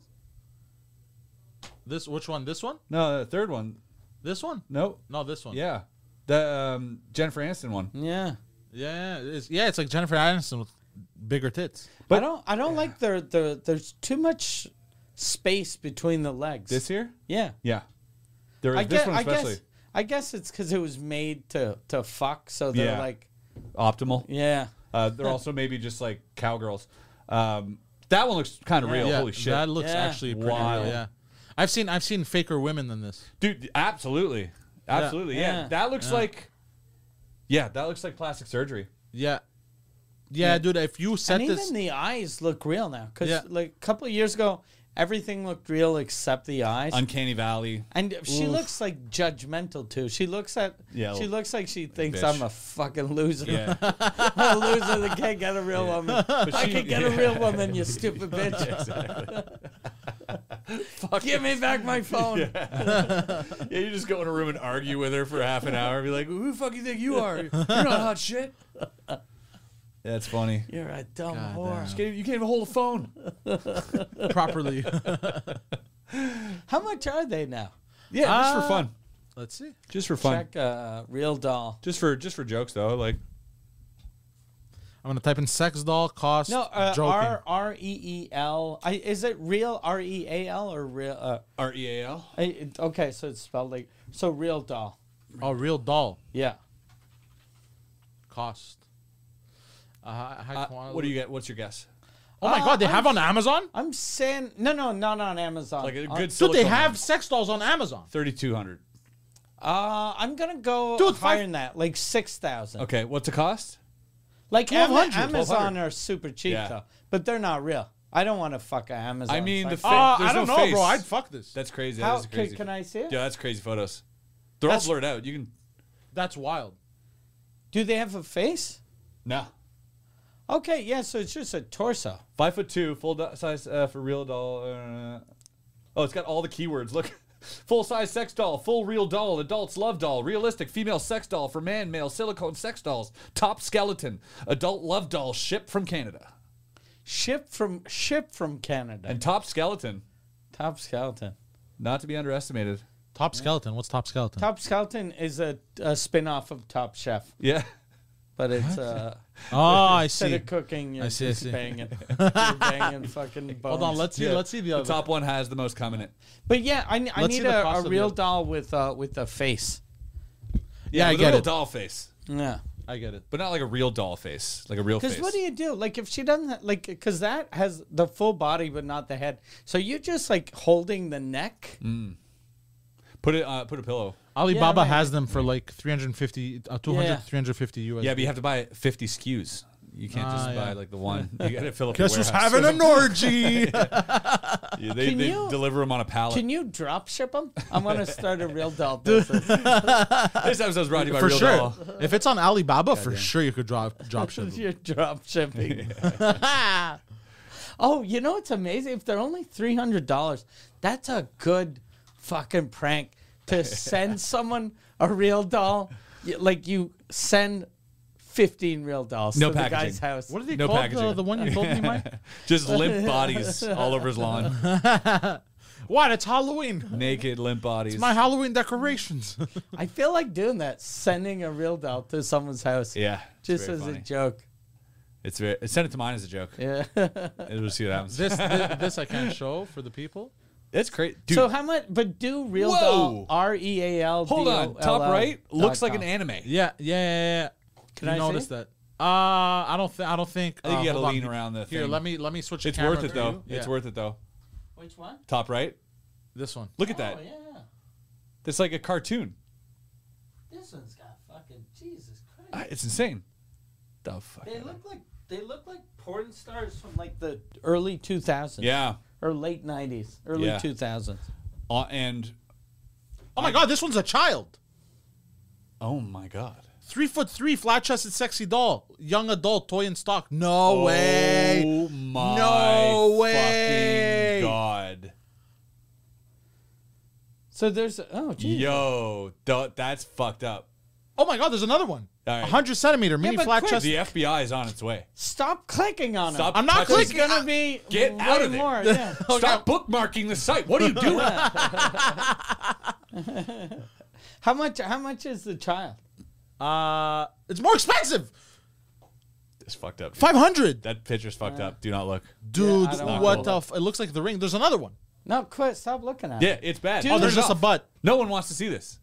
Speaker 4: This which one? This one?
Speaker 2: No, the third one.
Speaker 4: This one?
Speaker 2: No.
Speaker 4: No, this one.
Speaker 2: Yeah. The um, Jennifer Aniston one.
Speaker 1: Yeah.
Speaker 4: Yeah, yeah, it's, yeah, it's like Jennifer Aniston with bigger tits.
Speaker 2: But-
Speaker 1: I don't. I don't like their their. There's too much space between the legs.
Speaker 2: This here?
Speaker 1: yeah.
Speaker 2: Yeah. There is
Speaker 1: I
Speaker 2: this
Speaker 1: guess.
Speaker 2: one
Speaker 1: I
Speaker 2: especially
Speaker 1: guess. I guess it's because it was made to to fuck. So they're
Speaker 2: Yeah.
Speaker 1: like,
Speaker 2: optimal.
Speaker 1: yeah.
Speaker 2: Uh, they're also maybe just like cowgirls. Um, that one looks kind of real.
Speaker 4: Yeah,
Speaker 2: Holy shit,
Speaker 4: That looks
Speaker 1: Yeah.
Speaker 4: actually pretty
Speaker 2: Wild.
Speaker 4: real. Yeah. I've seen I've seen faker women than this.
Speaker 2: dude! Absolutely, absolutely. Yeah,
Speaker 1: Yeah.
Speaker 2: that looks like. Yeah, that looks like plastic surgery.
Speaker 4: Yeah. Yeah, dude, if you set
Speaker 1: and
Speaker 4: this
Speaker 1: even the eyes look real now. Because
Speaker 4: Yeah.
Speaker 1: like a couple of years ago, everything looked real except the eyes.
Speaker 2: Uncanny Valley.
Speaker 1: and she looks like judgmental too. She looks at.
Speaker 2: Yeah,
Speaker 1: She
Speaker 2: l-
Speaker 1: looks like she thinks
Speaker 2: bitch.
Speaker 1: I'm a fucking loser.
Speaker 2: Yeah,
Speaker 1: I'm a loser that can't get a real woman. I
Speaker 2: she-
Speaker 1: can get a
Speaker 2: yeah.
Speaker 1: real woman, you stupid bitch. Give me back my phone.
Speaker 2: yeah. You just go in a room and argue with her for half an hour. and Be like, "Who the fuck you think you are? You're not hot shit." That's funny.
Speaker 1: You're a dumb
Speaker 4: God
Speaker 1: whore.
Speaker 4: damn.
Speaker 2: You can't, you can't even hold a phone.
Speaker 4: properly.
Speaker 1: How much are they now?
Speaker 2: Yeah, just for
Speaker 4: Ah.
Speaker 2: fun.
Speaker 4: Let's see.
Speaker 2: Just for fun.
Speaker 1: Uh, Check uh, real doll.
Speaker 2: Just for just for jokes though. Like
Speaker 4: I'm gonna type in sex doll cost
Speaker 1: No, uh,
Speaker 4: joking.
Speaker 1: R R E E L. I is it real R E A L or real? Uh,
Speaker 2: R E A L.
Speaker 1: I, it- okay, so it's spelled like so real doll.
Speaker 4: oh, real doll
Speaker 1: Yeah,
Speaker 4: cost. Uh, hi- hi, Kwan-
Speaker 2: What do you get? What's your guess?
Speaker 4: Oh my god, they
Speaker 1: Uh,
Speaker 4: have on Amazon?
Speaker 1: I'm saying no, no, not on Amazon. Uh,
Speaker 2: Like a
Speaker 1: On-
Speaker 2: good.
Speaker 4: Uh, Dude, they have sex dolls on Amazon.
Speaker 2: thirty two hundred.
Speaker 1: Uh, I'm gonna go
Speaker 4: Dude,
Speaker 1: higher
Speaker 4: five-
Speaker 1: than that, like six thousand.
Speaker 2: Okay, what's the cost?
Speaker 1: Like Ama-
Speaker 4: 1200,
Speaker 1: Amazon are super cheap
Speaker 2: Yeah.
Speaker 1: though, but they're not real. I don't want to fuck a Amazon.
Speaker 2: I mean, the
Speaker 1: site. Oh,
Speaker 2: fa-
Speaker 4: Uh,
Speaker 2: there's
Speaker 4: I don't
Speaker 2: no
Speaker 4: know,
Speaker 2: face.
Speaker 4: bro. I'd fuck this.
Speaker 2: That's crazy.
Speaker 1: how
Speaker 2: that is a
Speaker 1: can,
Speaker 2: crazy.
Speaker 1: can I see it?
Speaker 2: yeah, that's crazy photos. They're
Speaker 4: That's-
Speaker 2: all blurred out. You can
Speaker 4: That's wild.
Speaker 1: Do they have a face?
Speaker 2: no
Speaker 1: Okay, yeah. So it's just a torso.
Speaker 2: five foot two, full do- size uh, for real doll. Uh, oh, it's got all the keywords. Look, full size sex doll, full real doll, adults love doll, realistic female sex doll for man, male silicone sex dolls, top skeleton, adult love doll, shipped from Canada,
Speaker 1: Ship from ship from Canada.
Speaker 2: and top skeleton,
Speaker 1: Top skeleton.
Speaker 2: not to be underestimated.
Speaker 4: Top skeleton. What's top skeleton?
Speaker 1: Top skeleton is a, a spin off of Top Chef,
Speaker 2: Yeah.
Speaker 1: but it's uh,
Speaker 4: oh, I
Speaker 1: instead
Speaker 4: see.
Speaker 1: of cooking, you're
Speaker 4: I see, I
Speaker 1: just
Speaker 4: see.
Speaker 1: banging, you're banging fucking bones.
Speaker 4: Hold on, let's see.
Speaker 2: Yeah.
Speaker 4: Let's see the
Speaker 2: The
Speaker 4: other.
Speaker 2: top one has the most coming in.
Speaker 1: But yeah, I, I
Speaker 4: Let's see
Speaker 1: need
Speaker 4: the
Speaker 1: a,
Speaker 4: cost
Speaker 1: a
Speaker 4: of the
Speaker 1: real
Speaker 4: other-
Speaker 1: doll with uh, with a face.
Speaker 4: Yeah, I
Speaker 2: with
Speaker 4: get
Speaker 2: a real
Speaker 4: it.
Speaker 2: doll face,
Speaker 1: Yeah.
Speaker 4: I get it.
Speaker 2: but not like a real doll face, like a real face.
Speaker 1: Because what do you do? Like if she doesn't like, because that has the full body but not the head. So you're just like holding the neck.
Speaker 4: Mm.
Speaker 2: Put it. Uh, put a pillow.
Speaker 4: Alibaba
Speaker 1: right.
Speaker 4: has them for like 350, uh, 200,
Speaker 1: Yeah.
Speaker 4: 350 US.
Speaker 2: Yeah, but you have to buy 50 SKUs. You can't just
Speaker 4: Ah, yeah.
Speaker 2: buy like the one. You got to fill up.
Speaker 4: Guess
Speaker 2: the
Speaker 4: who's
Speaker 2: warehouse.
Speaker 4: having an orgy?
Speaker 2: Yeah, they
Speaker 1: Can
Speaker 2: they
Speaker 1: you-
Speaker 2: deliver them on a pallet.
Speaker 1: Can you drop ship them? I'm gonna start a real doll business.
Speaker 2: this episode's brought to you by
Speaker 4: for
Speaker 2: Real
Speaker 4: sure.
Speaker 2: Doll.
Speaker 4: If it's on Alibaba, for sure you could drop drop ship.
Speaker 1: You're drop shipping. oh, you know it's amazing. If they're only three hundred dollars, that's a good fucking prank to send someone a real doll. You- Like you send fifteen real dolls
Speaker 2: No
Speaker 1: to
Speaker 2: packaging.
Speaker 1: the guy's house.
Speaker 4: What are they
Speaker 2: No
Speaker 4: called?
Speaker 2: packaging.
Speaker 4: The, the one you told me, Mike.
Speaker 2: Just limp bodies all over his lawn.
Speaker 4: What? It's Halloween.
Speaker 2: Naked limp bodies.
Speaker 4: My Halloween decorations.
Speaker 1: I feel like doing that, sending a real doll to someone's house.
Speaker 2: yeah. it's
Speaker 1: Just
Speaker 2: very
Speaker 1: as a
Speaker 2: funny.
Speaker 1: joke.
Speaker 2: It's very. Send it to mine as a joke.
Speaker 1: Yeah.
Speaker 2: We'll see what happens.
Speaker 4: this, this this I can't show for the people.
Speaker 2: That's great, dude.
Speaker 1: so how much but do real
Speaker 2: Whoa.
Speaker 1: doll R E A L
Speaker 2: hold on. Top right looks like an anime.
Speaker 4: Yeah, yeah, yeah. yeah.
Speaker 1: Can
Speaker 4: you
Speaker 1: I
Speaker 4: notice
Speaker 1: see?
Speaker 4: that? Uh, I don't think I don't think.
Speaker 2: I think
Speaker 4: uh,
Speaker 2: you got to
Speaker 4: hold on.
Speaker 2: lean around the.
Speaker 4: Here,
Speaker 2: thing.
Speaker 4: let me let me switch.
Speaker 2: It's
Speaker 4: the camera
Speaker 2: worth it
Speaker 4: to
Speaker 2: though.
Speaker 4: you.
Speaker 2: It's
Speaker 4: Yeah,
Speaker 2: worth it though.
Speaker 1: Which one?
Speaker 2: Top right.
Speaker 4: this one.
Speaker 2: Look at that.
Speaker 1: Oh yeah.
Speaker 2: It's like a cartoon.
Speaker 1: This one's got fucking Jesus Christ.
Speaker 2: Ah, It's insane. The fuck.
Speaker 1: They look like they look like porn stars from like the early 2000s.
Speaker 2: Yeah.
Speaker 1: Or late 90s, early
Speaker 2: Yeah.
Speaker 1: 2000s.
Speaker 2: Uh, and
Speaker 4: Oh my God, this one's a child.
Speaker 2: oh my god.
Speaker 4: Three foot three, flat chested, sexy Oh. doll, young adult, toy in stock. No way.
Speaker 2: Oh my
Speaker 4: No way.
Speaker 1: So there's oh geez.
Speaker 2: Yo, th- that's fucked up.
Speaker 4: Oh my God, there's another one.
Speaker 2: All right.
Speaker 4: A hundred centimeter mini
Speaker 1: but
Speaker 4: flat
Speaker 1: quick.
Speaker 4: chest.
Speaker 2: The FBI is on its way.
Speaker 1: Stop clicking on
Speaker 2: Stop.
Speaker 1: it.
Speaker 4: I'm not
Speaker 2: touching-
Speaker 1: It's
Speaker 4: clicking.
Speaker 1: gonna be
Speaker 2: Get
Speaker 1: way
Speaker 2: out of Oh, there.
Speaker 1: more. Yeah.
Speaker 2: Stop bookmarking the site. What are you doing?
Speaker 1: how much? How much is the child?
Speaker 4: Uh, it's more expensive.
Speaker 2: it's fucked up.
Speaker 4: Five hundred.
Speaker 2: That picture's fucked up. Do not look.
Speaker 4: Dude,
Speaker 1: I don't
Speaker 4: what
Speaker 1: know.
Speaker 4: the? F- it looks like the ring. There's another one.
Speaker 1: No, quit. Stop looking at
Speaker 2: Yeah,
Speaker 1: it.
Speaker 2: it's bad.
Speaker 1: Dude.
Speaker 2: oh,
Speaker 4: Oh, there's
Speaker 2: there's
Speaker 4: just a
Speaker 2: off.
Speaker 4: butt.
Speaker 2: No one wants to see this.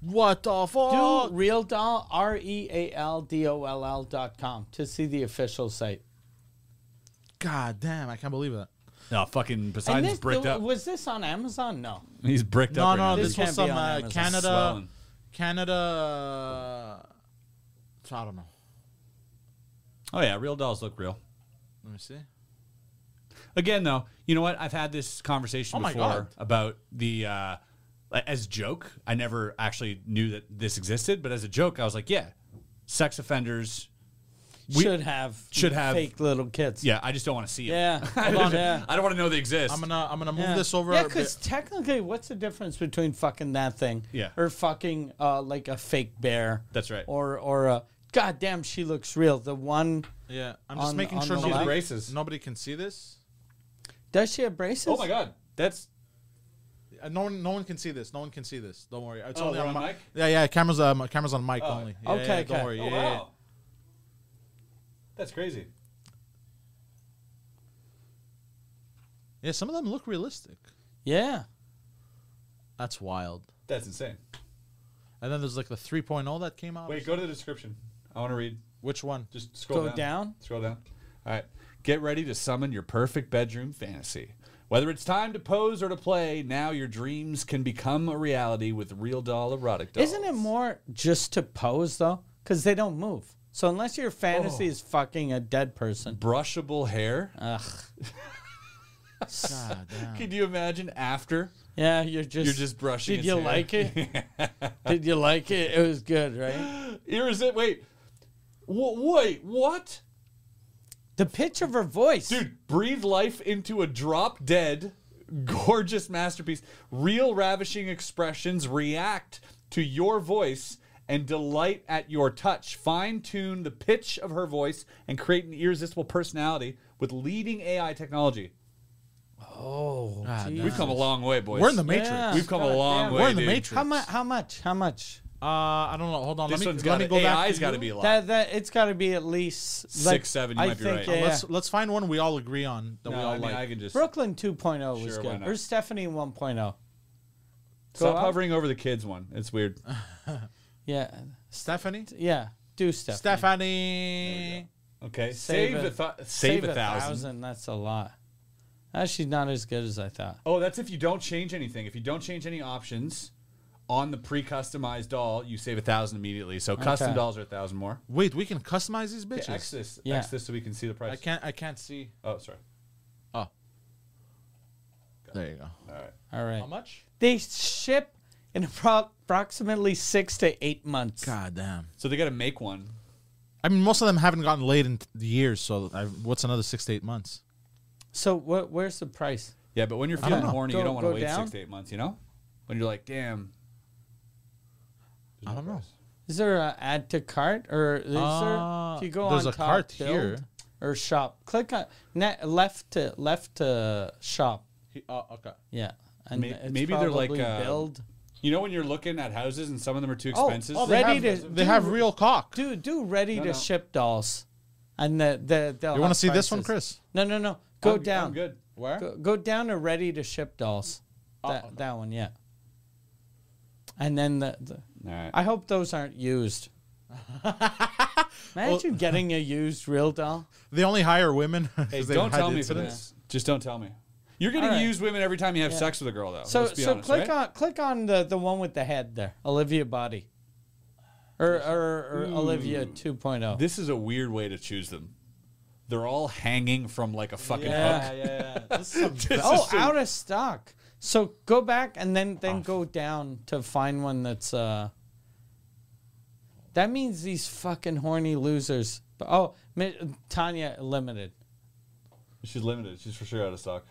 Speaker 4: What the
Speaker 1: Do
Speaker 2: Oh.
Speaker 4: fuck?
Speaker 1: real doll r e a l d o l l dot com to see the official site.
Speaker 4: God damn, I can't believe that.
Speaker 2: No, fucking
Speaker 1: And
Speaker 2: Poseidon's
Speaker 1: this,
Speaker 2: bricked
Speaker 1: the-
Speaker 2: up.
Speaker 1: was this on Amazon? No.
Speaker 2: He's bricked
Speaker 4: No,
Speaker 2: up.
Speaker 4: no,
Speaker 2: right now.
Speaker 4: this,
Speaker 1: This
Speaker 4: was
Speaker 1: can't
Speaker 4: some
Speaker 1: be on
Speaker 4: uh,
Speaker 1: Amazon.
Speaker 4: Canada,
Speaker 2: Swelling.
Speaker 4: Canada. So I don't know.
Speaker 2: Oh yeah, real dolls look real.
Speaker 4: Let me see.
Speaker 2: Again, though, you know what? I've had this conversation
Speaker 4: Oh my
Speaker 2: before
Speaker 4: God.
Speaker 2: about the uh, as a joke. I never actually knew that this existed, but as a joke, I was like, yeah, sex offenders. We-
Speaker 1: should have
Speaker 2: should have-
Speaker 1: fake little kids.
Speaker 2: Yeah, I just don't want to see them.
Speaker 1: Yeah.
Speaker 2: I,
Speaker 1: Hold on,
Speaker 2: don't,
Speaker 1: yeah.
Speaker 2: I don't want to know they exist.
Speaker 4: I'm gonna I'm gonna move
Speaker 1: Yeah.
Speaker 4: this over.
Speaker 1: Yeah,
Speaker 4: a
Speaker 1: because
Speaker 4: bit.
Speaker 1: technically, what's the difference between fucking that thing?
Speaker 2: Yeah.
Speaker 1: Or fucking uh, like a fake bear.
Speaker 2: That's right.
Speaker 1: Or or a goddamn, she looks real. The one
Speaker 4: yeah, I'm just
Speaker 1: on-
Speaker 4: making
Speaker 1: on
Speaker 4: sure
Speaker 1: the
Speaker 4: nobody,
Speaker 1: left.
Speaker 2: Braces.
Speaker 4: nobody can see this.
Speaker 1: does she have braces?
Speaker 2: oh my god, that's
Speaker 4: Uh, No one, no one can see this. No one can see this. Don't worry. It's
Speaker 2: Oh,
Speaker 4: only
Speaker 2: we're
Speaker 4: on
Speaker 2: on
Speaker 4: mic.
Speaker 2: mic?
Speaker 4: Yeah, yeah. Cameras, um, cameras on mic only. Yeah,
Speaker 1: okay,
Speaker 4: yeah,
Speaker 1: okay.
Speaker 4: Don't worry.
Speaker 2: oh,
Speaker 4: yeah, yeah, yeah.
Speaker 2: wow. that's crazy.
Speaker 4: yeah, some of them look realistic.
Speaker 1: Yeah.
Speaker 4: That's wild.
Speaker 2: That's insane.
Speaker 4: And then there's like the 3.0 that came out.
Speaker 2: Wait, go to the description. I want to read.
Speaker 4: Which one?
Speaker 2: Just scroll
Speaker 1: Go
Speaker 2: down.
Speaker 1: down?
Speaker 2: Scroll down. All right. Get ready to summon your perfect bedroom fantasy. Whether it's time to pose or to play, now your dreams can become a reality with real doll erotic dolls.
Speaker 1: Isn't it more just to pose though? Because they don't move. So unless your
Speaker 2: Oh.
Speaker 1: fantasy is fucking a dead person.
Speaker 2: brushable hair?
Speaker 1: Ugh.
Speaker 4: God damn.
Speaker 2: Could you imagine after
Speaker 1: Yeah, you're just
Speaker 2: you're just brushing?
Speaker 1: Did
Speaker 2: its
Speaker 1: you
Speaker 2: hair?
Speaker 1: like it? Did you like it? It was good, right?
Speaker 2: Here is it. Wait, Wha wait, what?
Speaker 1: The pitch of her voice,
Speaker 2: Dude, breathe life into a drop dead, gorgeous masterpiece. Real ravishing expressions react to your voice and delight at your touch. Fine tune the pitch of her voice and create an irresistible personality with leading AI technology.
Speaker 1: Oh,
Speaker 4: Ah,
Speaker 1: geez.
Speaker 2: We've come a long way, boys.
Speaker 4: We're in the Matrix.
Speaker 1: Yeah.
Speaker 2: We've come a
Speaker 1: God
Speaker 2: long
Speaker 1: damn.
Speaker 2: way.
Speaker 4: We're in the
Speaker 2: dude.
Speaker 4: Matrix.
Speaker 1: How much? How much? How much?
Speaker 4: Uh, I don't know. Hold on.
Speaker 2: This
Speaker 4: let me,
Speaker 2: one's
Speaker 4: let
Speaker 2: got
Speaker 4: me
Speaker 2: to
Speaker 4: go back.
Speaker 2: AI's
Speaker 4: to
Speaker 2: got to
Speaker 4: you.
Speaker 2: be a lot.
Speaker 1: That, that it's got to be at least
Speaker 2: Six,
Speaker 1: like,
Speaker 2: seven, you
Speaker 1: I
Speaker 2: might be
Speaker 1: think,
Speaker 2: right.
Speaker 1: Yeah, yeah.
Speaker 4: Let's let's find one we all agree on that
Speaker 2: no,
Speaker 4: we all
Speaker 2: I mean,
Speaker 4: like.
Speaker 2: I can just
Speaker 1: Brooklyn 2.0 was
Speaker 2: Sure, why
Speaker 1: good.
Speaker 2: not?
Speaker 1: Or Stephanie oh. 1.0.
Speaker 2: stop
Speaker 1: up.
Speaker 2: hovering over the kids one. It's weird.
Speaker 1: Yeah,
Speaker 4: Stephanie.
Speaker 1: yeah. Do Stephanie.
Speaker 4: Stephanie.
Speaker 2: Okay,
Speaker 1: Save
Speaker 2: save,
Speaker 1: a-
Speaker 2: a, thou- save, a thousand.
Speaker 1: That's a lot. Actually, not as good as I thought.
Speaker 2: Oh, that's if you don't change anything. If you don't change any options on the pre-customized doll, you save a thousand immediately. So custom
Speaker 1: Okay.
Speaker 2: dolls are a thousand more.
Speaker 4: Wait, we can customize these
Speaker 2: Okay,
Speaker 4: bitches.
Speaker 2: X this,
Speaker 1: Yeah.
Speaker 2: X this, so we can see the price.
Speaker 4: I can't. I can't see.
Speaker 2: Oh, sorry.
Speaker 4: Oh. There you go.
Speaker 2: All right.
Speaker 1: All right.
Speaker 4: How much?
Speaker 1: They ship in appro- approximately six to eight months.
Speaker 4: God damn.
Speaker 2: So they got to make one.
Speaker 4: I mean, most of them haven't gotten laid in t- years. So I, what's another six to eight months?
Speaker 1: So wh- where's the price?
Speaker 2: Yeah, but when you're feeling
Speaker 4: know.
Speaker 2: horny, you
Speaker 1: Go-
Speaker 2: don't want to
Speaker 1: go
Speaker 2: wait
Speaker 1: down?
Speaker 2: six to eight months. You know, when you're like, damn. There's
Speaker 4: I don't know.
Speaker 2: price.
Speaker 1: Is there a add to cart or is
Speaker 4: Uh,
Speaker 1: there? Do you go
Speaker 4: there's
Speaker 1: on
Speaker 4: a
Speaker 1: top,
Speaker 4: cart
Speaker 1: build,
Speaker 4: here.
Speaker 1: or shop? Click on ne- left to left to shop.
Speaker 4: oh, okay.
Speaker 1: Yeah, and
Speaker 2: May-
Speaker 1: it's
Speaker 2: maybe they're like,
Speaker 1: probably
Speaker 2: uh,
Speaker 1: build.
Speaker 2: You know when you're looking at houses and some of them are too
Speaker 1: Oh,
Speaker 2: expensive.
Speaker 1: oh,
Speaker 4: They
Speaker 1: Ready
Speaker 4: have,
Speaker 1: to-
Speaker 4: they
Speaker 1: do-
Speaker 4: have real cock.
Speaker 1: Do do ready
Speaker 2: No,
Speaker 1: to
Speaker 2: no.
Speaker 1: ship dolls, and the the they'll
Speaker 4: you want
Speaker 1: have
Speaker 4: to see this one,
Speaker 1: prices.
Speaker 4: Chris?
Speaker 1: No no no. Go
Speaker 2: I'm- I'm
Speaker 1: down.
Speaker 2: good.
Speaker 4: Where?
Speaker 1: Go, go down to ready to ship dolls. That
Speaker 4: okay.
Speaker 1: that one yeah. And then the, the
Speaker 2: All right.
Speaker 1: I hope those aren't used. Imagine getting a used real doll.
Speaker 4: They only hire women. 'cause
Speaker 2: Hey,
Speaker 4: they
Speaker 2: don't
Speaker 4: hide
Speaker 2: tell
Speaker 4: the
Speaker 2: me for
Speaker 4: incidents.
Speaker 2: this. Just don't tell me. You're getting
Speaker 1: All right.
Speaker 2: used women every time you have sex with a girl, though.
Speaker 1: So
Speaker 2: Uh, Let's be
Speaker 1: so
Speaker 2: honest,
Speaker 1: click
Speaker 2: right?
Speaker 1: on click on the, the one with the head there, Olivia Body, or or, or Olivia oh. 2.0.
Speaker 2: This is a weird way to choose them. They're all hanging from like a fucking
Speaker 1: Yeah.
Speaker 2: hook.
Speaker 4: yeah, yeah. This is some-
Speaker 1: oh, out of stock. So go back and then then
Speaker 2: Oh.
Speaker 1: go down to find one that's. uh That means these fucking horny losers. Oh, Mi- Tanya limited.
Speaker 2: She's limited. She's for sure out of stock.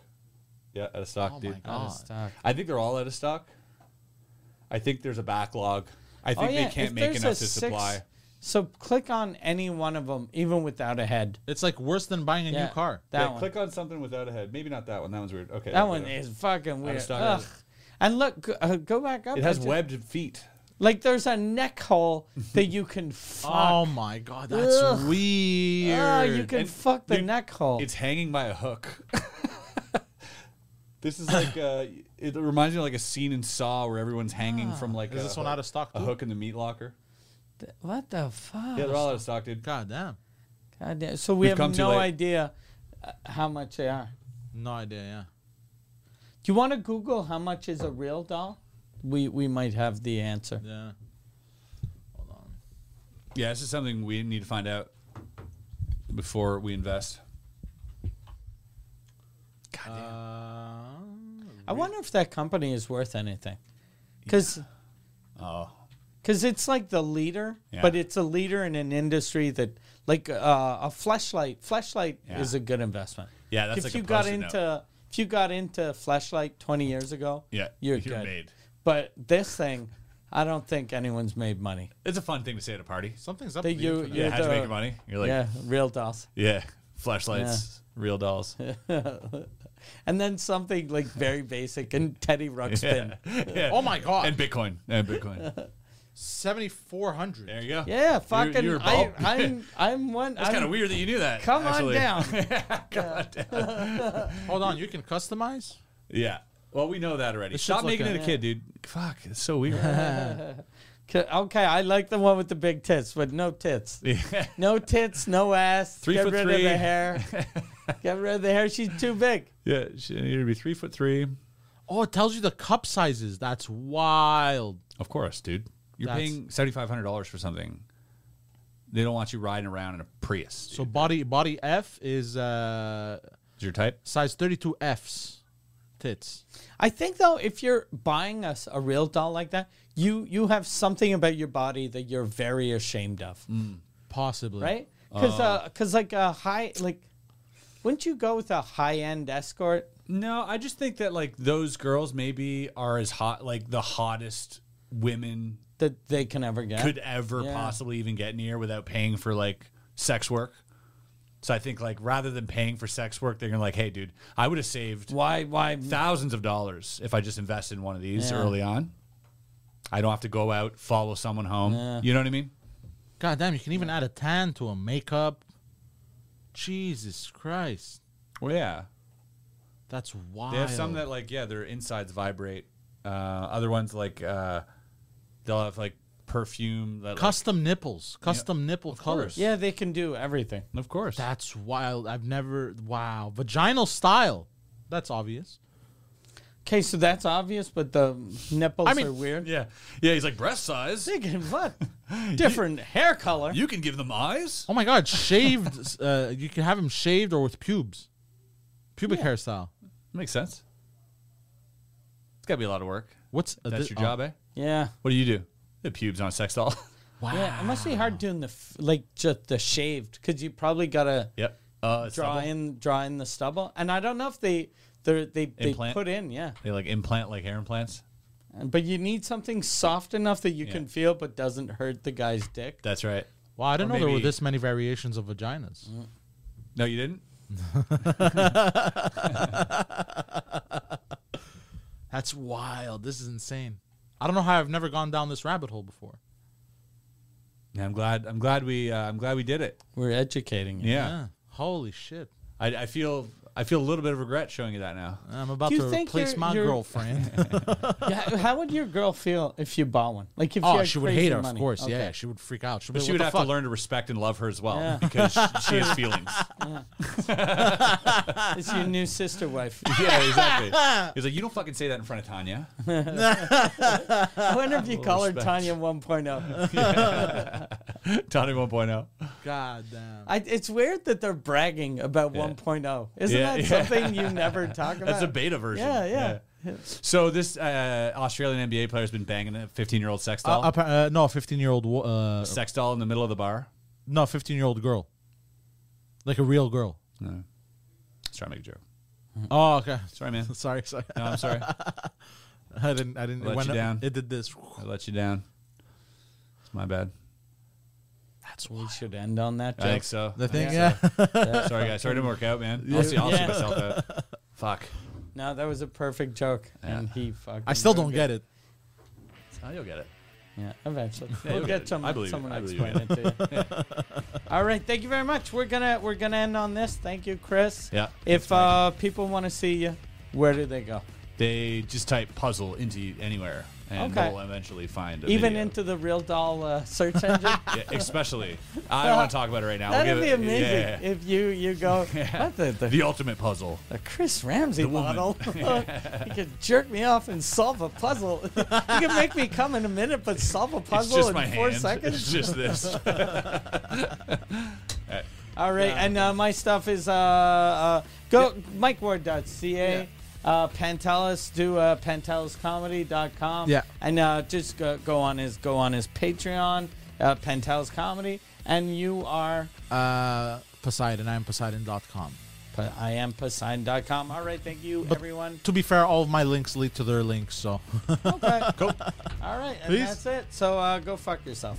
Speaker 2: Yeah, out of stock,
Speaker 4: Oh my
Speaker 2: dude.
Speaker 4: God.
Speaker 1: Out of stock.
Speaker 2: I think they're all out of stock. I think there's a backlog. I
Speaker 1: Oh,
Speaker 2: think
Speaker 1: yeah,
Speaker 2: they can't
Speaker 1: if
Speaker 2: make
Speaker 1: there's
Speaker 2: enough
Speaker 1: a
Speaker 2: to
Speaker 1: six-
Speaker 2: supply.
Speaker 1: So click on any one of them, even without a head.
Speaker 4: It's like worse than buying a
Speaker 1: Yeah,
Speaker 4: new car.
Speaker 1: That
Speaker 2: Yeah,
Speaker 1: one.
Speaker 2: Click on something without a head. Maybe not that one. That one's weird. Okay.
Speaker 1: that
Speaker 2: okay,
Speaker 1: one
Speaker 2: okay.
Speaker 1: is fucking weird.
Speaker 2: stuck
Speaker 1: Ugh.
Speaker 2: on it.
Speaker 1: And look, go, uh, go back up.
Speaker 2: It has
Speaker 1: I ju-
Speaker 2: webbed feet.
Speaker 1: Like there's a neck hole that you can fuck.
Speaker 4: Oh my god, that's
Speaker 1: Ugh.
Speaker 4: weird.
Speaker 1: Ah, you can
Speaker 2: And
Speaker 1: fuck the
Speaker 2: you-
Speaker 1: neck hole.
Speaker 2: It's hanging by a hook. this is like uh, it reminds me of like a scene in Saw where everyone's hanging
Speaker 1: Ah.
Speaker 2: from like
Speaker 4: Is
Speaker 2: a
Speaker 4: this one
Speaker 2: hook-
Speaker 4: out of stock
Speaker 2: A
Speaker 4: too?
Speaker 2: hook in the meat locker.
Speaker 1: Th- what the fuck?
Speaker 2: Yeah, they're all out of stock, dude.
Speaker 4: God damn.
Speaker 1: God damn. So we
Speaker 2: We've
Speaker 1: have
Speaker 2: come too
Speaker 1: no
Speaker 2: late.
Speaker 1: idea uh, how much they are.
Speaker 4: No idea, yeah.
Speaker 1: Do you want to Google how much is a real doll? We we might have the answer.
Speaker 4: Yeah.
Speaker 2: Yeah, this is something we need to find out before we invest.
Speaker 4: Uh,
Speaker 1: I wonder if that company is worth anything, because
Speaker 2: Oh,
Speaker 1: it's like the leader,
Speaker 2: Yeah.
Speaker 1: but it's a leader in an industry that like uh, a flashlight. Flashlight
Speaker 2: Yeah.
Speaker 1: is a good investment.
Speaker 2: Yeah, that's
Speaker 1: if
Speaker 2: like a
Speaker 1: you got
Speaker 2: Post-it note.
Speaker 1: into if you got into flashlight twenty years ago,
Speaker 2: yeah,
Speaker 1: you're,
Speaker 2: you're
Speaker 1: good.
Speaker 2: made.
Speaker 1: But this thing, I don't think anyone's made money.
Speaker 2: It's a fun thing to say at a party.
Speaker 4: something's up
Speaker 1: They-
Speaker 4: with you.
Speaker 1: you-
Speaker 4: for that.
Speaker 1: you-
Speaker 2: Yeah, how'd you
Speaker 1: the-
Speaker 2: make money? You're like,
Speaker 1: yeah,
Speaker 2: yeah,
Speaker 1: real dolls.
Speaker 2: flashlights, real dolls.
Speaker 1: And then something like very basic and Teddy Ruxpin.
Speaker 2: Yeah. Yeah.
Speaker 4: Oh my god.
Speaker 2: And Bitcoin. And Bitcoin.
Speaker 4: 7400.
Speaker 2: There you go.
Speaker 1: Yeah, fucking.
Speaker 2: you're
Speaker 1: I,
Speaker 2: bulk.
Speaker 1: I'm. I'm one.
Speaker 2: That's
Speaker 1: I'm-
Speaker 2: kind of weird that you knew that.
Speaker 1: Come
Speaker 2: actually.
Speaker 1: on down.
Speaker 4: Hold on, you can customize?
Speaker 2: Yeah. Well, we know that already.
Speaker 4: This
Speaker 2: Stop
Speaker 4: shit's like
Speaker 2: making
Speaker 4: a-
Speaker 2: it a kid, dude. Fuck, it's so weird.
Speaker 1: K- Okay, I like the one with the big tits, but no tits.
Speaker 2: Yeah.
Speaker 1: No tits, no ass.
Speaker 2: Three
Speaker 1: Get
Speaker 2: foot
Speaker 1: rid of
Speaker 2: three.
Speaker 1: the hair. Get rid of the hair. She's too big.
Speaker 2: Yeah, she- you'd be three foot three.
Speaker 4: Oh, it tells you the cup sizes. That's wild.
Speaker 2: Of course, dude. You're
Speaker 4: That's-
Speaker 2: paying seventy five hundred dollars for something. They don't want you riding around in a Prius.
Speaker 4: So
Speaker 2: So
Speaker 4: body body F is uh
Speaker 2: is your type?
Speaker 4: size 32 Fs. Tits.
Speaker 1: I think though, if you're buying us a real doll like that, you you have something about your body that you're very ashamed of,
Speaker 2: Mm.
Speaker 4: Possibly.
Speaker 1: right?
Speaker 2: Uh.
Speaker 1: Because because like a high like, wouldn't you go with a high end escort?
Speaker 2: No, I just think that like those girls maybe are as hot, like the hottest women
Speaker 1: That they can ever get.
Speaker 2: could ever
Speaker 1: Yeah.
Speaker 2: possibly even get near without paying for like sex work. So I think like rather than paying for sex work, they're gonna like, hey, dude, I would have saved
Speaker 1: why? Why?
Speaker 2: thousands of dollars if I just invested in one of these
Speaker 1: Yeah.
Speaker 2: early on. I don't have to go out, follow someone home. You know what I mean?
Speaker 4: God damn, you can even add a tan to a makeup. Jesus Christ.
Speaker 2: Well, yeah.
Speaker 4: That's wild.
Speaker 2: They have some that like yeah, their insides vibrate. Uh, other ones like uh, they'll have like perfume that like-
Speaker 4: custom nipples, custom nipple colors.
Speaker 2: course.
Speaker 1: Yeah, they can do everything.
Speaker 2: of course.
Speaker 4: That's wild. I've never wow. Vaginal style. That's obvious.
Speaker 1: Okay, so that's obvious, but the nipples
Speaker 4: I mean,
Speaker 1: are weird.
Speaker 2: yeah, yeah. He's like breast size.
Speaker 1: Thinking what? Different hair color.
Speaker 2: You can give them eyes.
Speaker 4: Oh my god, shaved uh, you can have him shaved or with pubes. Pubic hairstyle.
Speaker 2: Makes sense. It's got to be a lot of work.
Speaker 4: What's uh,
Speaker 2: That's
Speaker 4: thi-
Speaker 2: your
Speaker 4: oh,
Speaker 2: job, eh?
Speaker 1: yeah.
Speaker 2: What do you do? The pubes on a sex doll.
Speaker 4: Wow.
Speaker 1: Yeah, it must be hard doing the f- like just the shaved because you probably gotta
Speaker 2: yep. Uh, it's
Speaker 1: draw
Speaker 2: double.
Speaker 1: in draw in the stubble, and I don't know if they they're- they they
Speaker 2: Implant?
Speaker 1: put in yeah,
Speaker 2: They like implant like hair implants.
Speaker 1: And- but you need something soft enough that you
Speaker 2: Yeah.
Speaker 1: can feel but doesn't hurt the guy's dick.
Speaker 2: That's right.
Speaker 4: Wow, I
Speaker 2: Or
Speaker 4: didn't know there were
Speaker 2: maybe- Mm.
Speaker 4: this many variations of vaginas.
Speaker 2: No, you didn't.
Speaker 4: That's wild. This is insane. I don't know how I've never gone down this rabbit hole before.
Speaker 2: Yeah, I'm glad. I'm glad we. Uh, I'm glad we did it.
Speaker 1: We're educating you.
Speaker 2: Yeah.
Speaker 4: Holy shit.
Speaker 2: I, I feel. I feel a little bit of regret showing you that now.
Speaker 4: I'm about
Speaker 1: Do you
Speaker 4: to
Speaker 1: think
Speaker 4: replace
Speaker 1: you're-
Speaker 4: my
Speaker 1: you're-
Speaker 4: girlfriend.
Speaker 1: Yeah, How would your girl feel if you bought one? Like if you
Speaker 4: oh,
Speaker 1: had
Speaker 4: she would
Speaker 1: crazy
Speaker 4: hate her, of
Speaker 1: money.
Speaker 4: course.
Speaker 1: Okay.
Speaker 4: Yeah, she would freak out. She'd be
Speaker 2: But
Speaker 4: like,
Speaker 2: she
Speaker 4: "What
Speaker 2: would
Speaker 4: the
Speaker 2: have
Speaker 4: fuck?"
Speaker 2: to learn to respect and love her as well
Speaker 1: Yeah.
Speaker 2: because she has feelings.
Speaker 1: It's your new sister wife.
Speaker 2: yeah, exactly. He's like, you don't fucking say that in front of Tanya.
Speaker 1: I wonder if you call her
Speaker 2: respect.
Speaker 1: Tanya oh? 1.0.
Speaker 2: Tanya oh. 1.0.
Speaker 4: God damn.
Speaker 1: I, it's weird that they're bragging about 1.0. Isn't
Speaker 2: Yeah,
Speaker 1: that
Speaker 2: yeah.
Speaker 1: something you never talk about?
Speaker 2: That's a beta version.
Speaker 1: Yeah, yeah.
Speaker 2: So this uh, Australian NBA player has been banging a 15 year old sex
Speaker 4: Uh,
Speaker 2: doll.
Speaker 4: appa- uh, no, 15 year old. Uh,
Speaker 2: sex doll in the middle of the bar.
Speaker 4: no, 15 year old girl. Like a real girl.
Speaker 2: Let's try to make a joke.
Speaker 4: Oh, okay.
Speaker 2: Mm-hmm. Sorry, man.
Speaker 4: Sorry, sorry.
Speaker 2: No, I'm sorry.
Speaker 4: I didn't. I didn't.
Speaker 2: Let
Speaker 4: it went
Speaker 2: you
Speaker 4: up-
Speaker 2: down.
Speaker 4: It did this.
Speaker 2: I let you down. It's my bad.
Speaker 1: That's we should end on that
Speaker 2: I think
Speaker 1: joke.
Speaker 2: so.
Speaker 4: The
Speaker 2: I uh,
Speaker 4: thing.
Speaker 2: think
Speaker 4: Yeah.
Speaker 2: so. Sorry, guys. Sorry it didn't work out, man. I'll see. I'll see
Speaker 1: Yeah.
Speaker 2: myself out. Fuck.
Speaker 1: No, that was a perfect joke,
Speaker 2: Yeah.
Speaker 1: and he fucking.
Speaker 4: I still don't
Speaker 1: ruined
Speaker 4: get it.
Speaker 2: Oh, you'll get it.
Speaker 1: Yeah, eventually.
Speaker 2: Yeah,
Speaker 1: we'll
Speaker 2: you'll
Speaker 1: get
Speaker 2: get it.
Speaker 1: some,
Speaker 2: I believe it.
Speaker 1: someone
Speaker 2: I
Speaker 1: to
Speaker 2: believe
Speaker 1: explain it to you. All right, thank you very much. We're gonna we're gonna end on this. Thank you, Chris.
Speaker 2: Yeah.
Speaker 1: If uh, people want to see you, where do they go?
Speaker 2: They just type puzzle into anywhere, and
Speaker 1: Okay.
Speaker 2: they'll eventually find a
Speaker 1: Even
Speaker 2: video.
Speaker 1: into the real doll uh, search engine.
Speaker 2: yeah, especially. I don't want to talk about it right now. We'll
Speaker 1: That'd
Speaker 2: give
Speaker 1: be
Speaker 2: it-
Speaker 1: amazing
Speaker 2: yeah, yeah.
Speaker 1: if you you go.
Speaker 2: Yeah.
Speaker 1: What the, the,
Speaker 2: The ultimate puzzle.
Speaker 1: the Chris Ramsey
Speaker 2: the woman.
Speaker 1: model. you could jerk me off and solve a puzzle. you can make me come in a minute, but solve a
Speaker 2: It's
Speaker 1: puzzle
Speaker 2: just
Speaker 1: in
Speaker 2: my
Speaker 1: four
Speaker 2: hands.
Speaker 1: seconds.
Speaker 2: It's just this.
Speaker 1: All right, and uh, my stuff is uh, uh, go mikeward.ca. Uh, Pantelis do uh, panteliscomedy.com.
Speaker 4: Yeah.
Speaker 1: and uh, just go, go on his go on his Patreon, uh, Pantelis Comedy, and you are.
Speaker 4: Uh, Poseidon. I'm Poseidon.com.
Speaker 1: But I am Poseidon.com. All right, thank you, everyone.
Speaker 4: To be fair, all of my links lead to their links. So.
Speaker 1: Okay, cool. All right, and
Speaker 4: Peace.
Speaker 1: that's it. So uh, go fuck yourself.